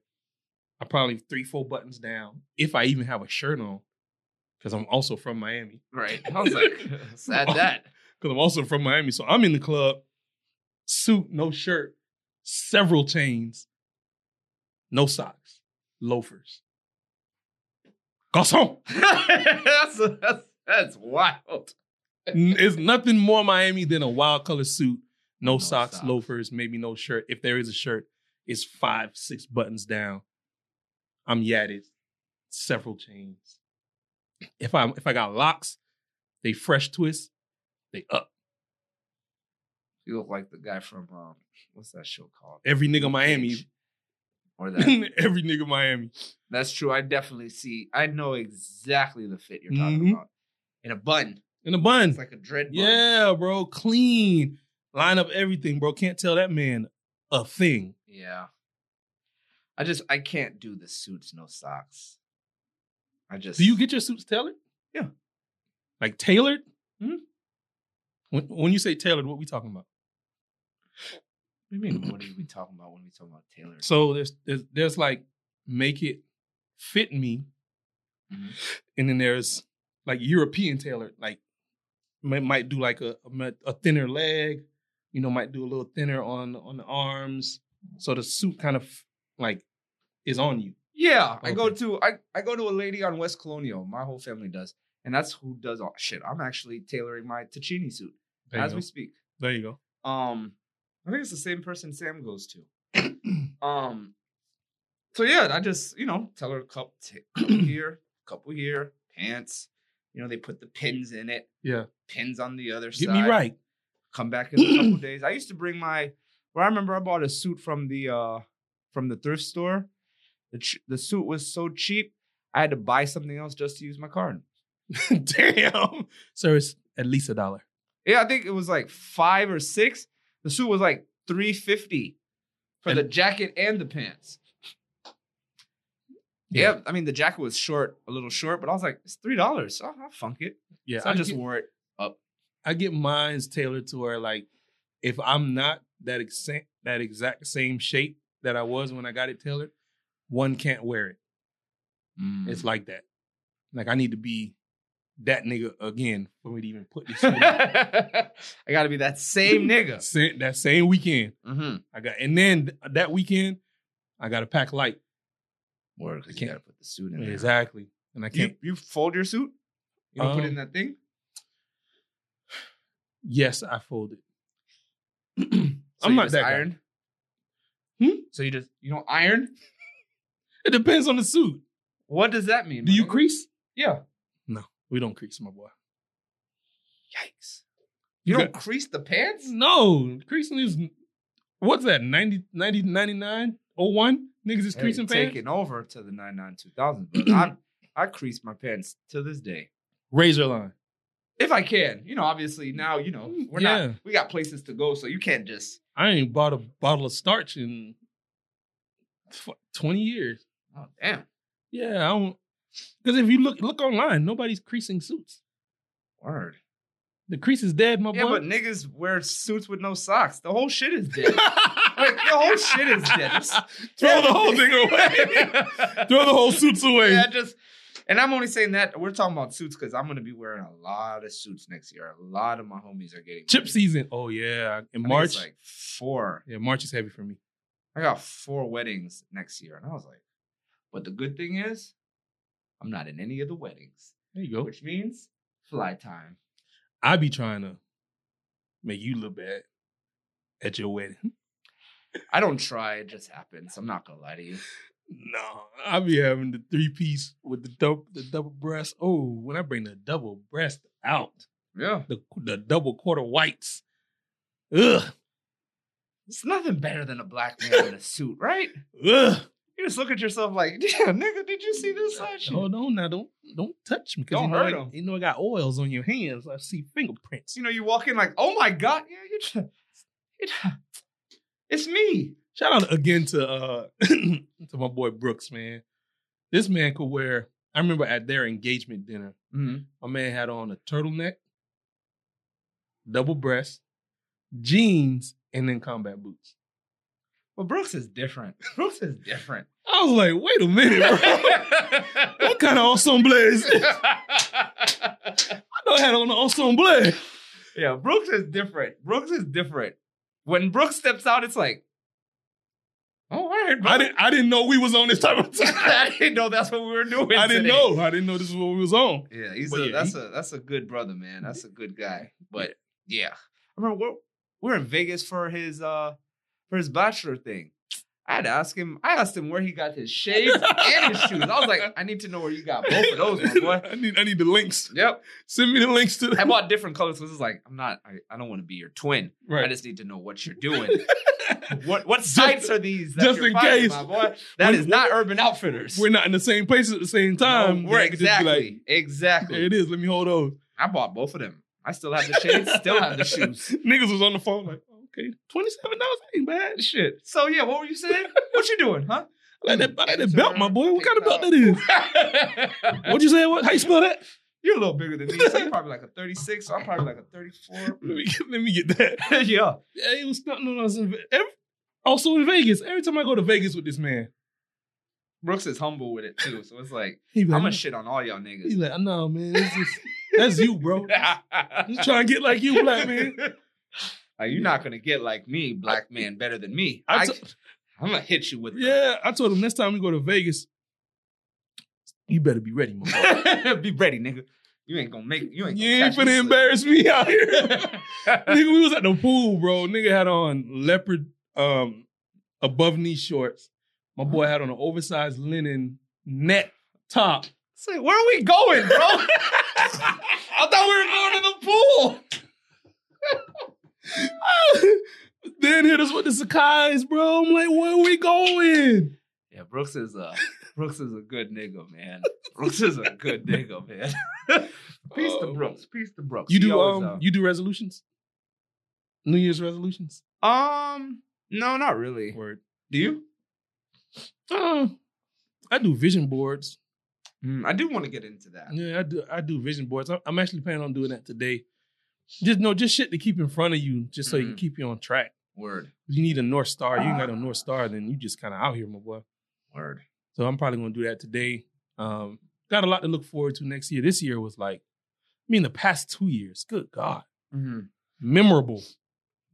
I probably three, four buttons down if I even have a shirt on, because I'm also from Miami.
Right. I was like, sad that.
Because I'm also from Miami, so I'm in the club, suit, no shirt, several chains, no socks, loafers. Garçon.
that's, that's that's wild.
N- it's nothing more Miami than a wild color suit, no,
No
socks,
socks.
loafers, maybe no shirt. If there is a shirt, it's five, six buttons down. I'm yatted, several chains. If I if I got locks, they fresh twist, they up.
You look like the guy from um, what's that show called?
Every nigga Miami,
Pitch. Or that.
every nigga Miami.
That's true. I definitely see. I know exactly the fit you're talking
Mhm.
about. In a bun.
In a bun.
It's like a dread bun.
Yeah, bro. Clean. Line up everything, bro. Can't tell that man a thing.
Yeah. I just I can't do the suits, no socks. I just
Do you get your suits tailored?
Yeah.
Like tailored?
Mhm.
When, when you say tailored, what we talking about?
What do you mean? What are we talking about when we talking about Taylor?
So there's there's, there's like make it fit me, Mm-hmm.
Mhm.
and then there's like European tailored, like might, might do like a a thinner leg, you know, might do a little thinner on on the arms, so the suit kind of like is on you.
Yeah, I go
Okay.
to I, I go to a lady on West Colonial. My whole family does, and that's who does all shit. I'm actually tailoring my Tachini suit
There
as
you
we
go.
speak.
There you go.
Um, I think it's the same person Sam goes to. um, so yeah, I just you know tell her cup t- couple here, couple here, pants. You know they put the pins in it.
Yeah.
pins on the other
Get
side.
me right.
come back in a couple days. I used to bring my. Well, I remember I bought a suit from the uh from the thrift store. The ch- the suit was so cheap, I had to buy something else just to use my card.
Damn. So it's at least a dollar.
Yeah, I think it was like five or six. The suit was like three fifty for the jacket and the pants. Yeah. I mean the jacket was short, a little short, but I was like, it's three dollars. So I'll funk it.
Yeah.
so I, just
get,
wore it.
I get mine's tailored to where like if I'm not that exact that exact same shape that I was when I got it tailored, one can't wear it.
Mm-hmm.
It's like that. Like I need to be that nigga again for me to even put this. shit on.
I gotta be that same nigga.
Sa- that same weekend,
Mm-hmm.
I got, and then th- that weekend, I got to pack light.
Work.
I
You
can't-
gotta put the suit in. there.
Exactly, and I can't. um,
You you fold your suit? You don't put it in that thing?
yes, I folded.
So
I'm
you
not
just
that guy.
iron.
Hmm?
So you just you don't iron?
It depends on the suit.
What does that mean?
Do
my
you
nigga?
crease?
Yeah.
No, we don't crease, my boy.
Yikes. You
Okay.
don't crease the
Mm,
pants?
No, creasing is what's that 90, 90 99 01? Niggas is
Hey,
creasing pants.
Taking over to the 99 2000. But I I crease my pants to this day.
Razor line.
If I can. You know, obviously now, you know, we're
Mm, Yeah.
not we got places to go, so you can't just
I ain't bought a bottle of starch in fu- twenty years.
oh damn.
Yeah, I don't. Because if you look look online, nobody's creasing suits.
Word.
The crease is dead, my
Yeah,
boy.
but niggas wear suits with no socks. The whole shit is dead. Like, the whole shit is dead.
Throw the whole thing away. Throw the whole suits away.
Yeah, just and I'm only saying that we're talking about suits because I'm gonna be wearing a lot of suits next year. A lot of my homies are getting
Chip season. Oh yeah, in
I think
March.
it's like four.
yeah, March is heavy for me.
I got four weddings next year, and I was like, but the good thing is, I'm not in any of the weddings,
There you go.
which means fly time.
I be trying to make you look bad at your wedding.
I don't try; it just happens. I'm not gonna lie to you.
No, I be having the three piece with the double, the double breast. Oh, when I bring the double breast out,
Yeah,
the the double quarter whites. Ugh,
it's nothing better than a black man in a suit, right?
ugh.
You just look at yourself like, yeah, nigga, did you see this side shit?
Hold on now, don't don't touch me because
Don't
you know
hurt
I,
'em.
you know I got oils on your hands. I see fingerprints.
You know, you walk in like, oh my god, yeah, you just, you just, it's me.
Shout out again to uh to my boy Brooks, man. This man could wear. I remember at their engagement dinner,
Mhm.
my man had on a turtleneck, double breast, jeans, and then combat boots.
Well, Brooks is different. Brooks is different.
I was like, wait a minute, bro. what kind of ensemble is this? I know I had on an ensemble.
yeah, Brooks is different. Brooks is different. When Brooks steps out, it's like, oh, all right, bro.
I didn't. I didn't know we was on this type of.
I didn't know that's what we were doing.
I didn't
today.
know. I didn't know this is what we was on.
Yeah, he's
But
a,
yeah,
that's
he-
a that's a good brother, man. That's a good guy. But yeah, I remember we're we're in Vegas for his uh for his bachelor thing. I had to ask him. I asked him where he got his shades and his shoes. I was like, I need to know where you got both of those, my boy.
I need. I need the links.
Yep.
Send me the links to.
I
The,
bought different colors because it's like I'm not. I, I don't want to be your twin. I
right.
just need to know what you're doing. what what sites are these? That
just
you're
in
finding,
case.
my boy. That
We're-
is not Urban Outfitters.
We're not in the same place at the same time.
No, we're
I could just be
exactly
like,
exactly.
there it is. Let me hold those.
I bought both of them. I still have the shades, still have the shoes.
Niggas was on the phone like, okay, twenty seven dollars ain't bad. Shit.
So yeah, what were you saying? What you doing, huh?
I like that. I like that
Answer,
belt, my boy. What kind of belt that is? What you say? What? How you spell that?
You're a little bigger than me. So you're probably like a 36. So I'm probably like a 34.
Let me get, let me get that.
yeah.
Yeah, it was not, no, no, it was in, Ve- every, also in Vegas. Every time I go to Vegas with this man,
Brooks is humble with it too. So it's like,
he be
I'm
like,
gonna shit on all y'all
he
niggas.
like, no, man, it's just, that's you, bro. Just trying to get like you, black man.
Like, you're not gonna get like me, black man, better than me.
I
I,
t-
I'm gonna hit you with
Yeah, I told him next time we go to Vegas, you better be ready, my boy.
the- Be ready, nigga. You ain't gonna make you ain't
You
gonna
ain't
catch me
finna embarrass me out here. nigga,
slipping.
we was at the pool, bro. Nigga had on leopard um above knee shorts. My boy had on an oversized linen net top.
It's like, where are we going, bro? I thought we were going to the pool.
then hit us with the Sakai's, bro. I'm like, where we going?
Yeah, Brooks is a Brooks is a good nigga, man. Brooks is a good nigga, man. Peace to
Oh.
Brooks. Peace to Brooks.
You
He
do
always, uh,
um you do resolutions? New Year's resolutions?
uh, um no, not really.
Word.
Do you?
Uh, I do vision boards.
Mm, I do want to get into that.
Yeah, I do. I do vision boards. I'm, I'm actually planning on doing that today. Just no, just shit to keep in front of you, just so you can
Mhm.
keep you on track.
Word,
You need a north star. You ain't got a north star, then you just kind of out here, my boy.
word.
So I'm probably gonna do that today. Um, got a lot to look forward to next year. This year was like, I mean, the past two years. Good God,
Mhm.
memorable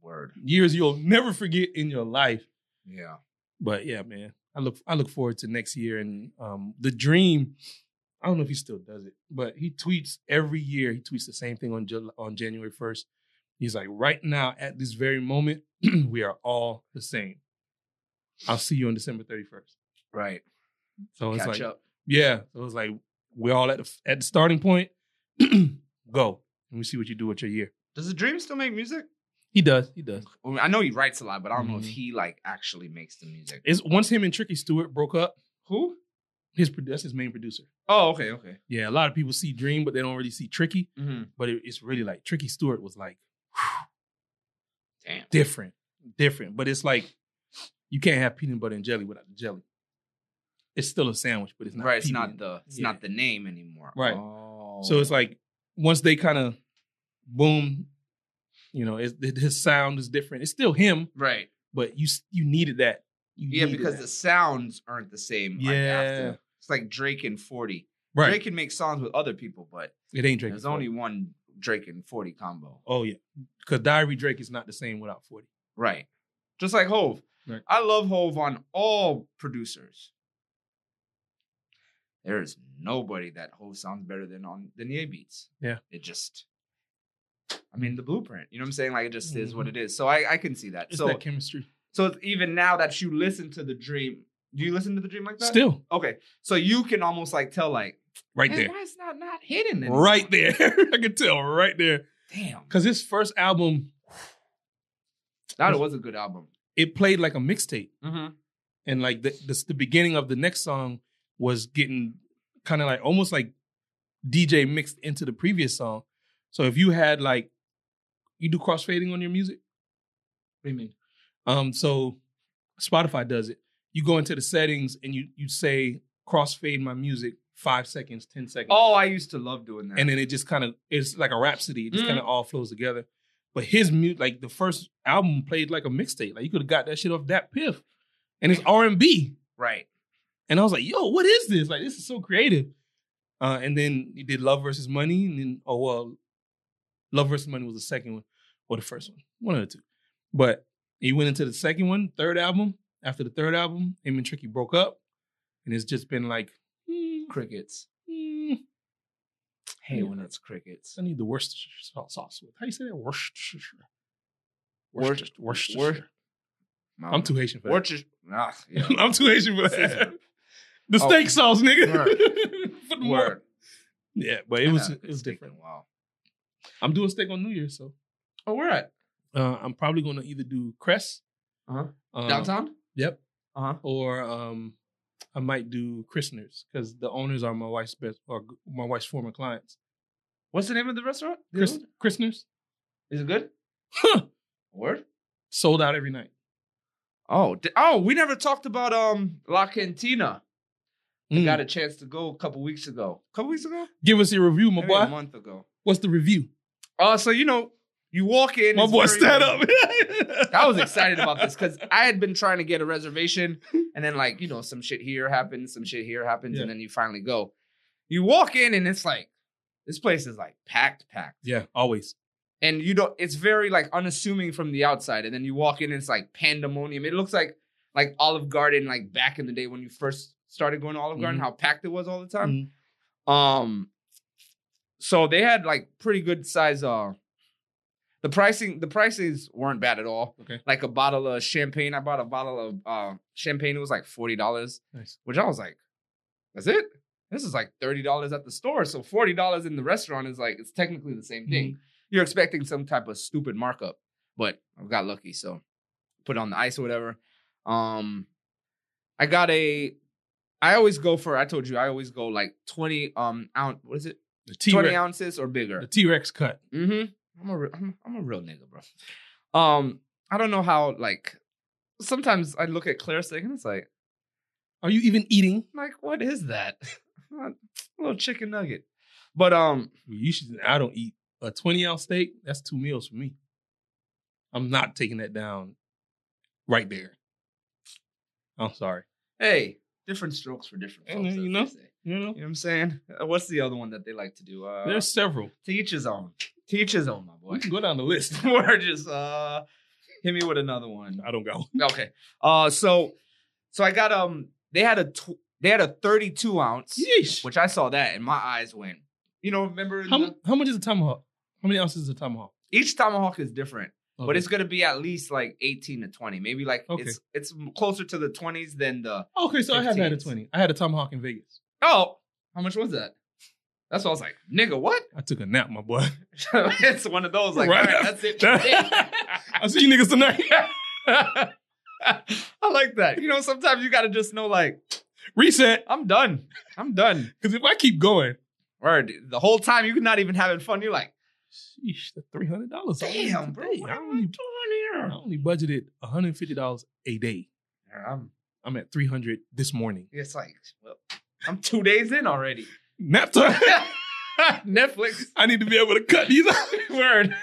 Word.
years you'll never forget in your life.
Yeah.
But yeah, man, I look I look forward to next year and um the dream. I don't know if he still does it, but he tweets every year. He tweets the same thing on Jul on January first. He's like, right now at this very moment, we are all the same. I'll see you on December thirty first.
Right.
So it's
Catch
like,
up.
yeah, so it's like we're all at the f- at the starting point. Go and we see what you do with your year.
Does the dream still make music?
He does. He does.
I, mean, I know he writes a lot, but I don't know if
Mhm.
he like actually makes the music.
It's once him and Tricky Stewart broke up.
Who?
His pro- that's his main producer.
Oh, okay, okay.
Yeah, a lot of people see Dream, but they don't really see Tricky.
hmm
But it, it's really like Tricky Stewart was like
Damn.
different, different. But it's like you can't have peanut butter and jelly without the jelly. It's still a sandwich, but it's not
right, it's
PB&J.
not the it's not the name anymore.
Right.
Oh.
So it's like once they kind of boom, you know, it, it- his sound is different. It's still him,
right.
but you s- you needed that. You
Yeah,
needed
because
that.
the sounds aren't the same. Like
Yeah.
after. It's like Drake and 40.
right,
Drake can make songs with other people, but
it ain't Drake.
there's
and 40.
only one Drake and 40 combo.
oh yeah, because Diary Drake is not the same without forty.
Right. Just like Hove.
Right.
I love Hove on all producers. There is nobody that Hove sounds better than on than the A beats.
Yeah.
It just I mean the blueprint. You know what I'm saying? Like it just is what it is. So I, I can see that.
Mm-hmm. It's
so
that chemistry
So it's even now that you listen to the dream, do you listen to the dream like that?
still
Okay. So you can almost like tell like
right
man,
there.
why it's not not hidden anymore?
Right there. I could tell right there.
Damn.
Because his first album,
That was a good album.
it played like a mixtape.
Mm-hmm.
And like the, the, the beginning of the next song was getting kind of like almost like DJ mixed into the previous song. So if you had like, you do crossfading on your music? What do you mean? Um, so Spotify does it. You go into the settings and you you say crossfade my music five seconds, ten seconds.
Oh, I used to love doing that.
and then it just kind of it's like a rhapsody. It just
Mm.
kind of all flows together. But his mute, like the first album, played like a mixtape. Like you could have got that shit off that piff, and it's R and B.
right.
And I was like, yo, what is this? Like this is so creative. Uh, and then he did Love versus Money, and then oh well, Love versus Money was the second one or the first one, one of the two. But he went into the second one, third album. After the third album, him and Tricky broke up, and it's just been like, mm,
Crickets.
mm,
Hey,
Yeah.
when it's crickets.
I need the Worcestershire sau- sauce. with. How you say that? Worcestershire.
Worc-
Worcestershire. Worcestershire. I'm too Haitian for that.
Orchard. Ah, yeah.
I'm too Haitian for that.
Scissor.
The
Oh.
steak sauce, nigga.
Word.
For the
Word.
Yeah, but it was it was different.
Wow.
I'm doing steak on New Year's, so
Oh, we're at
uh, I'm probably gonna either do cress
Uh-huh.
um,
downtown.
Yep.
Uh huh.
Or um, I might do christeners because the owners are my wife's best or my wife's former clients.
What's the name of the restaurant? The
Chris,
other one?
christeners
Is it good?
Huh.
Word.
sold out every night.
Oh, di- oh, we never talked about um La Cantina.
Mm.
Got a chance to go a couple weeks ago. couple weeks ago?
Give us your review, my
Maybe a
boy.
month ago.
What's the review?
Uh, so you know, you walk in.
My
it's
boy,
very-
stand up.
I was excited about this because I had been trying to get a reservation, and then like you know some shit here happens, some shit here happens,
Yeah.
and then you finally go. You walk in and it's like this place is like packed, packed,
Yeah, always.
and you don't. It's very like unassuming from the outside, and then you walk in and it's like pandemonium. It looks like like Olive Garden, like back in the day when you first started going to Olive Garden,
Mhm.
how packed it was all the time. Um, so they had like pretty good size. Uh, the pricing, the prices weren't bad at all.
Okay.
Like a bottle of champagne, I bought a bottle of uh champagne. It was like forty dollars,
Nice.
which I was like, "That's it." This is like thirty dollars at the store, so forty dollars in the restaurant is like it's technically the same thing. You're expecting some type of stupid markup, but I got lucky, so put it on the ice or whatever. Um, I got a. I always go for. I told you I always go like twenty um ounce. What is it?
The T
Twenty
Rex.
ounces or bigger.
The T Rex cut.
Mm-hmm. I'm a re- I'm, I'm a real nigga, bro. Um, I don't know how like. Sometimes I look at Claire's thing and it's like,
Are you even eating?
like what is that? a little chicken nugget, but um,
You should. I don't eat a twenty ounce steak. That's two meals for me. I'm not taking that down right there. I'm sorry.
hey, different strokes for different
Yeah,
folks. as
you
they
know.
say.
You know,
You know what I'm saying? Uh, What's the other one that they like to do? Uh,
there's several.
to each his own. To each his own, my boy.
We can go down the list.
We're just uh, hit me with another one.
I don't go.
Okay. Uh, so so I got um. They had a tw- they had a 32 ounce,
Yeesh.
which I saw that and my eyes went. You know, remember
How,
the-
mu- how much is a tomahawk? How many ounces is a tomahawk?
each tomahawk is different, but
Okay.
it's gonna be at least like 18 to 20, maybe like
Okay.
it's it's closer to the 20s than the.
okay. So I have had a
15s.
twenty. I had a tomahawk in Vegas.
Oh, how much was that? That's what I was like, nigga, what?
I took a nap, my boy.
it's one of those like,
Right.
all right, that's it. for today.
I'll see you niggas tonight.
I like that. You know, sometimes you gotta just know, like,
Reset.
I'm done. I'm done.
Because if I keep going,
Or the whole time you're not even having fun. You're like,
sheesh, the three hundred dollars.
damn, bro, what
I
am I doing
only, I
here?
only budgeted one hundred fifty dollars a day.
Yeah, I'm,
I'm at three hundred this morning.
it's like, well, I'm two days in already.
Nap time.
Netflix.
I need to be able to cut these out.
Word.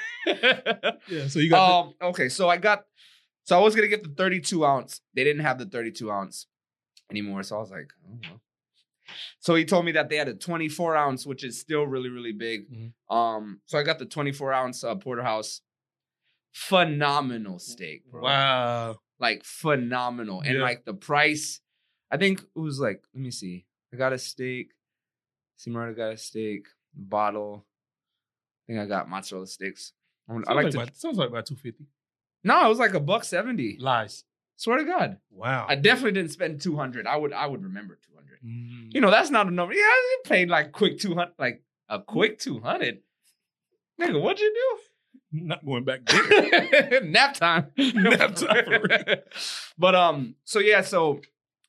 Yeah. So you got
um, okay, so I got, so I was gonna get the 32 ounce. They didn't have the 32 ounce anymore, so I was like, oh well. So he told me that they had a 24 ounce, which is still really, really big.
Mhm.
Um, so I got the 24 ounce uh, porterhouse. Phenomenal steak,
the,
bro.
wow.
Like phenomenal, and
Yeah.
like the price. I think it was like, let me see. I got a steak. Simarda got a steak bottle. I think I got mozzarella sticks. I'm- I
Sounds
like to
about, sounds like about two fifty.
no, it was like a buck seventy.
Lies.
Swear to God,
Wow.
I definitely didn't spend two hundred. I would, I would remember two hundred.
Mm.
You know, that's not a number. Yeah, I paid like quick two hundred, like a quick two hundred. Nigga, what'd you
Not going back
do?
there.
Nap time.
Nap time, for real.
but um, so yeah, so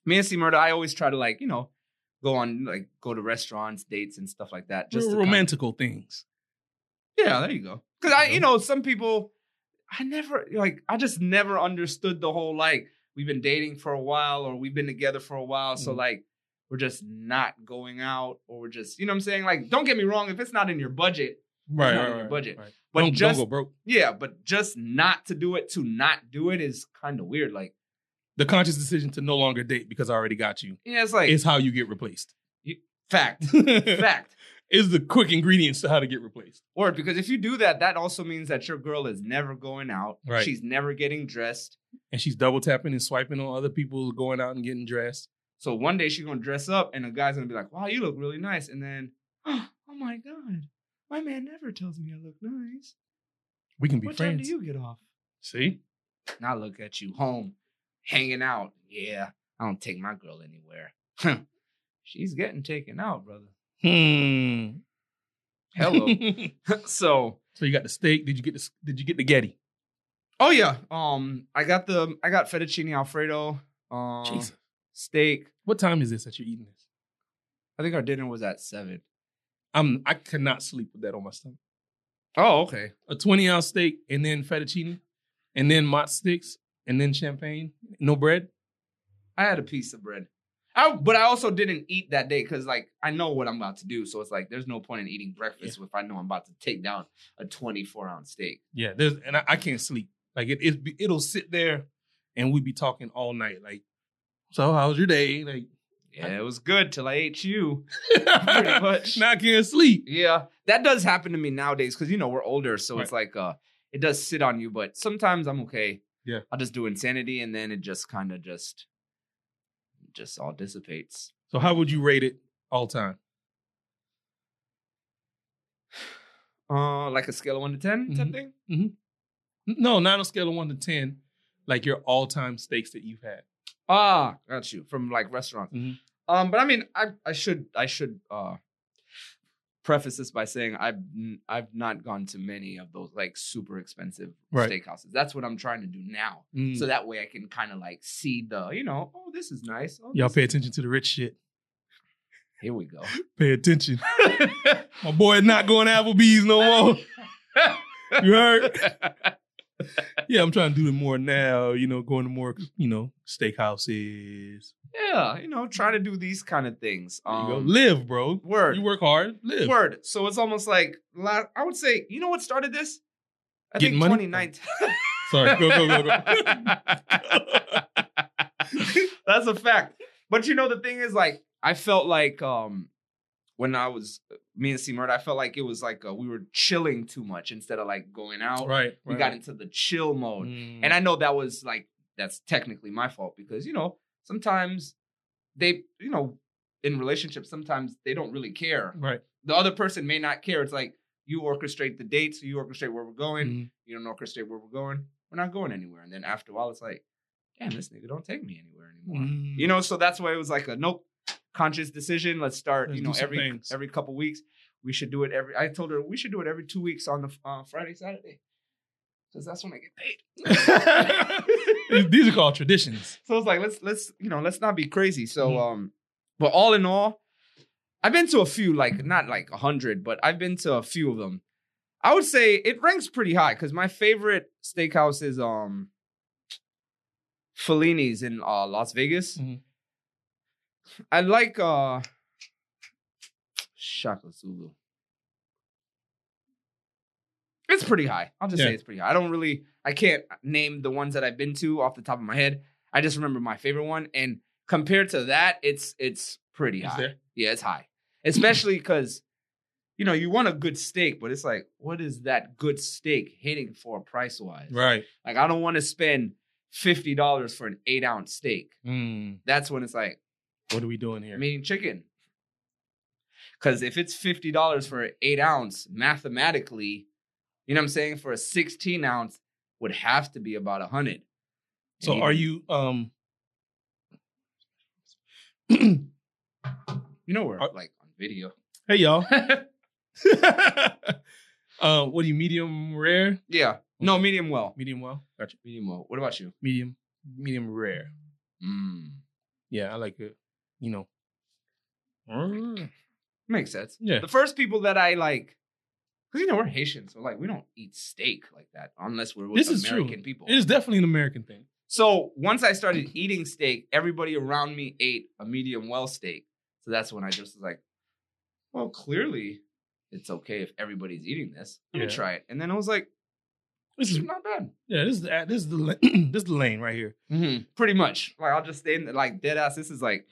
me and C Murder, I always try to like you know go on like go to restaurants, dates, and stuff like that. Just
Just
to kinda-
romantical things.
Yeah, there you go. Because I,
Yeah.
you know, some people, I never like, I just never understood the whole like we've been dating for a while or we've been together for a while, so
Mhm.
like we're just not going out or we're just you know what I'm saying like don't get me wrong if it's not in your budget
Right,
not
right,
in your
right,
budget.
right.
but
don't,
just
don't go broke.
yeah but just not to do it to not do it is kind of weird like
The conscious decision to no longer date because I already got you
yeah it's like
is how you get replaced.
fact
is
fact
the quick ingredients to how to get replaced.
Or because if you do that, that also means that your girl is never going out.
Right.
She's never getting dressed.
And she's double tapping and swiping on other people going out and getting dressed.
So one day she's gonna dress up, and a guy's gonna be like, "Wow, you look really nice," and then, oh, oh my god, my man never tells me I look nice.
We can be
what time
friends.
do you get off?
See?
Now look at you, home, hanging out. Yeah, I don't take my girl anywhere. Huh. She's getting taken out, brother.
Hmm.
Hello. so,
so you got the steak. Did you get the did you get the Getty?
oh yeah, um, I got the I got fettuccine alfredo, um,
Jesus.
steak.
What time is this that you're eating this?
I think our dinner was at seven.
I'm I cannot sleep with that on my stomach.
Oh, okay.
A 20 ounce steak and then fettuccine and then mott sticks and then champagne. No bread.
I had a piece of bread. I, but I also didn't eat that day because like I know what I'm about to do. So it's like there's no point in eating breakfast if I know I'm about to take down a 24 ounce steak.
Yeah, there's and I, I can't sleep. Like it, it be- it'll sit there and we be talking all night. Like, so how was your day? Like
Yeah, it was good till I ate you.
pretty
much.
Not can't sleep.
Yeah. That does happen to me nowadays because you know we're older, so it's like uh it does sit on you, but sometimes I'm okay.
Yeah.
I'll just do insanity and then it just kind of just just all dissipates.
So how would you rate it all time?
Uh like a scale of one to 10 type
Mhm.
thing.
No, not on a scale of one to ten, like your all time steaks that you've had.
Ah,
Mm-hmm.
got you from like restaurants.
Mhm.
Um, but I mean, I I should I should uh preface this by saying I've n- I've not gone to many of those like super expensive
Right. Mm.
steakhouses. That's what I'm trying to do now, so
So
that way I can kind of like see the you know oh this is nice. Oh,
y'all
this-
pay attention to the rich shit.
Here we go.
Pay attention. My boy is not going to Applebee's no more. You heard? Yeah, I'm trying to do it more now. You know, going to more, you know, steakhouses.
yeah, you know, trying to do these kind of things.
There you go.
Um,
Live, bro.
word.
You work hard. Live.
Word. So it's almost like la- I would say, you know what started this? I
Getting
think
money?
2019.
Sorry. Go go go go.
That's a fact. But you know, the thing is, like, I felt like um when I was me and C Murd, I felt like it was like uh, we were chilling too much instead of like going out.
right.
We got into the chill mode.
Mm.
And I know that was like that's technically my fault because you know, sometimes they you know, in relationships, sometimes they don't really care.
right.
The other person may not care. It's like you orchestrate the dates, you orchestrate where we're going
Mm.
you don't orchestrate where we're going. We're not going anywhere. And then after a while, it's like, damn, this nigga don't take me anywhere anymore.
Mm.
You know, so that's why it was like a nope, conscious decision. Let's start.
Let's
you
do
know,
some
every
things.
every couple weeks, we should do it every. I told her we should do it every two weeks on the uh, Friday Saturday, because that's when I get paid.
These- These are called traditions.
so it's like let's let's you know let's not be crazy. So
Mm-hmm.
um, but all in all, I've been to a few like not like a hundred, but I've been to a few of them. I would say it ranks pretty high because my favorite steakhouse is um Fellini's in uh, Las Vegas.
Mhm.
I like uh Shaka Zulu. It's pretty high. I'll just
Yeah.
say it's pretty high. I don't really I can't name the ones that I've been to off the top of my head. I just remember my favorite one and compared to that, it's it's pretty
It's
high.
there.
Yeah, it's high. Especially because you know, you want a good steak, but it's like, what is that good steak hitting for price wise?
Right.
Like, I don't want to spend fifty dollars for an eight ounce steak.
Mm.
That's when it's like,
What are we doing here?
I'm eating chicken. Because if it's fifty dollars for an eight ounce, mathematically, you know what I'm saying, for a sixteen ounce would have to be about a hundred.
so are you um
You know, we're
Are-
like on video.
Hey y'all. uh, what do you medium rare?
Yeah. No, medium well.
Medium well. Gotcha.
Medium well. What about you?
Medium. Medium rare.
Mm.
Yeah, I like it. You know. Mm.
Makes sense.
Yeah.
the first people that I like, because you know we're Haitian, so like we don't eat steak like that unless we're with
This is
American
true.
people.
It is definitely an American thing.
so once I started eating steak, everybody around me ate a medium well steak. So that's when I just was like, well, clearly it's okay if everybody's eating this. Let
Yeah.
me try it. And then I was like, this
This is
is not bad.
yeah. This is the this is the la- this is the lane right here.
Pretty much. Like I'll just stay in the, like dead ass. This is like,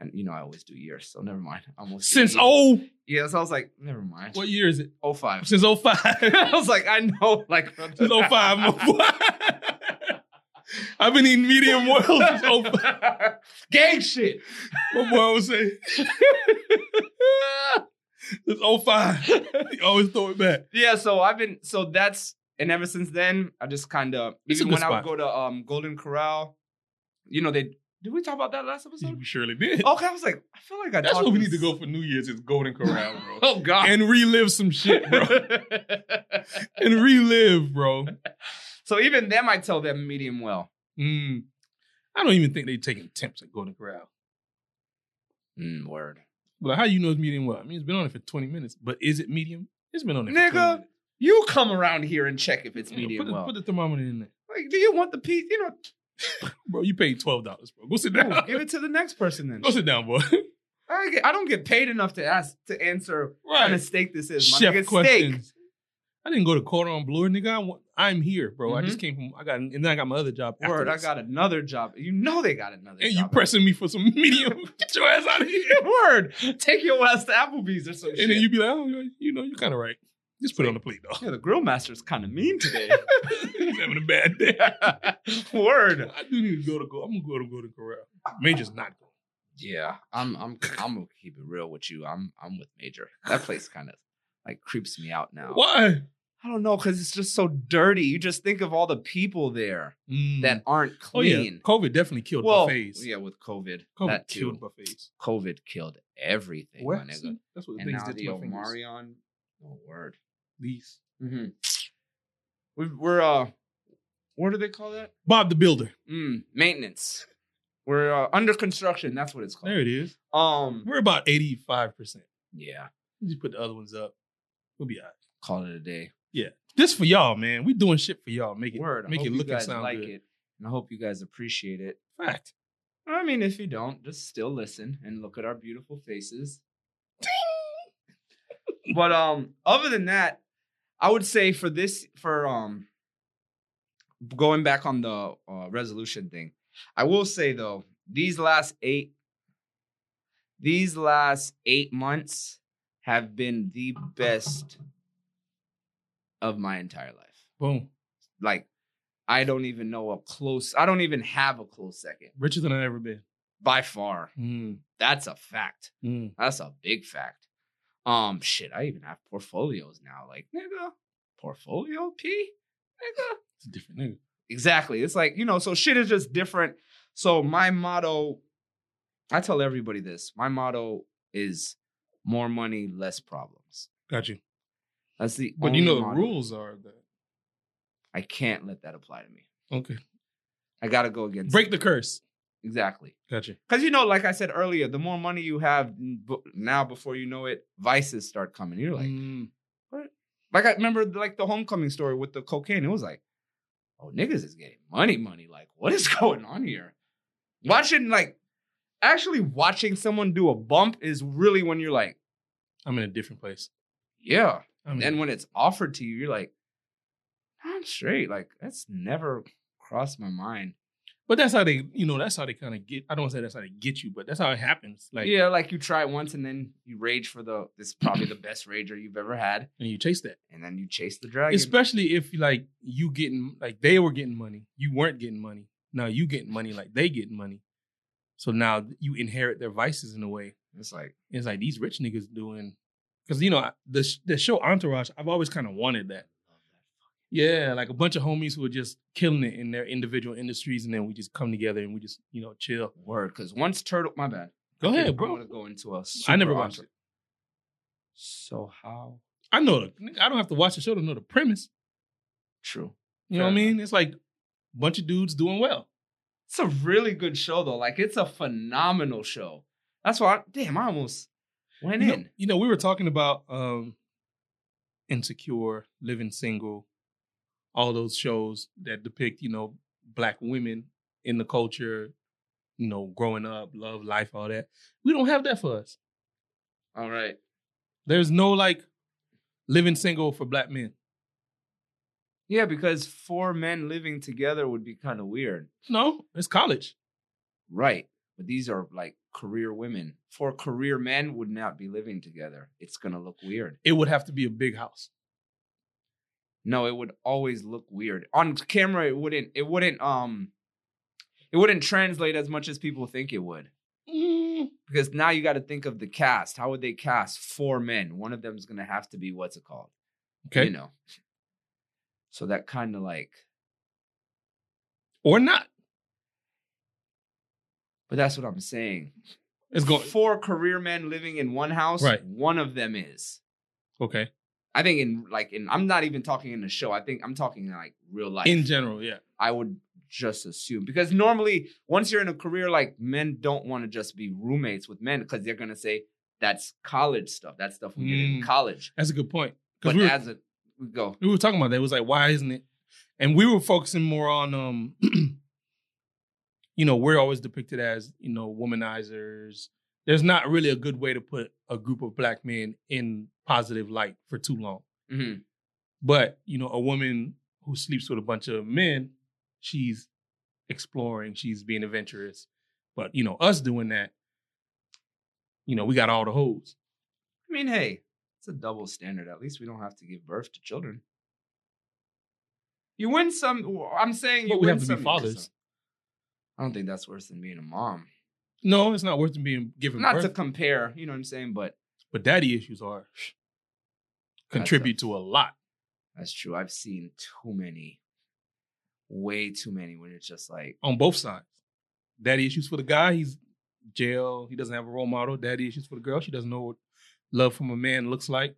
and you know I always do years, so never mind. I Almost did
Since
years.
oh,
yeah. So I was like, never mind.
what year is it?
Oh five.
Since oh five.
I was like, I know. Like
Since oh five. I've been eating medium well since oh five.
Gang shit.
What boy would say? It's 05. He always throw it back.
Yeah, so I've been so that's and ever since then I just kind of
It's a
even
good
when I
spot.
would go to um Golden Corral, you know they did we talk about that last episode?
You surely did.
Okay, I was like I feel like I
That's
talked
what we
this-
need to go for New Year's is Golden Corral, bro.
Oh God,
and relive some shit, bro. and relive, bro.
so even them I tell them medium well.
Mm. I don't even think they taking temps at Golden Corral.
Mm, word,
But how you know it's medium well? I mean, it's been on it for 20 minutes, but is it medium? It's been on it for 20
nigga.
minutes.
You come around here and check if it's
Yeah, put
medium
the,
well.
Put the thermometer in there.
like, do you want the piece? You know,
Bro, you paid $12, bro. Oh, Go sit down.
ooh, give it to the next person then.
Go sit down, boy.
I, get, I don't get paid enough to ask to answer what kind of steak this is. My nigga,
chef
It's Steak.
questions. I didn't go to Cordon Bleu, nigga. I wa- I'm here, bro. I just came from. I got and then I got my other job.
Mm-hmm. Word, I
afterwards.
got another job. You know they got another
And
job.
you pressing me for some medium. Get your ass out of here.
Word, take your ass to Applebee's or some shit.
And then you be like, oh, you- you know, you're kind of right. Just put it on the plate, though.
yeah, the grill master's kind of mean today.
He's having a bad day.
Word.
I do need to go to go. I'm gonna go to Golden Corral. May just not go.
Yeah, I'm. I'm. I'm gonna keep it real with you. I'm. I'm with Major. That place kind of like creeps me out now.
Why?
I don't know because it's just so dirty. You just think of all the people there
Mm.
that aren't
oh yeah,
clean.
COVID definitely killed
well,
buffets.
yeah, with COVID,
COVID
that too.
killed buffets.
COVID killed everything,
Well,
my nigga.
see, That's what the
and
things
now
did
the
to my fingers.
Omarion. Oh, word.
These.
Mm-hmm. We, we're uh, what do they call that?
Bob the Builder.
Mm, maintenance. We're uh, under construction. That's what it's
There
called.
it is.
Um,
We're about eighty five percent.
yeah,
You Just put the other ones up. We'll be all right.
call it a day.
This for y'all, man. We doing shit for y'all. Make it
Word. I
make
hope
it
you
look and
guys
sound
like
good.
it, and I hope you guys appreciate it.
Fact.
I mean, if you don't, just still listen and look at our beautiful faces. but um, other than that, I would say for this, for um, going back on the uh, resolution thing, I will say though, these last eight, these last eight months have been the best of my entire life.
Boom.
Like, I don't even know a close. I don't even have a close second
Richer than I ever been.
by far.
Mm,
That's a fact.
mm.
That's a big fact. Um, shit, I even have portfolios now. Like, nigga, portfolio P? Nigga.
It's a different nigga.
Exactly. It's like, you know, so shit is just different. So my motto, I tell everybody this. My motto is more money, less problems.
Got you.
That's the
But
only
you know the
motto.
rules are that.
I can't let that apply to me.
Okay.
I gotta go against
Break the curse.
exactly.
Got you.
Because you know, like I said earlier, the more money you have n- b- now, before you know it, vices start coming. You're like,
Mm.
Like I remember like the homecoming story with the cocaine. It was like, oh niggas is getting money, money. Like, what is going on here? Watching like actually watching someone do a bump is really when you're like,
I'm in a different place.
yeah.
I'm
And
in-
then when it's offered to you, you're like, I'm straight. Like that's never crossed my mind.
but that's how they, you know, that's how they kind of get. I don't wanna say that's how they get you, but that's how it happens. Like,
yeah, like you try it once and then you rage for the this is probably the best rager you've ever had.
and you chase that.
And then you chase the dragon.
Especially if like you getting like they were getting money, you weren't getting money. Now you getting money like they getting money. So now you inherit their vices in a way.
it's like,
It's like these rich niggas doing, because you know the sh- the show Entourage. I've always kind of wanted that. Yeah, like a bunch of homies who are just killing it in their individual industries, and then we just come together and we just you know chill.
word. Cause once turtle my bad.
Go
Yeah,
ahead,
I'm
Oh, bro.
gonna go into a
I never
super
watched
entre-
it.
So how
I know. The, nigga, I don't have to watch the show to know the premise.
true?
You know what I
Fair
mean? It's like a bunch of dudes doing well.
It's a really good show though. Like it's a phenomenal show. That's why. I, damn, I almost went
You know,
in.
you know, we were talking about um insecure, living single, all those shows that depict you know black women in the culture, you know, growing up, love, life, all that. We don't have that for us.
All right.
There's no like living single for black men.
Yeah, because four men living together would be kind of weird.
No, it's college.
Right. But these are like career women. Four career men would not be living together. It's going to look weird.
It would have to be a big house.
No, it would always look weird. On camera it wouldn't it wouldn't um it wouldn't translate as much as people think it would.
Mm,
Because now you got to think of the cast. How would they cast four men? One of them's going to have to be what's it called?
okay.
You know. So that kind of like
Or not.
but that's what I'm saying.
It's going
four career men living in one house.
Right.
One of them is.
okay.
I think in like in I'm not even talking in the show. I think I'm talking in like real life.
In general, yeah.
I would just assume because normally once you're in a career like men don't want to just be roommates with men because they're gonna say that's college stuff. That's stuff we did in
Mm.
college.
That's a good point. Because
But
we, were-
as a we go
we were talking about that. It was like, why isn't it? And we were focusing more on um, you know, we're always depicted as, you know, womanizers. There's not really a good way to put a group of black men in positive light for too long.
Mhm.
But you know, a woman who sleeps with a bunch of men, she's exploring, she's being adventurous. But you know, us doing that, you know, we got all the hoes.
I mean, hey, it's a double standard. At least we don't have to give birth to children. You win some. I'm saying you
But we
win
have to be
some, you lose
fathers.
some. I don't think that's worse than being a mom.
No, it's not worth being given
Not
birth.
to compare, you know what I'm saying, but
but daddy issues are contribute to a lot.
that's true. I've seen too many, way too many. When it's just like,
on both sides. Daddy issues for the guy, he's jail. He doesn't have a role model. Daddy issues for the girl, she doesn't know what love from a man looks like.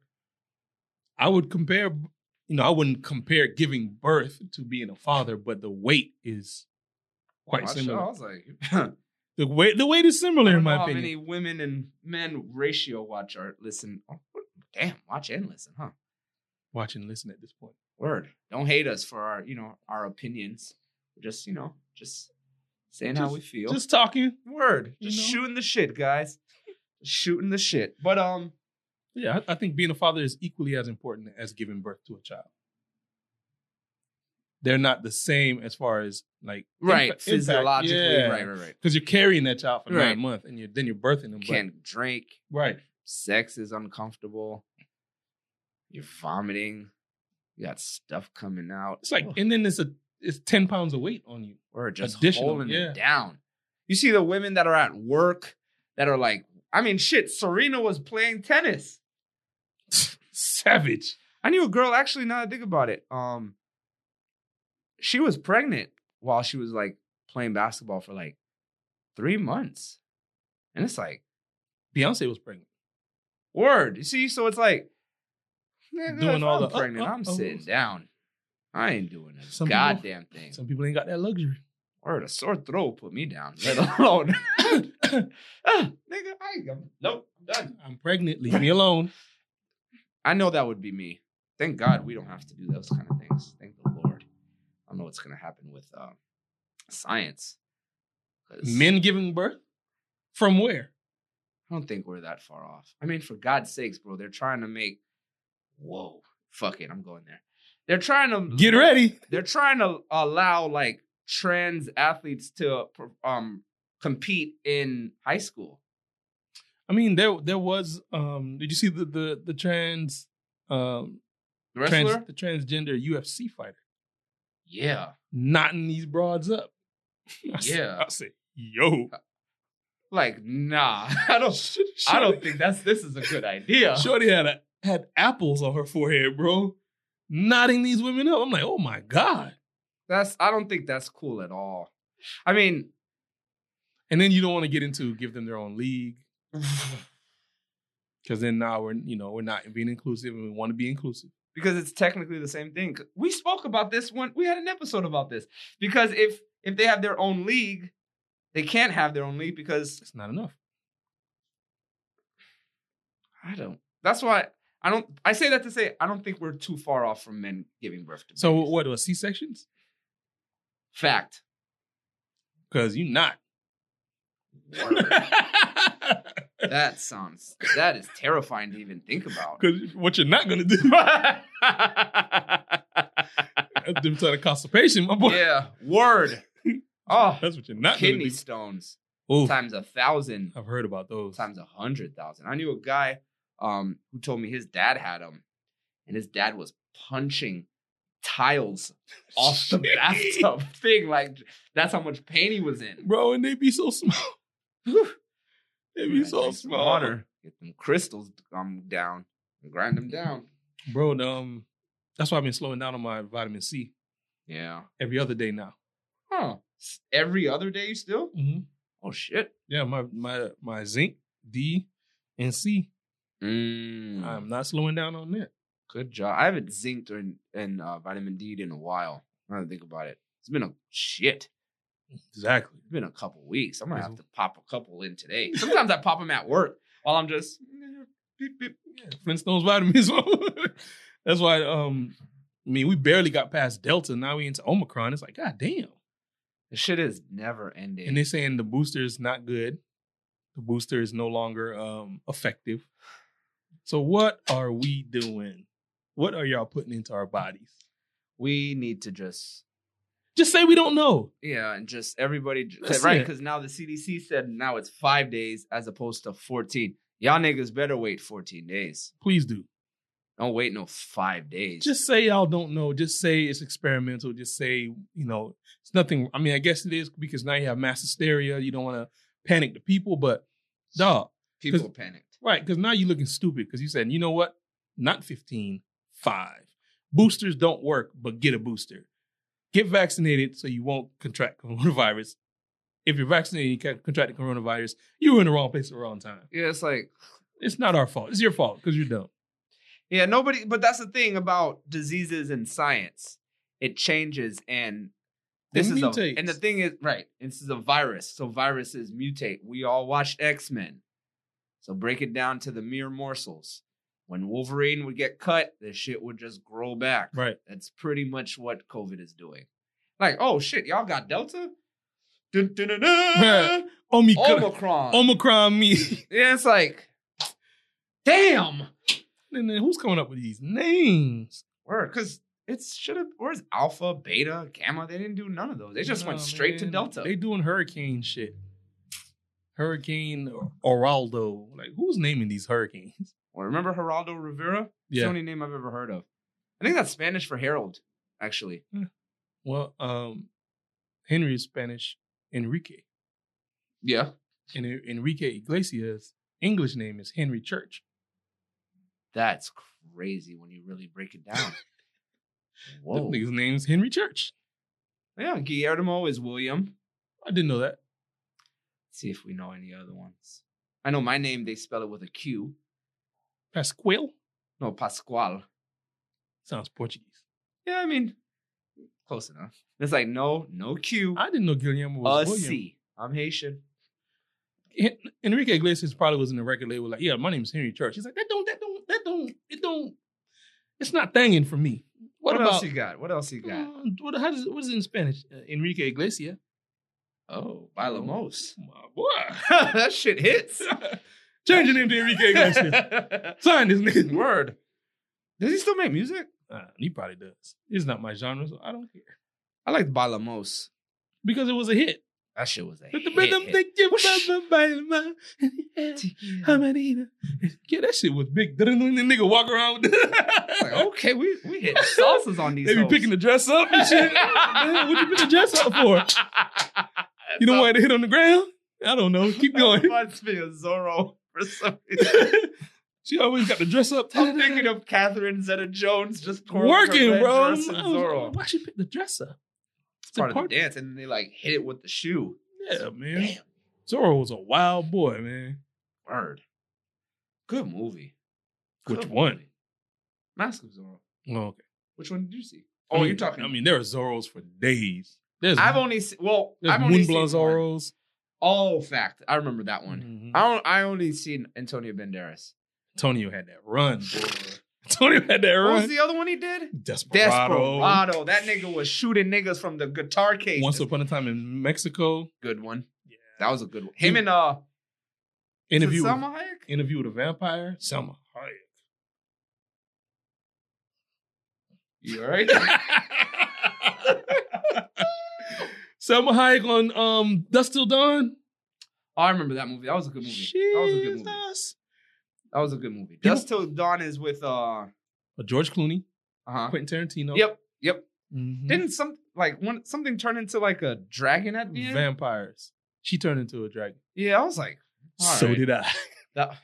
I would compare, you know, I wouldn't compare giving birth to being a father, but the weight is quite
I
similar.
was like, I
The weight, the weight is similar
don't
in
know
my
how
opinion.
many women and men ratio watch or listen. Oh, what- damn, watch and listen, huh?
Watch and listen at this point.
Word. Don't hate us for our, you know, our opinions. We're just, you know, just saying how we feel.
Just talking.
word.
you
Just
know?
shooting the shit, guys. Shooting the shit. But um,
Yeah, I, I think being a father is equally as important as giving birth to a child. They're not the same as far as like
right,
impact- impact.
physiologically,
Yeah.
right, right, right.
because you're carrying that child for
Right.
nine months and you're then you're birthing them. but-
Can't drink.
right.
sex is uncomfortable. You're vomiting. You got stuff coming out.
It's like,
Ugh.
and then it's a it's ten pounds of weight on you.
or just
additional,
holding
yeah.
it down. You see the women that are at work that are like, I mean, shit. Serena was playing tennis.
Savage.
I knew a girl actually. Now that I think about it, um, she was pregnant while she was like playing basketball for like three months, and it's like
Beyonce was pregnant.
word. You see, so it's like nigga,
Doing
if
all
I'm
the-
pregnant.
uh, uh,
I'm
uh,
sitting down. I ain't doing a
Some people-
goddamn thing.
Some people ain't got that luxury.
Word, a sore throat put me down, let alone. ah, nigga, I ain't gonna, nope, I'm done.
I'm pregnant. Leave me alone.
I know that would be me. Thank God we don't have to do those kind of things. Thank the Lord. I don't know what's gonna happen with uh, science. 'Cause
Men giving birth from where?
I don't think we're that far off. I mean, for God's sakes, bro, they're trying to make. Whoa, fuck it, I'm going there. They're trying to
Get ready.
they're trying to allow like trans athletes to um compete in high school.
I mean, there there was. Um, did you see the the the trans um
Wrestler.
trans the transgender UFC fighter
Yeah.
knotting these broads up? I said-
Yeah.
I said, yo,
Like, nah. I don't I don't think that's this is a good idea.
Shorty had a, had apples on her forehead, bro. Knotting these women up. I'm like, oh my God.
That's I don't think that's cool at all. I mean,
And then you don't want to get into give them their own league. Cause then now we're, you know, we're not being inclusive and we want to be inclusive.
because it's technically the same thing. We spoke about this one. We had an episode about this. Because if if they have their own league, they can't have their own league because
It's not enough.
I don't. That's why I don't I say that to say I don't think we're too far off from men giving birth to
So
babies.
what was C sections?
fact.
Cause you not.
That sounds that is terrifying to even think about.
Because what you're not gonna do, that's them trying to constipation, my boy.
yeah. Word. Oh,
that's what you're not
kidney stones
gonna do. Oh,
times a thousand
I've heard about those.
times a hundred thousand. I knew a guy um who told me his dad had them, and his dad was punching tiles off the
Shit.
bathtub thing. Like that's how much pain he was in.
bro, and they be so small. they be
Gotta
so
drink some
small,
water. Get them crystals um down and grind them down.
bro. and, Um, that's why I've been slowing down on my vitamin C
Yeah.
every other day now.
Huh. S- Every other day still?
Mm-hmm.
Oh shit.
Yeah, my my my zinc, D, and C.
Mm.
am not slowing down on that.
Good job. I haven't zinced or and uh, vitamin D in a while. Now that I think about it, it's been a shit.
Exactly.
It's been a couple weeks. I'm gonna have
Mhm.
to pop a couple in today. Sometimes I pop them at work while I'm just.
Beep, beep. Yeah, Flintstones vitamins. That's why. Um, I mean, we barely got past Delta. Now we into Omicron. It's like, god damn.
The shit is never ending.
And they're saying the booster is not good. The booster is no longer um effective. So what are we doing? What are y'all putting into our bodies?
we need to just
Just say we don't know.
yeah, and just everybody j-
That's
right
it.
because now the CDC said now it's five days as opposed to fourteen. Y'all niggas better wait fourteen days.
Please do.
Don't wait no five days.
Just say y'all don't know. Just say it's experimental. Just say, you know, it's nothing. I mean, I guess it is because now you have mass hysteria. You don't want to panic the people, but dog,
people panicked.
right? Because now you're looking stupid because you said, you know what? Not 15, five. Boosters don't work, but get a booster. Get vaccinated so you won't contract coronavirus. If you're vaccinated, you can't contract the coronavirus. You were in the wrong place at the wrong time.
Yeah, it's like
It's not our fault. It's your fault because you're dumb.
Yeah, nobody. But that's the thing about diseases and science; it changes, and
They
this is a,
mutate.
and the thing is right. This is a virus, so viruses mutate. We all watched X Men, so break it down to the mere morsels. When Wolverine would get cut, the shit would just grow back.
Right.
That's pretty much what COVID is doing. Like, oh shit, y'all got Delta, Dun, dun, dun, dun.
Omicron.
Omicron.
Omicron me.
yeah, it's like, damn.
and then who's coming up with these names?
Word, because it's should have. Where's Alpha, Beta, Gamma? They didn't do none of those. They just went
Nah,
straight to
man.
Delta.
They doing hurricane shit. Hurricane Oraldo. Like who's naming these hurricanes?
Well, remember Geraldo Rivera? It's the only name I've ever heard of. I think that's Spanish for Herald, actually.
Well, um, Henry is Spanish Enrique,
Yeah.
and En- Enrique Iglesias' English name is Henry Church.
That's crazy when you really break it down.
This
Whoa.
nigga's name is Henry Church.
Yeah, Guillermo is William.
I didn't know that.
see if we know any other ones. I know my name, they spell it with a Q.
Pasquale
No, Pascual.
sounds Portuguese.
Yeah, I mean, close enough. It's like no, no Q,
I didn't know Guillermo
a
was William.
C. I'm Haitian.
Hen- Enrique Iglesias probably was in the record label. Like, yeah, my name is Henry Church. He's like, that don't, that don't, that don't, it don't. It's not thanging for me.
What,
What,
Mm.
about?
else you got? What else you got?
Uh, what, how does, what is it in Spanish? Uh, Enrique Iglesias.
Oh, by Lamos.
My boy.
that shit hits.
Change your name to Enrique Iglesias. Sign this nigga.
Word. Does he still make music?
Uh, he probably does. It's not my genre, so I don't care.
I liked by Lamos.
Because it was a hit.
That shit was a
But
hit.
the rhythm
hit.
that you brother by my- Hamarina. Yeah, that shit was big. Didn't the nigga walk around with
Like, okay, we we hit salsas on these.
They be
hoes.
picking the dress up and shit. Man, what you pick the dress up for? You don't want it to hit on the ground? I don't know. Keep
That
going.
reminds me of Zorro for some reason.
she always got the dress up.
I'm thinking of Catherine Zeta-Jones just twirling her
working,
red
bro.
dress in
I was like,
Zorro.
Why she pick the dress up?
It's part of the dance, and then they like hit it with the shoe.
Yeah, man. Zorro was a wild boy, man.
Word. Good movie.
Which one?
movie. Mask of Zorro.
Oh, okay.
Which one did you see?
I
Oh,
mean,
you're talking.
I mean, there are Zorros for days. There's
I've only seen. Well,
there's
I've only
Moonblood
seen one.
Zorros.
Oh, fact. I remember that one.
Mhm.
I don't, I only seen Antonio Banderas.
Antonio had that run. boy. Antonio had that
What was
run.
the other one he did?
Desperado.
Desperado. That nigga was shooting niggas from the guitar case.
Once upon a time in Mexico.
good one. That was a good one. Him and uh is it
interview with-
Salma Hayek?
interview with a vampire. Selma Hayek.
You alright?
Selma Hayek on um Dust Till Dawn.
oh, I remember that movie. That was a good movie. That was a good movie.
Jesus.
That was a good movie.
People-
Dust Till Dawn is with uh uh
Uh, George Clooney,
huh.
Quentin Tarantino.
Yep, yep.
Mhm.
Didn't some like one something turn into like a dragon at the end?
vampires. She turned into a dragon.
yeah, I was like, all right.
I.
That-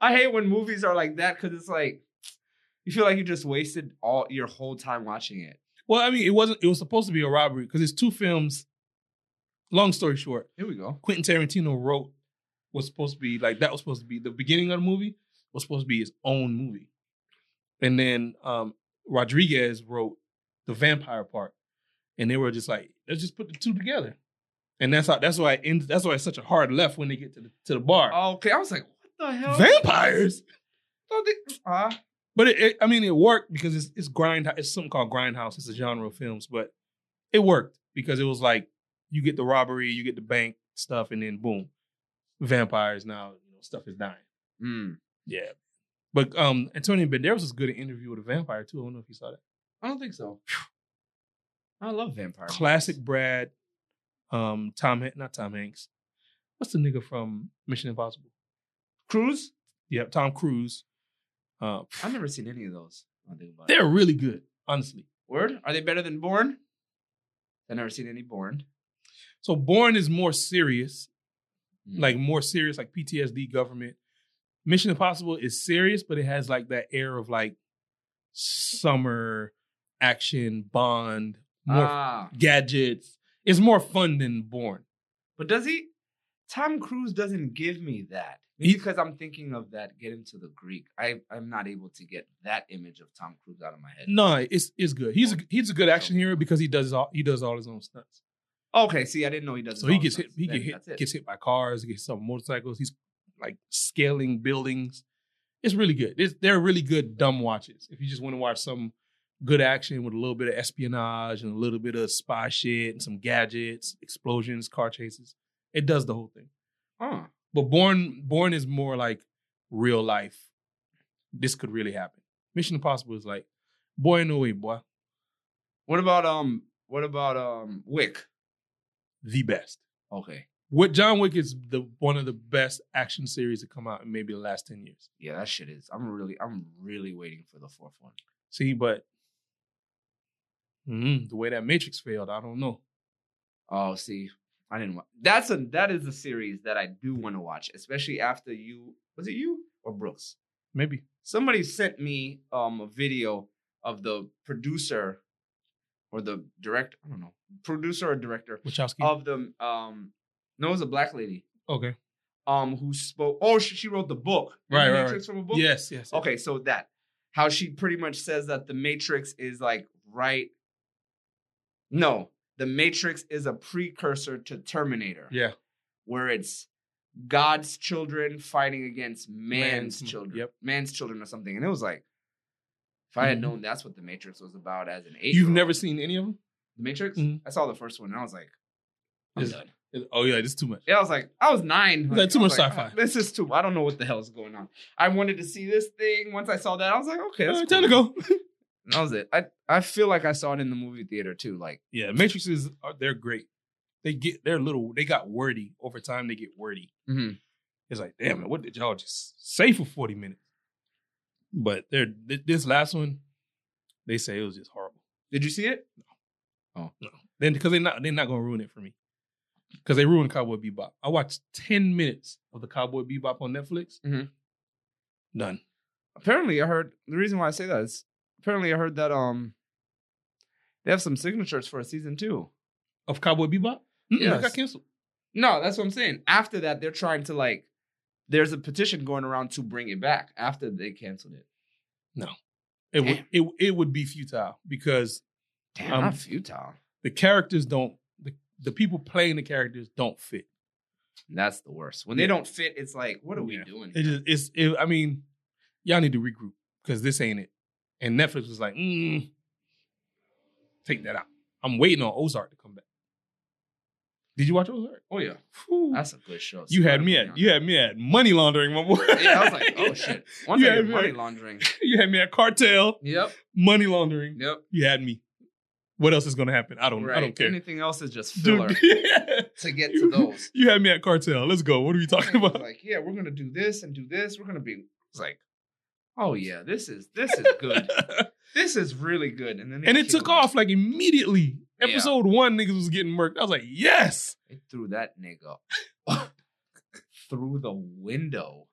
I hate when movies are like that because it's like you feel like you just wasted all your whole time watching it.
Well, I mean, it wasn't. It was supposed to be a robbery because it's two films. Long story short,
Here we go.
Quentin Tarantino wrote was supposed to be like that was supposed to be the beginning of the movie was supposed to be his own movie, and then um, Rodriguez wrote the vampire part, and they were just like, let's just put the two together, and that's how that's why it ends, that's why it's such a hard left when they get to the to the bar.
Okay, I was like, what the hell?
Vampires,
Don't they- uh,
but it, it I mean it worked because it's it's grind it's something called grindhouse. It's a genre of films, but it worked because it was like you get the robbery, you get the bank stuff, and then boom, vampires. Now you know stuff is dying.
mm,
Yeah, but um, Antonio Banderas was good in interview with a vampire too. I don't know if you saw that
I don't think so. I love vampires.
classic Brad, um, Tom Han- not Tom Hanks. What's the nigga from Mission Impossible?
Cruise.
Yeah, Tom Cruise. Uh,
I've never seen any of those. I don't think about it.
they're really good, honestly.
Word? Are they better than Born? I've never seen any Born.
So Born is more serious,
Mm.
like more serious, like PTSD government. Mission Impossible is serious, but it has like that air of like summer action, Bond, more
Ah,
gadgets. It's more fun than Born.
but does he? Tom Cruise doesn't give me that
He-
because I'm thinking of that. Get him to the Greek. I I'm not able to get that image of Tom Cruise out of my head.
No, it's it's good. He's a he's a good action hero because he does all he does all his own stunts.
Okay, see, I didn't know he does.
So
his
he
own
gets hit.
stunts.
He
Then
get
that's
hit.
it.
Gets hit by cars. Gets hit on motorcycles. He's like scaling buildings. It's really good. It's, they're really good dumb watches. If you just want to watch some good action with a little bit of espionage and a little bit of spy shit and some gadgets, explosions, car chases, it does the whole thing.
Huh.
But Born Born is more like real life. This could really happen. Mission Impossible is like, boy, no way, boy,
What about um? What about um? Wick.
the best.
Okay.
What John Wick is the one of the best action series to come out in maybe the last ten years.
Yeah, that shit is. I'm really, I'm really waiting for the fourth one.
See, but mm, the way that Matrix failed, I don't know.
Oh, see, I didn't. Wa- That's a that is a series that I do want to watch, especially after you. Was it you or Brooks?
Maybe
Somebody sent me um a video of the producer or the director. I don't know, producer or director
Wachowski.
of the um. No, it was a black lady.
okay.
Um, who spoke? Oh, she, she wrote the book.
Right, right,
Matrix From a book?
Yes, yes.
Okay, so that how she pretty much says that the Matrix is like right. No, the Matrix is a precursor to Terminator,
Yeah.
where it's God's children fighting against man's,
Man's-
children,
yep.
man's children or something. And it was like, if I had
Mhm.
known that's what the Matrix was about as an eight,
You've never seen any of them?
the Matrix.
Mhm.
I saw the first one and I was like, I'm
Is-
done.
Oh yeah, this is too much.
Yeah, I was like, I was nine.
Is that too
I was
much
like,
sci-fi?
"Ah, This is too. I don't know what the hell's going on. I wanted to see this thing. Once I saw that, I was like, okay, that's
All right,
cool.
Uh, time to go.
And That was it. I I feel like I saw it in the movie theater too. Like
yeah, Matrixes are they're great. They get they're little. They got wordy over time. They get wordy. It's like damn it, what did y'all just say for forty minutes? But they're th- this last one, they say it was just horrible.
did you see it?
Then because they're not they're not gonna ruin it for me. Because they ruined Cowboy Bebop. I watched 10 minutes of the Cowboy Bebop on Netflix.
Mhm.
None.
Apparently, I heard the reason why I say that is apparently I heard that um they have some signatures for a season two.
Of Cowboy Bebop? Mm-mm,
Yes.
That got canceled.
No, that's what I'm saying. After that, they're trying to like. There's a petition going around to bring it back after they canceled it.
It would it, it would be futile because
Damn,
Um,
not futile.
the characters don't the, the people playing the characters don't fit.
That's the worst. When they don't fit, it's like, what are we
Yeah.
doing?
It is it's it, I mean, y'all need to regroup because this ain't it. And Netflix was like, mm, take that out. I'm waiting on Ozark to come back. Did you watch Ozark? Oh yeah. Whew.
That's a good show.
You had
Swear
me
to
at
God.
you had me at money laundering, my boy.
Yeah, I was like, oh shit. One
You
thing
had
is
me
money
at-
laundering.
You had me at cartel,
Yep.
money laundering.
Yep.
You had me. What else is gonna happen? I don't.
Right.
I don't care.
Anything else is just filler
Dude, yeah.
to get to those.
You had me at cartel. Let's go. What are we talking
It was
about?
Like, yeah, we're gonna do this and do this. We're gonna be it's like, oh yeah, this is this is good. this is really good. And then they
and it took
killed
off like immediately.
Yeah.
Episode one, niggas was getting murked. I was like, yes.
It threw that nigga through the window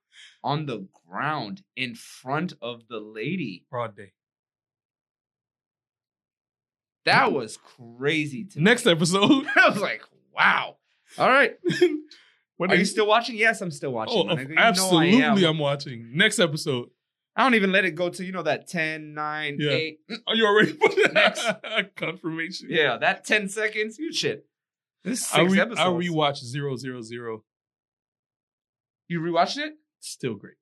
on the ground in front of the lady.
Broad day.
That was crazy to me.
Next episode.
I was like, wow. All right.
What
Are
they-
you still watching? Yes, I'm still watching.
Oh,
my nigga. You know I am.
absolutely. I'm watching. Next episode.
I don't even let it go to, you know, that 10, 9,
Yeah.
8.
Are you already
Next.
confirmation?
Yeah, that 10 seconds. You shit. This is
I,
six
re-
episodes.
I rewatched zero zero zero.
you rewatched it?
Still great.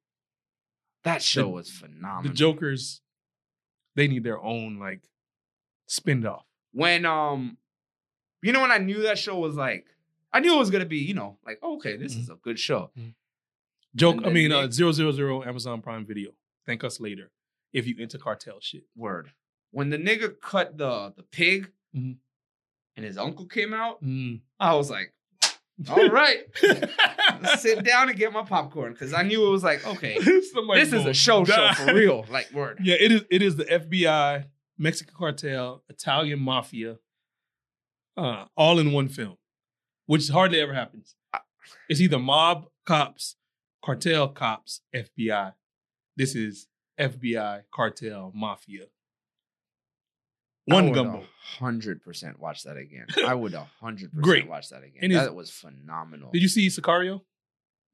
That show
The-
was
The
phenomenal.
Jokers, they need their own like spin off.
when um you know when I knew that show was like I knew it was gonna be, you know, like oh, okay,
Mm-hmm.
this is a good show.
Joke.
And
I
then
mean,
they-
uh, zero zero zero Amazon Prime Video. Thank us later if you into cartel shit.
Word. When the nigga cut the the pig
Mhm.
and his uncle came out,
Mm.
I was like, all right, sit down and get my popcorn. Cause I knew it was like, okay,
Somebody
this is
gonna
a show
die.
show for real. Like word.
Yeah, it is. It is the FBI, Mexican cartel, Italian mafia, uh, all in one film, which hardly ever happens. It's either mob cops, cartel cops, FBI. This is FBI, cartel, mafia.
I
One
would
gumbo.
hundred percent watch that again. I would hundred
Great.
percent watch that again.
And it's-
that was phenomenal.
Did you see Sicario?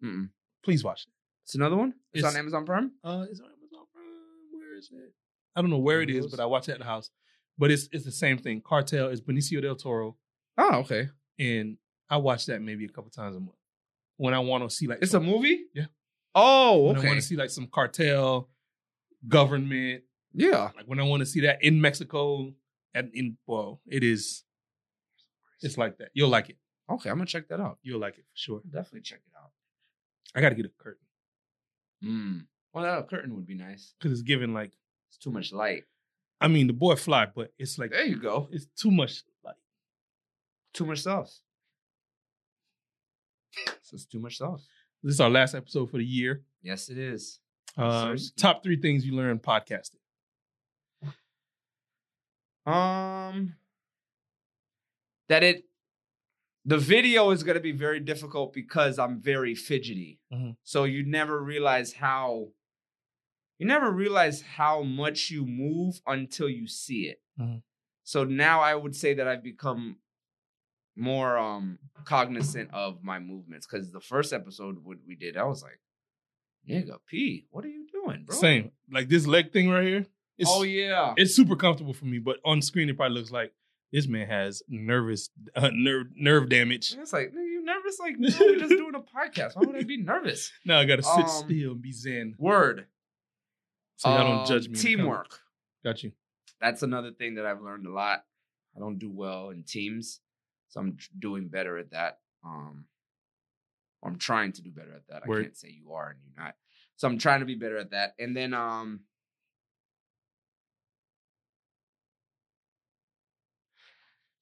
Mm-mm.
Please watch it.
It's another one? It's,
It's-
on Amazon Prime?
Uh, it's on Amazon Prime. Where is it? I don't know where it is, but I watch it at the house. But it's it's the same thing. Cartel is Benicio del Toro.
Oh, okay.
and I watch that maybe a couple times a month when I want to see like
It's a
some-
movie?
Yeah.
Oh,
when I
okay.
want to see like some cartel government
Yeah.
like when I want to see that in Mexico and in well it is it's like that you'll like it
Okay, I'm gonna check that out.
you'll like it for sure
Definitely check it out.
I got to get a curtain
Mm. Well, that curtain would be nice.
because it's giving like
It's too much light.
I mean the boy fly but it's like
There you go.
it's too much like
Too much sauce. This is too much sauce.
this is our last episode for the year
Yes, it is.
um,
Sirski.
top three things you learn podcasting
Um, that it, the video is gonna be very difficult because I'm very fidgety.
Mhm.
So you never realize how, you never realize how much you move until you see it.
Mhm.
So now I would say that I've become more um cognizant of my movements because the first episode what we did, I was like, nigga, P, what are you doing, bro?
same like this leg thing right here it's,
oh yeah.
it's super comfortable for me, but on screen it probably looks like this man has nervous uh, nerve nerve damage.
And It's like, nigga, you nervous? Like, no, we're just doing a podcast. Why would I be nervous?
Now I gotta sit
Um,
still and be zen,
Word.
so y'all don't
Um,
judge me. in the comments.
Teamwork.
Got you.
That's another thing that I've learned a lot. I don't do well in teams, so I'm tr- doing better at that. Um, I'm trying to do better at that. I
Word.
can't say you are and you're not. So I'm trying to be better at that. And then, um,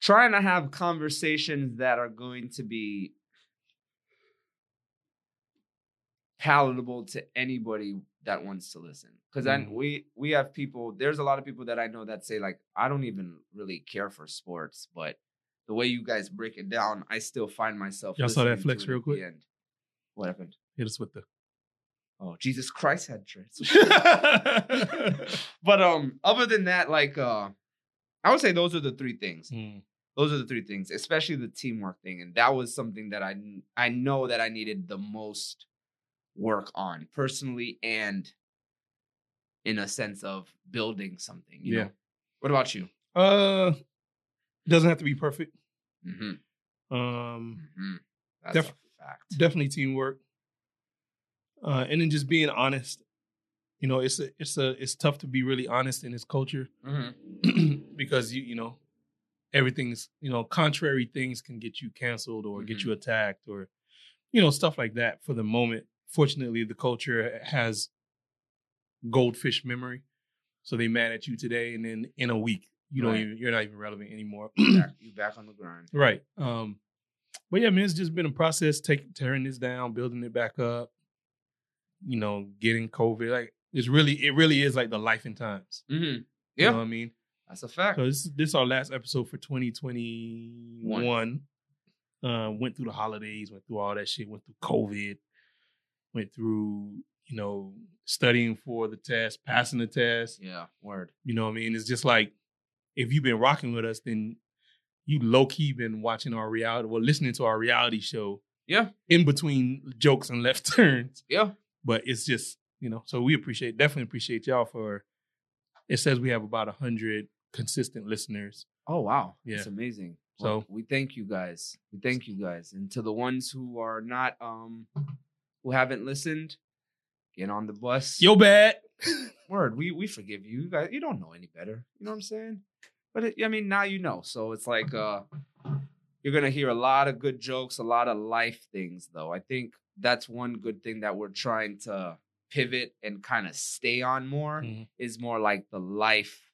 trying to have conversations that are going to be palatable to anybody that wants to listen because
Mhm.
then we we have people there's a lot of people that i know that say like i don't even really care for sports but the way you guys break it down i still find myself
Y'all saw that
listening to
flex
it at
real
the
quick?
end. what happened
Hit us with the.
oh jesus christ had dreads but um other than that like uh i would say those are the three things
Mm,
those are the three things especially the teamwork thing and that was something that i i know that i needed the most work on personally and in a sense of building something you
Yeah.
know what about you
Uh, doesn't have to be perfect.
mm-hmm.
Um,
Mm-hmm. that's
Def-
a fact
definitely teamwork. Uh, and then just being honest. You know, it's a, it's a, it's tough to be really honest in this culture.
mm-hmm.
because you you know everything's you know contrary things can get you canceled or get
Mhm.
you attacked or you know stuff like that for the moment fortunately the culture has goldfish memory so they mad at you today and then in a week you don't
Right.
even you're not even relevant anymore
back, you back on the grind.
right um but yeah man it's just been a process taking tearing this down building it back up you know getting covid like it's really it really is like the life and times
Mm-hmm.
you
Yeah.
know what i mean
That's a fact.
so this this is our last episode for 2021. Uh, went through the holidays, went through all that shit, went through COVID, went through you know studying for the test, passing the test.
Yeah. Word.
You know what I mean? It's just like if you've been rocking with us, then you low key been watching our reality, well, listening to our reality show.
Yeah.
In between jokes and left turns,
Yeah.
but it's just you know. So we appreciate, definitely appreciate y'all for. It says we have about hundred consistent listeners.
Oh wow.
Yeah.
It's amazing.
So-
Well, we thank you guys. We thank you guys. And to the ones who are not um who haven't listened, get on the bus.
Yo, bad.
Word, we we forgive you. You guys you don't know any better. You know what I'm saying? But it, I mean now you know. So it's like uh you're gonna hear a lot of good jokes, a lot of life things though. I think that's one good thing that we're trying to pivot and kind of stay on more. is more like the life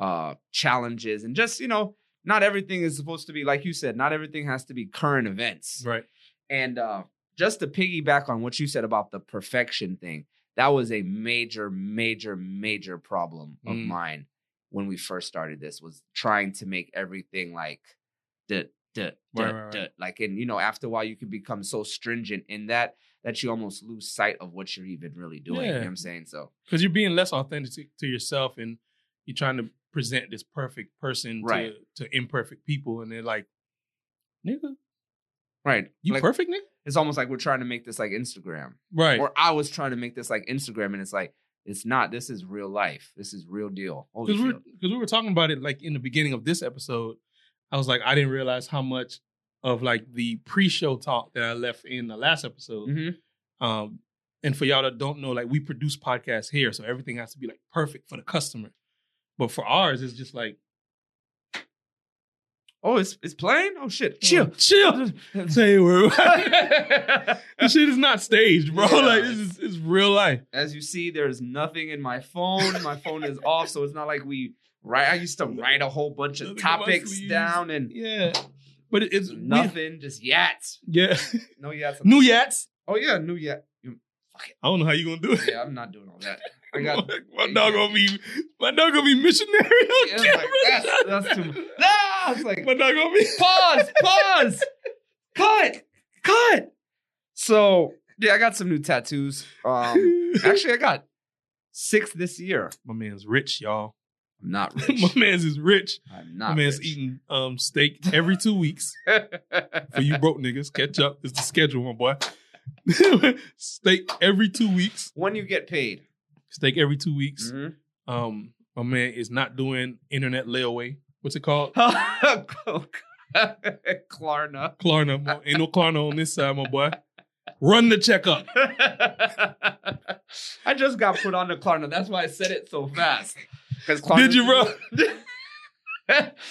uh challenges and just you know not everything is supposed to be like you said not everything has to be current events
Right.
and uh just to piggyback on what you said about the perfection thing that was a major major major problem of
Mm.
mine when we first started this was trying to make everything like duh, duh, duh,
Right, right,
duh.
right.
like and you know after a while you can become so stringent in that that you almost lose sight of what you're even really doing you know
Yeah.
what i'm saying so
Because you're being less authentic to yourself and you're trying to present this perfect person
Right.
to, to imperfect people. And they're like, nigga,
right
you
like,
perfect, nigga?
it's almost like we're trying to make this like Instagram,
Right.
or I was trying to make this like Instagram, and it's like it's not. This is real life. This is real deal. Holy
Because we
shit.
we were talking about it like in the beginning of this episode. I was like, I didn't realize how much of like the pre show talk that I left in the last episode.
Mhm.
Um, and for y'all that don't know, like we produce podcasts here, so everything has to be like perfect for the customer. But for ours, it's just like
Oh, it's it's plain. Oh shit, chill.
chill. Say word.
As
this shit is not staged, bro.
Yeah.
Like this is it's real life.
you see, there's nothing in my phone. My phone is off, so it's not like we write. I used to write a whole bunch of
Nothing
topics
else we
down and
Yeah, but it, it's we-
nothing, just yats.
yeah,
No yats.
new yats.
Oh yeah, new yat.
I don't know how you gonna do it.
Yeah, I'm not doing all that. I got.
my dog gonna be my dog gonna be missionary on
Yeah, like,
camera.
that's, that's too. Ah, it's like
My dog gonna be
pause, pause, cut, cut. So yeah, I got some new tattoos. Um, actually, I got six this year.
my man's rich, y'all.
I'm not
my
rich.
man's is rich.
I'm
my
not
man's
rich.
eating um steak every two weeks. for you broke niggas. Catch up. It's the schedule, my boy. steak every two weeks.
when you get paid, Mm-hmm.
Steak every two weeks.
Mm.
Um, my man is not doing internet layaway. What's it called?
Klarna.
Klarna. Mo- Ain't no Klarna on this side, my boy. Run the checkup.
I just got put on the Klarna. That's why I said it so fast. Because
Did you, bro?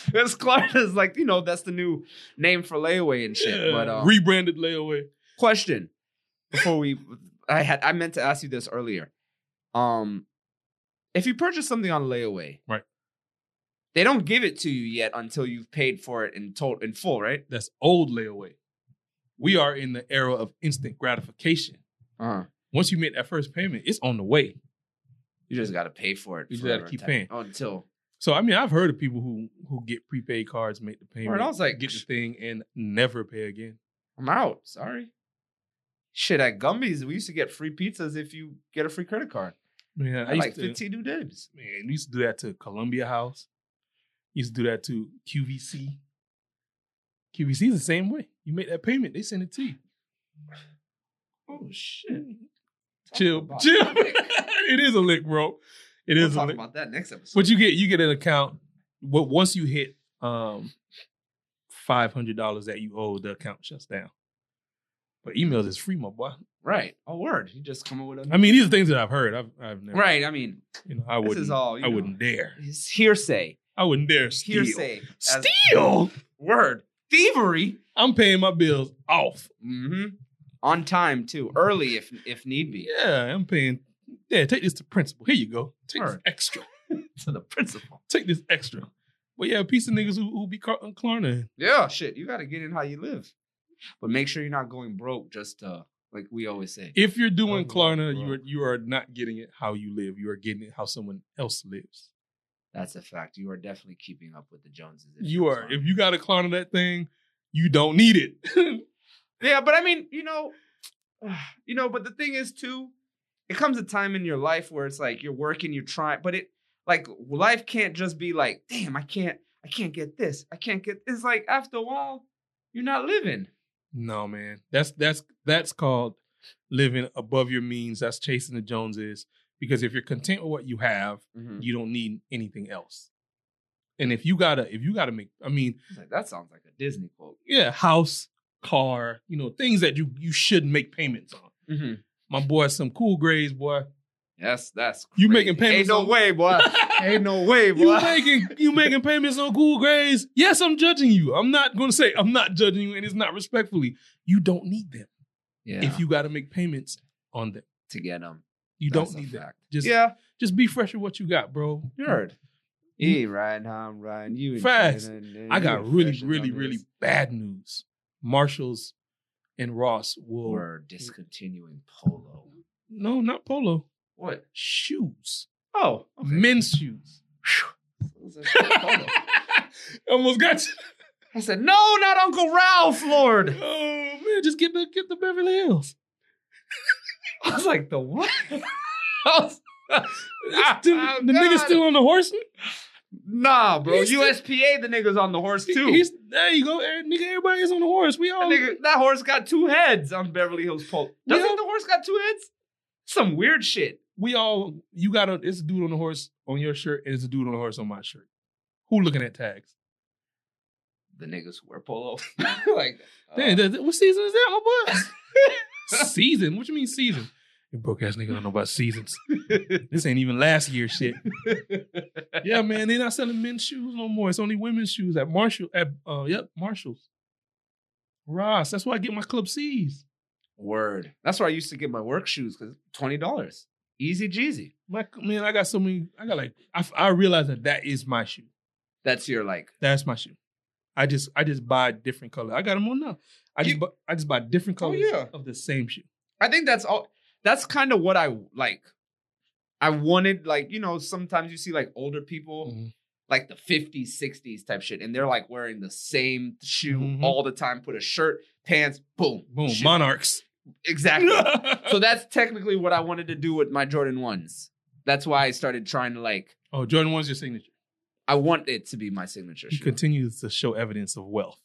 Because Klarna's like you know that's the new name for layaway and shit.
Yeah.
But um,
Rebranded layaway.
question before we i had i meant to ask you this earlier um if you purchase something on layaway
Right.
they don't give it to you yet until you've paid for it in total in full right
That's old layaway. We are in the era of instant gratification.
uh-huh
Once you make that first payment, it's on the way.
you just got to pay for it
You just
forever
gotta keep
and time-
paying.
oh, until
So I mean, I've heard of people who who get prepaid cards, make the payment,
Right, I was like,
get the thing, and never pay again.
i'm out sorry shit at gumby's we used to get free pizzas if you get a free credit card
Man, I
I
used
like
to,
15 new dibs
Man, we used to do that to Columbia House. Used to do that to QVC. QVC is the same way. You make that payment, they send it to you.
oh shit
Chill,
about
chill.
that.
it is a lick, bro. It
we'll
is a
talk
lick.
about that next episode
But you get you get an account. What once you hit um five hundred dollars that you owe, the account shuts down. But emails is free, my boy.
right oh word you just come up with a
I mean, these are things that I've heard. I've, I've never,
right i mean
You know, I
this
wouldn't.
is all you
I
know.
wouldn't dare.
It's hearsay.
I wouldn't dare steal.
Hearsay. as-
Steal?
Word. Thievery.
I'm paying my bills off.
hmm On time too. Early if if need be.
Yeah, I'm paying. Yeah, take this to principal. Here you go. Take
Alright.
this extra.
To the principal.
Take this extra. But yeah, a piece of niggas who, who be car- uh, Klarna.
Yeah, shit. You gotta get in how you live. But make sure you're not going broke just uh like we always say.
If you're doing
Oh,
Klarna,
bro.
you are you are not getting it how you live. You are getting it how someone else lives.
That's a fact. You are definitely keeping up with the Joneses. if
You
you're
are.
smart.
If you got a Klarna that thing, you don't need it.
Yeah, but I mean, you know, you know, but the thing is too, it comes a time in your life where it's like you're working, you're trying, but it like life can't just be like, damn, I can't, I can't get this, I can't get. It's like after a while, you're not living.
No, man. That's that's that's called living above your means. That's chasing the Joneses. Because if you're content with what you have,
Mm.
you don't need anything else. And if you gotta, if you gotta make, I mean,
It's like, that sounds like a Disney quote.
yeah, house, car, you know, things that you you should make payments on. My boy, some cool grades, boy.
Yes, that's
You
crazy.
making payments
Ain't no
on-
way, boy. Ain't no way, boy.
you making you making payments on cool grades? Yes, I'm judging you. I'm not gonna say I'm not judging you, and it's not respectfully. You don't need them
yeah,
if you gotta make payments on them.
to get them,
You don't need that.
that.
Just
yeah,
just be fresh with what you got, bro.
you heard. E Ryan, I'm Ryan. You
Facts. I got really,
Fresh is
really,
on
really
this.
bad news. Marshalls and Ross will
We're discontinuing polo.
no, not polo
What?
shoes,
Oh,
men's shoes. Almost got you.
I said, no, not Uncle Ralph, Lord.
Oh man, just get the get the Beverly Hills.
I was like, the what? I was-
It's still-
Oh,
the nigga's
God.
still on the horse.
nah, bro.
He's-
USPA, the nigga's on the horse too.
He's, there you go, eh, nigga. Everybody's on the horse. We
that,
all
nigga, that horse got two heads on Beverly Hills Pole.
Yeah.
Doesn't the horse got two heads? Some weird shit.
we all you got a it's a dude on the horse on your shirt and it's a dude on the horse on my shirt. Who looking at tags?
The niggas who wear polo. like, uh,
Damn, that- that- what season is that, my boy? season? What you mean season? You broke ass nigga don't know about seasons.
uh,
this ain't even last year shit. yeah, man, they not selling men's shoes no more. It's only women's shoes at Marshall. At uh, yep, Marshalls. Ross, that's why I get my Club C's.
word. That's where I used to get my work shoes because $20. Easy Jeezy.
My man, I got so many. I got like I, f- I realize that that is my shoe.
That's your like,
That's my shoe. I just I just buy different color. I got them on now. I just bu- I just buy different
Oh,
colors
yeah.
of the same shoe.
I think that's all. That's kind of what I like. I wanted, like, you know, sometimes you see like older people,
Mm-hmm.
like the 50s, 60s type shit, and they're like wearing the same shoe
Mhm.
all the time. Put a shirt, pants, boom,
Boom,
shoe.
monarchs.
exactly. so that's technically what I wanted to do with my Jordan ones. That's why I started trying to like.
Oh, Jordan one's your signature.
I want it to be my signature
He
shoe.
continues to show evidence of wealth.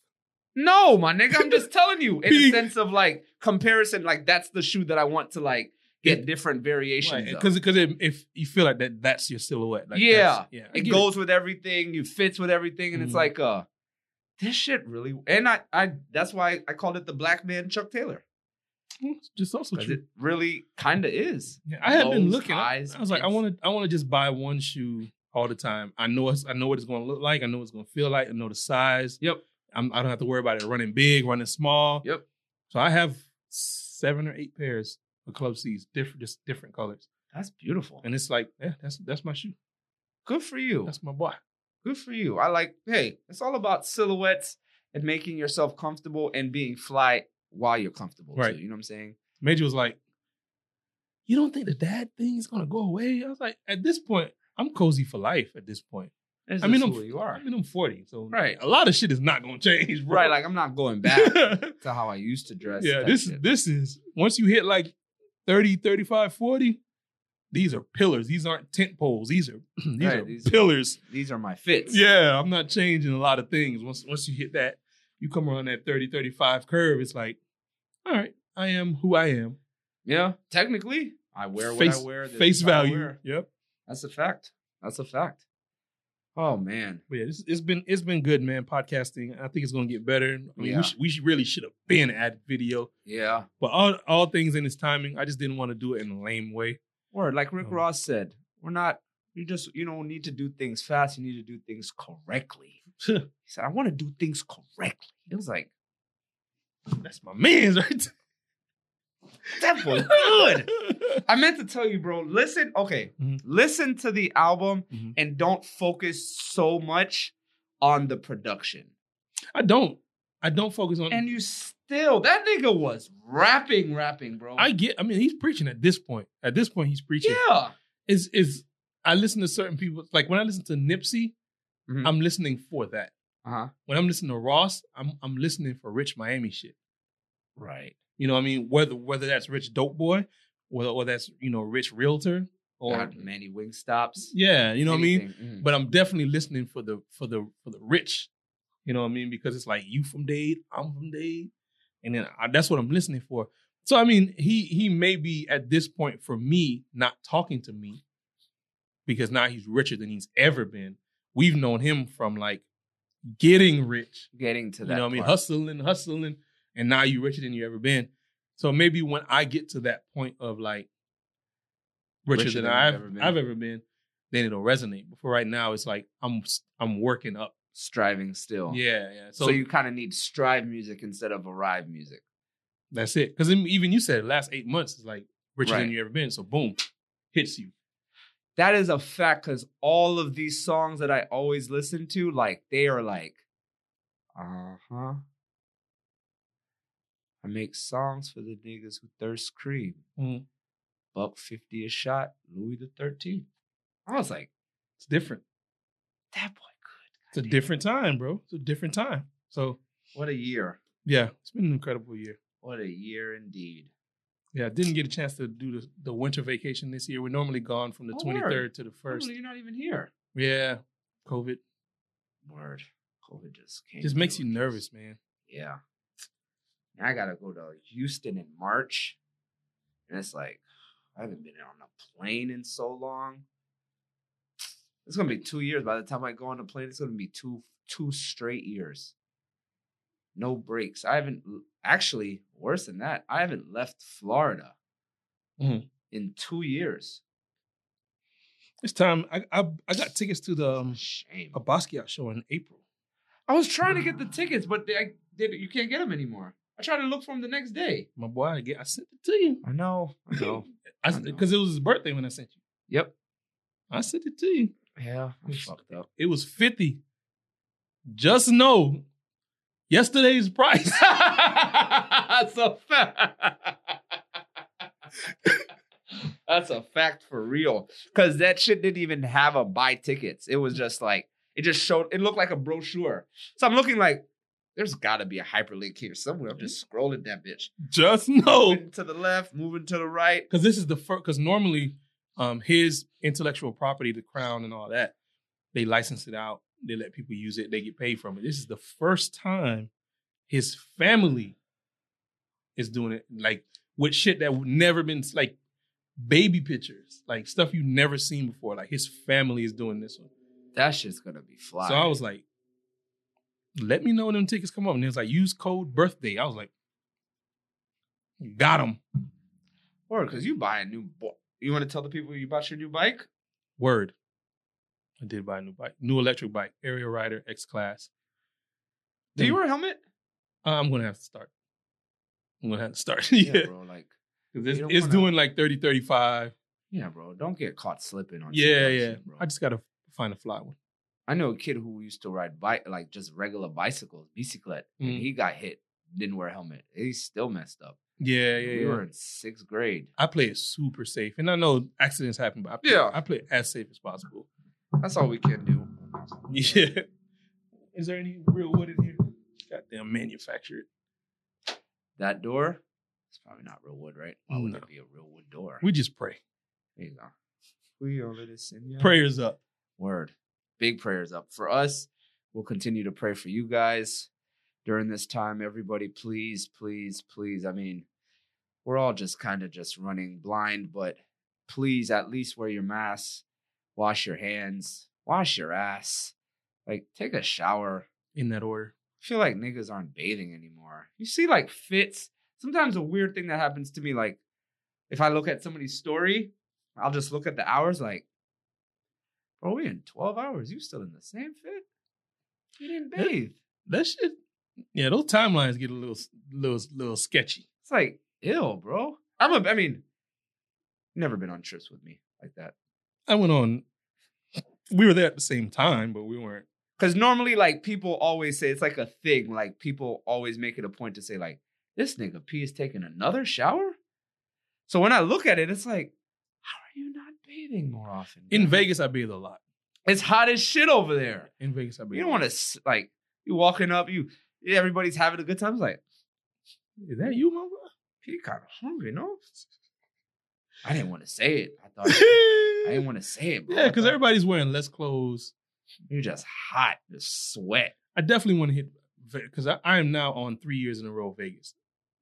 No, my nigga, I'm just telling you in a
Big.
sense of like comparison. Like that's the shoe that I want to like get different variations. of.
Because because if, if you feel like that, that's your silhouette. Like
Yeah.
that's- yeah. I
it
get
goes with everything. You fits with everything, and it's
Mhm.
like uh, this shit really. And I, I that's why I called it the black man Chuck Taylor
It's just also
'Cause
true.
it really kind of is.
Yeah, I had been
Lows,
looking. I-
highs,
I, was like, I
pits.
want to. I want to just buy one shoe all the time. I know. It's, I know what it's going to look like. I know what it's going to feel like. I know the size.
Yep.
I'm, I don't have to worry about it running big, running small.
Yep.
So I have seven or eight pairs of Club C's, different, just different colors,
That's beautiful.
and it's like, yeah, that's that's my shoe.
Good for you.
That's my boy.
Good for you. I like. Hey, it's all about silhouettes and making yourself comfortable and being fly while you're comfortable.
Right.
Too, you know what I'm saying?
Major was like, "You don't think the dad thing is gonna go away?" I was like, "At this point, I'm cozy for life. At this point,
It's
I mean,
just
I'm-
who you
I
are.
mean, I'm 40, so
Right.
a lot of shit is not gonna change, bro.
Right. Like I'm not going back to how I used to dress.
yeah,
type
this
shit.
is this is once you hit like 30, 35, 40, these are pillars. These aren't tent poles. These are these
Right,
are
these are-
pillars.
These are my fits.
Yeah, I'm not changing a lot of things. Once once you hit that, you come around that 30, 35 curve, it's like, all right, I am who I am.
Yeah. Technically, I wear what
face
I wear. this
face
is how I
value.
wear.
Yep.
That's a fact. That's a fact. Oh man.
But yeah, this, it's been it's been good, man. Podcasting. I think it's gonna get better. I mean,
Yeah.
we, sh- we sh- really should have been at video,
Yeah.
but all all things in its timing. I just didn't want to do it in a lame way.
Word, like Rick
Oh.
Ross said, we're not You just, you know, need to do things fast. You need to do things correctly. he said, I want to do things correctly. It was like,
That's my man's right
that was
there.
good. I meant to tell you, bro, listen, okay,
Mhm.
listen to the album
Mhm.
and don't focus so much on the production.
I don't. I don't focus on.
And you still, that nigga was rapping, rapping, bro.
I get. I mean, he's preaching at this point. At this point, he's preaching.
yeah.
Is is I listen to certain people. Like when I listen to Nipsey,
Mhm.
I'm listening for that.
Uh-huh.
When I'm listening to Ross, I'm I'm listening for Rich Miami shit.
Right.
You know what I mean? Whether whether that's Rich Dope Boy, or or that's you know Rich Realtor, or
Got many wing stops.
yeah, you know what I mean.
anything. Mhm.
But I'm definitely listening for the for the for the rich. You know what I mean? Because it's like you from Dade, I'm from Dade, and then I, that's what I'm listening for. So I mean, he he may be at this point for me not talking to me because now he's richer than he's ever been. We've known him from like getting rich
Getting to
you
that.
know what I mean?
part.
Hustling, hustling, and now you richer than you ever been. So maybe when I get to that point of like richer,
Richer
than,
than
I've
you've
ever
ever been.
been. I've ever been, then it'll resonate. But for right now, it's like I'm I'm working up.
Striving still.
Yeah, yeah. So,
So, you kind of need strive music instead of arrive music.
that's it. Because even you said last eight months is like richer
Right.
than you ever been. So boom, hits you.
That is a fact because all of these songs that I always listen to, like they are like, uh huh. I make songs for the niggas who thirst cream.
Mhm.
Buck fifty a shot, Louis the Thirteenth. I was like,
It's different.
that boy
It's
good.
a different time, bro. It's a different time. So
What a year!
yeah, it's been an incredible year.
What a year indeed.
Yeah, I didn't get a chance to do the, the winter vacation this year. We're normally gone from the
Oh, word.
23rd to the 1st.
Probably you're not even here.
Yeah, COVID
Word, COVID just came.
just makes you
through and just-
nervous, man.
Yeah. And I gotta go to Houston in March. And it's like, I haven't been on a plane in so long. It's gonna be two years. By the time I go on the plane, it's gonna be two two straight years. No breaks. I haven't actually worse than that, I haven't left Florida Mm-hmm.
Mhm.
in two years.
This time, I I, I got tickets to the um,
Shame.
a Basquiat show in April.
I was trying to get the tickets, but they, they you can't get them anymore. I tried to look for them the next day.
My boy, I, get, I sent it to you.
I know. I know.
I
I know.
because it was his birthday when I sent you.
yep.
I sent it to you.
Yeah,
I'm
fucked up.
It was fifty. Just know, yesterday's price.
That's a fact. That's a fact for real. Cause that shit didn't even have a buy tickets. It was just like it just showed. It looked like a brochure. So I'm looking like there's got to be a hyperlink here somewhere. I'm just scrolling that bitch.
Just know,
Moving to the left, moving to the right.
because this is the first. Because normally, um, his intellectual property, the crown, and all that, they license it out. They let people use it. They get paid from it. This is the first time his family is doing it, like with shit that would never been like baby pictures, like stuff you never seen before. Like his family is doing this one.
That shit's gonna be fly.
So I was like, let me know when them tickets come up. And it was like, use code birthday. I was like, got them.
or cause you buy a new. Bo- you want to tell the people you bought your new bike?
Word. I did buy a new bike, new electric bike, Aerial Rider X Class.
Do you wear a helmet?
I'm gonna have to start. I'm gonna have to start. yeah,
bro. Like,
'Cause it's,
You don't
it's
wanna-
doing like 30, 35.
yeah, bro. Don't get caught slipping on. some
Yeah,
dumb
yeah.
shit, bro.
I just gotta find a fly one.
I know a kid who used to ride bike like just regular bicycles, bicyclette, and
Mm.
he got hit, didn't wear a helmet. He's still messed up.
Yeah, yeah,
we
yeah.
were in sixth grade.
I play it super safe, and I know accidents happen, but I play,
Yeah.
I play it as safe as possible.
That's all we can do.
Yeah. Is there any real wood in here? Goddamn manufactured.
That door, it's probably not real wood, right? Why would
No.
it be a real wood door?
We just pray.
there you go. We all this in
Prayers up.
Word. Big prayers up for us. We'll continue to pray for you guys during this time. Everybody, please, please, please. I mean, we're all just kind of just running blind, but please at least wear your mask, wash your hands, wash your ass, like take a shower.
In that order.
I feel like niggas aren't bathing anymore. You see, like fits. Sometimes a weird thing that happens to me, like if I look at somebody's story, I'll just look at the hours, like Bro, we in 12 hours. You still in the same fit? You didn't bathe.
That shit. Yeah, those timelines get a little, little, little sketchy.
It's like, ill, bro. I'm a, I mean, never been on trips with me like that.
I went on. We were there at the same time, but we weren't.
Because normally, like, people always say it's like a thing. Like, people always make it a point to say, like, this nigga P is taking another shower. So when I look at it, it's like, how are you not bathing more often?
In
guy?
Vegas, I bathed a lot.
it's hot as shit over there.
In Vegas, I bathed.
You don't want to like you walking up, you everybody's having a good time. It's like
to. Is that you, mama?
P kind of hungry, no? I didn't want to say it. I thought I
yeah,
didn't want to say it. Bro. I
because
thought,
everybody's wearing less clothes.
you're just hot, just sweat.
I definitely want to hit because I, I am now on three years in a row Vegas.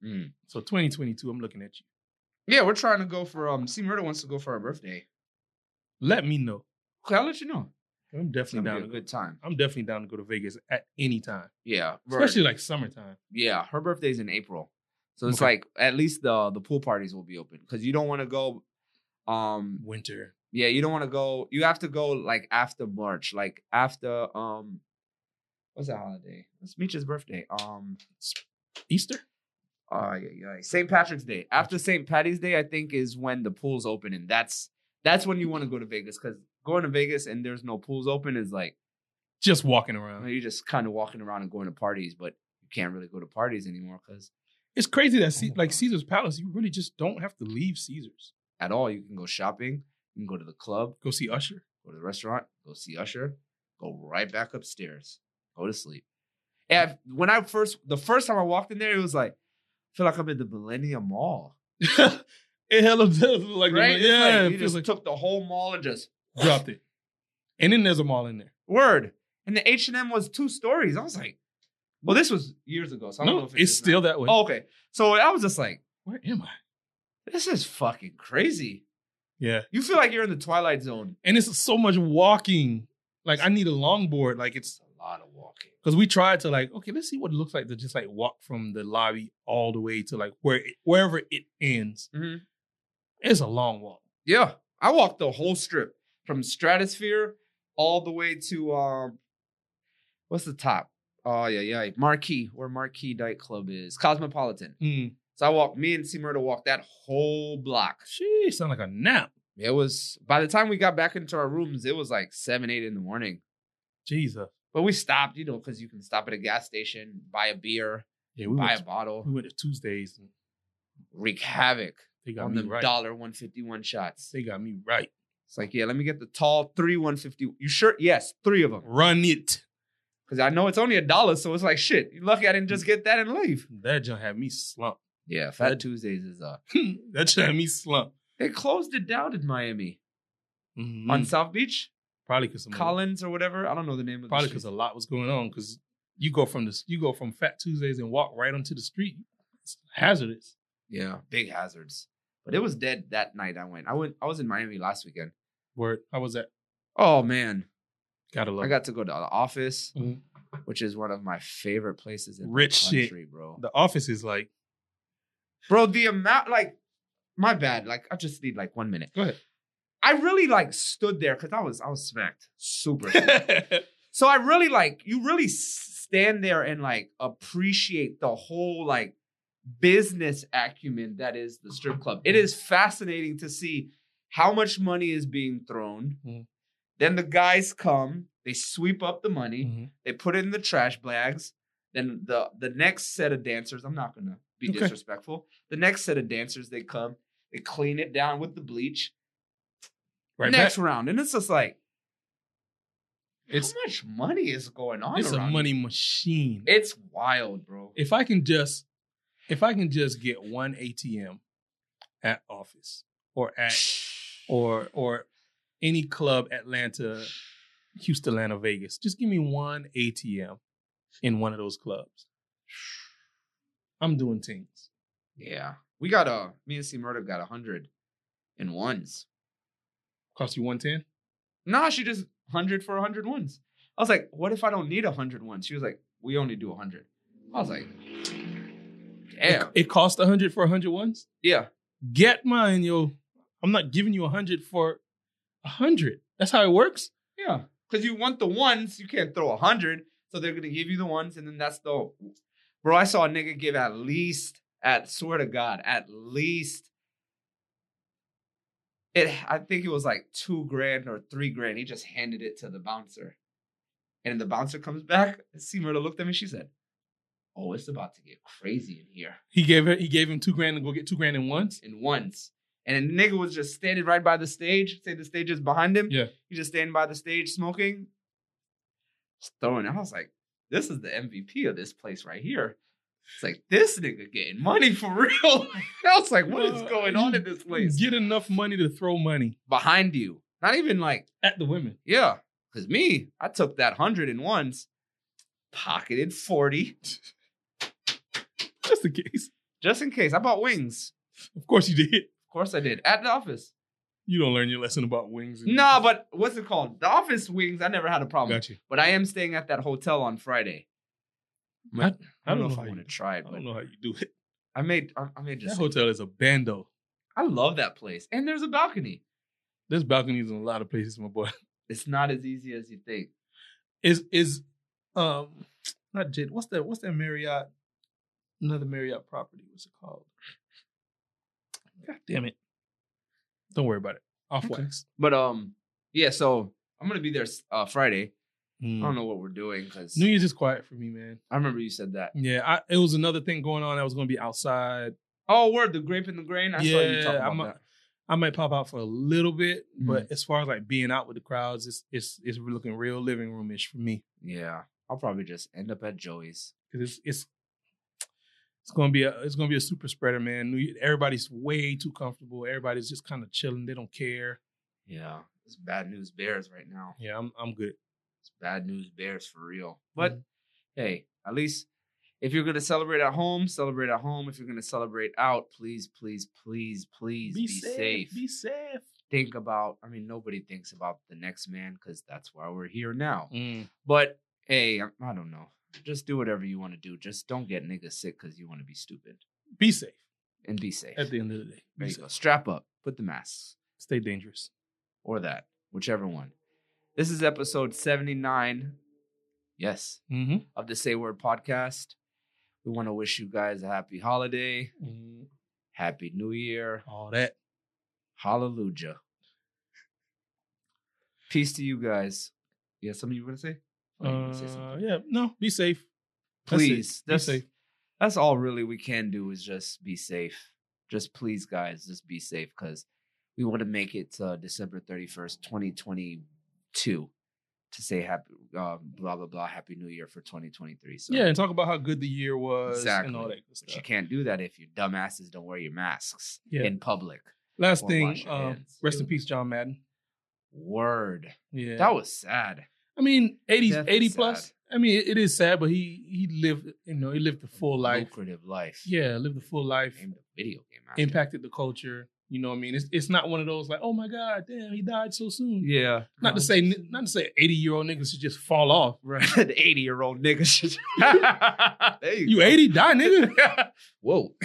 Mm.
So 2022, I'm looking at you.
Yeah, we're trying to go for um. C Murder wants to go for our birthday.
Let me know.
Okay, I'll let you know.
I'm
It's gonna
definitely down.
be a
To go,
good time.
I'm definitely down to go to Vegas at any time,
Yeah, we're-
especially like summertime.
yeah, her birthday's in April. So it's
Okay.
like at least the the pool parties will be open because you don't want to go. Um,
Winter.
yeah, you don't want to go. You have to go like after March, like after um, what's that holiday? It's Meech's birthday. Um,
Easter?
uh, St. Patrick's Day. After St. Patty's Day, I think is when the pools open, and that's that's when you want to go to Vegas because going to Vegas and there's no pools open is like
Just walking
you
around.
know, you're just kind of walking around and going to parties, but you can't really go to parties anymore because
It's crazy that Ce-
Oh my
like
God.
Caesar's Palace, you really just don't have to leave Caesar's.
at all you can go shopping, you can go to the club,
Go see Usher.
go to the restaurant, go see Usher, go right back upstairs, go to sleep. And when I first, the first time I walked in there, it was like, I feel like I'm in the Millennium Mall.
it hella does look like
Right? It's like
yeah,
you
it feels
just
like
took the whole mall and just
dropped it. And then there's a mall in there.
word. And the H and M was two stories. I was like, well, this was years ago, so I don't know
No,
if it
it's
is
still that way.
now. Oh, okay. So I was just like,
where am I?
this is fucking crazy.
Yeah.
You feel like you're in the twilight zone.
And it's so much walking. Like I need a longboard. Like it's
It's a lot of walking.
because we tried to like, okay, let's see what it looks like to just like walk from the lobby all the way to like where it, wherever it ends.
Mhm.
It's a long walk.
Yeah, I walked the whole strip from Stratosphere all the way to um, what's the top? Oh yeah, yeah, Marquee, where Marquee Night Club is, Cosmopolitan.
Mm.
So I walked. Me and C Murder walked that whole block.
She sound like a nap.
It was by the time we got back into our rooms, it was like seven, eight in the morning.
Jesus.
But we stopped, you know, because you can stop at a gas station, buy a beer,
Yeah, we
buy
went,
a
to,
bottle,
we went to Tuesdays and
wreak havoc
they got
on
me
the
right.
dollar one fifty one shots.
They got me right.
It's like, yeah, let me get the tall three one fifty. You sure? Yes, three of them.
Run it.
Because I know it's only a dollar, so it's like shit. You're lucky I didn't just get that and leave.
That junk had me slumped.
Yeah, Fat Tuesdays is uh
that junk had me slumped.
they closed it down in Miami
Mhm.
on South Beach,
probably because
Collins or whatever. I don't know the name of
probably
the
because
street.
a lot was going on. Because you go from this, you go from Fat Tuesdays and walk right onto the street. It's hazardous.
yeah, big hazards. But it was dead that night. I went. I went. I was in Miami last weekend.
Word. How was that?
Oh man,
Gotta love.
I
it.
got to go to the office,
Mhm.
which is one of my favorite places in the
Rich shit.
country, bro.
The office is like.
Bro, the amount like. My bad. Like I just need like one minute.
Go ahead.
I really like stood there because I was I was smacked, super. smacked. So I really like you really s- stand there and like appreciate the whole like business acumen that is the strip club. It is fascinating to see how much money is being thrown.
Mhm.
Then the guys come, they sweep up the money,
Mhm.
they put it in the trash bags. Then the the next set of dancers, I'm not gonna be
Okay.
disrespectful. The next set of dancers, they come, they clean it down with the bleach.
Right
next
back.
round, and it's just like,
It's
how much money is going on?
it's a
around
money machine.
It's wild, bro.
if I can just, if I can just get one ATM at office or at or or any club, Atlanta, Houston, Atlanta, Vegas. Just give me one ATM in one of those clubs. I'm doing things.
yeah, we got a me and C Murder got a hundred in ones.
Cost you 110?
Nah, she just hundred for a hundred ones. I was like, what if I don't need a hundred ones? She was like, we only do a hundred. I was like, damn,
It, it cost 100 for 100 ones?
yeah,
Get mine, yo. I'm not giving you 100 for 100. That's how it works.
Yeah, because you want the ones, you can't throw a hundred, so they're gonna give you the ones, and then that's the. Bro, I saw a nigga give at least, at swear to God, at least. It, I think it was like two grand or three grand. He just handed it to the bouncer, and the bouncer comes back. C Murder looked at me. She said, "Oh, it's about to get crazy in here."
He gave her, he gave him two grand to go get two grand in ones.
in ones. And the nigga was just standing right by the stage. Say the stage is behind him.
Yeah.
He just standing by the stage smoking. Just throwing it. I was like, this is the MVP of this place right here. It's like this nigga getting money for real. I was like, what is going on in this place?
Uh, Get enough money to throw money
Behind you. Not even like,
at the women.
yeah. Cause me, I took that hundred in ones, pocketed 40.
Just in case.
Just in case. I bought wings.
Of course you did.
Of course I did. At the office.
You don't learn your lesson about wings. and-
Nah, but what's it called? The office wings, I never had a problem.
Got you.
But I am staying at that hotel on Friday.
I, I
I don't, know, if
how
I
you-
want to try it,
I
but
don't know how you do it.
I made I, I made
That
just
hotel is a bando.
I love that place. And there's a balcony.
There's balconies in a lot of places, my boy.
It's not as easy as you think.
Is is um not Jid? What's that? What's that Marriott? Another Marriott property. What's it called? God damn it! Don't worry about it. Off
Okay.
wax.
But um yeah, so I'm gonna be there uh, Friday. I
Mm.
don't know what we're doing because
New Mm. Year's is quiet for me, man.
I remember you said that.
Yeah, I, it was another thing going on. I was going to be outside.
Oh, word the grape and the grain. I saw you
Yeah,
talk about
I'm a-
that.
I might pop out for a little bit,
Mm.
but as far as like being out with the crowds, it's it's it's looking real living room ish for me
Yeah, I'll probably just end up at Joey's.
because it's it's it's gonna be a it's gonna be a super spreader, man. New Year, everybody's way too comfortable. Everybody's just kind of chilling. They don't care.
Yeah, it's bad news bears right now.
Yeah, I'm I'm good.
It's bad news bears for real. But
Mm-hmm.
hey, at least if you're gonna celebrate at home, celebrate at home. If you're gonna celebrate out, please, please, please, please be, safe.
Be safe.
Think about. I mean, nobody thinks about the next man because that's why we're here now.
Mm.
But hey, I, I don't know. Just do whatever you want to do. Just don't get niggas sick because you want to be stupid
Be safe.
and be safe.
At the end of the day, be
there you
safe.
go. Strap up. Put the masks
Stay dangerous.
or that, whichever one. This is episode seventy nine. Yes,
Mm-hmm.
of the Say Word podcast. We want to wish you guys a happy holiday, happy new year,
All that.
hallelujah. Peace to you guys. Yeah, something you were gonna say? Or Oh, you wanna say
Uh,
something?
yeah. No. Be safe. That's it.
please.
Be
That's,
safe.
that's all really we can do is just be safe. Just please, guys, just be safe because we want to make it to December 31st, 2022 to say happy, uh, blah, blah, blah, happy new year for 2023. So,
Yeah, and talk about how good the year was and all
Exactly.
that good
But you
stuff.
can't do that if your dumbasses don't wear your masks
Yeah.
in public.
Last
or
thing,
wash your
uh,
hands.
rest in peace, John Madden.
Word.
Yeah,
That was sad.
I mean, 80,
Death is
80
sad.
plus. I mean, it- it is sad, but he he lived, you know, he lived the full life.
Lucrative life.
Yeah, lived the full life.
Named a video game. after.
Impacted the culture. You know, what I mean, it's it's not one of those like, oh my god, damn, he died so soon.
Yeah.
Not to say, not to say, eighty year old niggas should just fall off.
Right. An 80 year old nigga. should- there you
You eighty, die, nigga.
go. Whoa.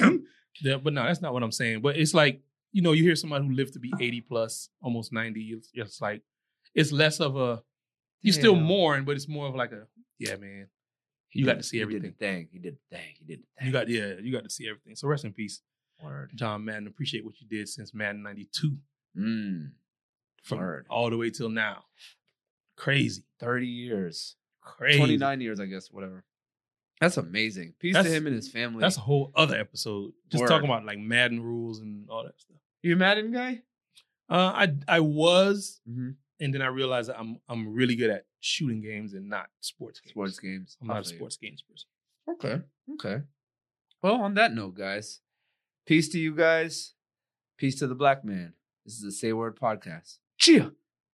yeah, but no, that's not what I'm saying. But it's like, you know, you hear somebody who lived to be eighty plus, almost ninety. It's, it's like, it's less of a you still
Damn.
mourn, but it's more of like a yeah, man.
He
You got
did-
to see
He
everything.
did the thing. He did the thing. He did the thing.
You got yeah, you got to see everything. So rest in peace,
Word.
John Madden. Appreciate what you did since Madden '92,
Mm.
from
Word.
all the way till now. Crazy,
30 years.
crazy.
29 years, I guess, whatever. That's amazing. Peace to
That's-
him and his family.
That's a whole other episode. Just
Word.
talking about like Madden rules and all that stuff.
you a Madden guy?
Uh, I I was,
Mm-hmm.
and then I realized that I'm I'm really good at shooting games and not sports games.
Sports games.
I'm not
I'll
a
play.
sports games person.
Okay. Okay. Well, on that note, guys, peace to you guys. Peace to the black man. This is the Say Word Podcast. Cheer.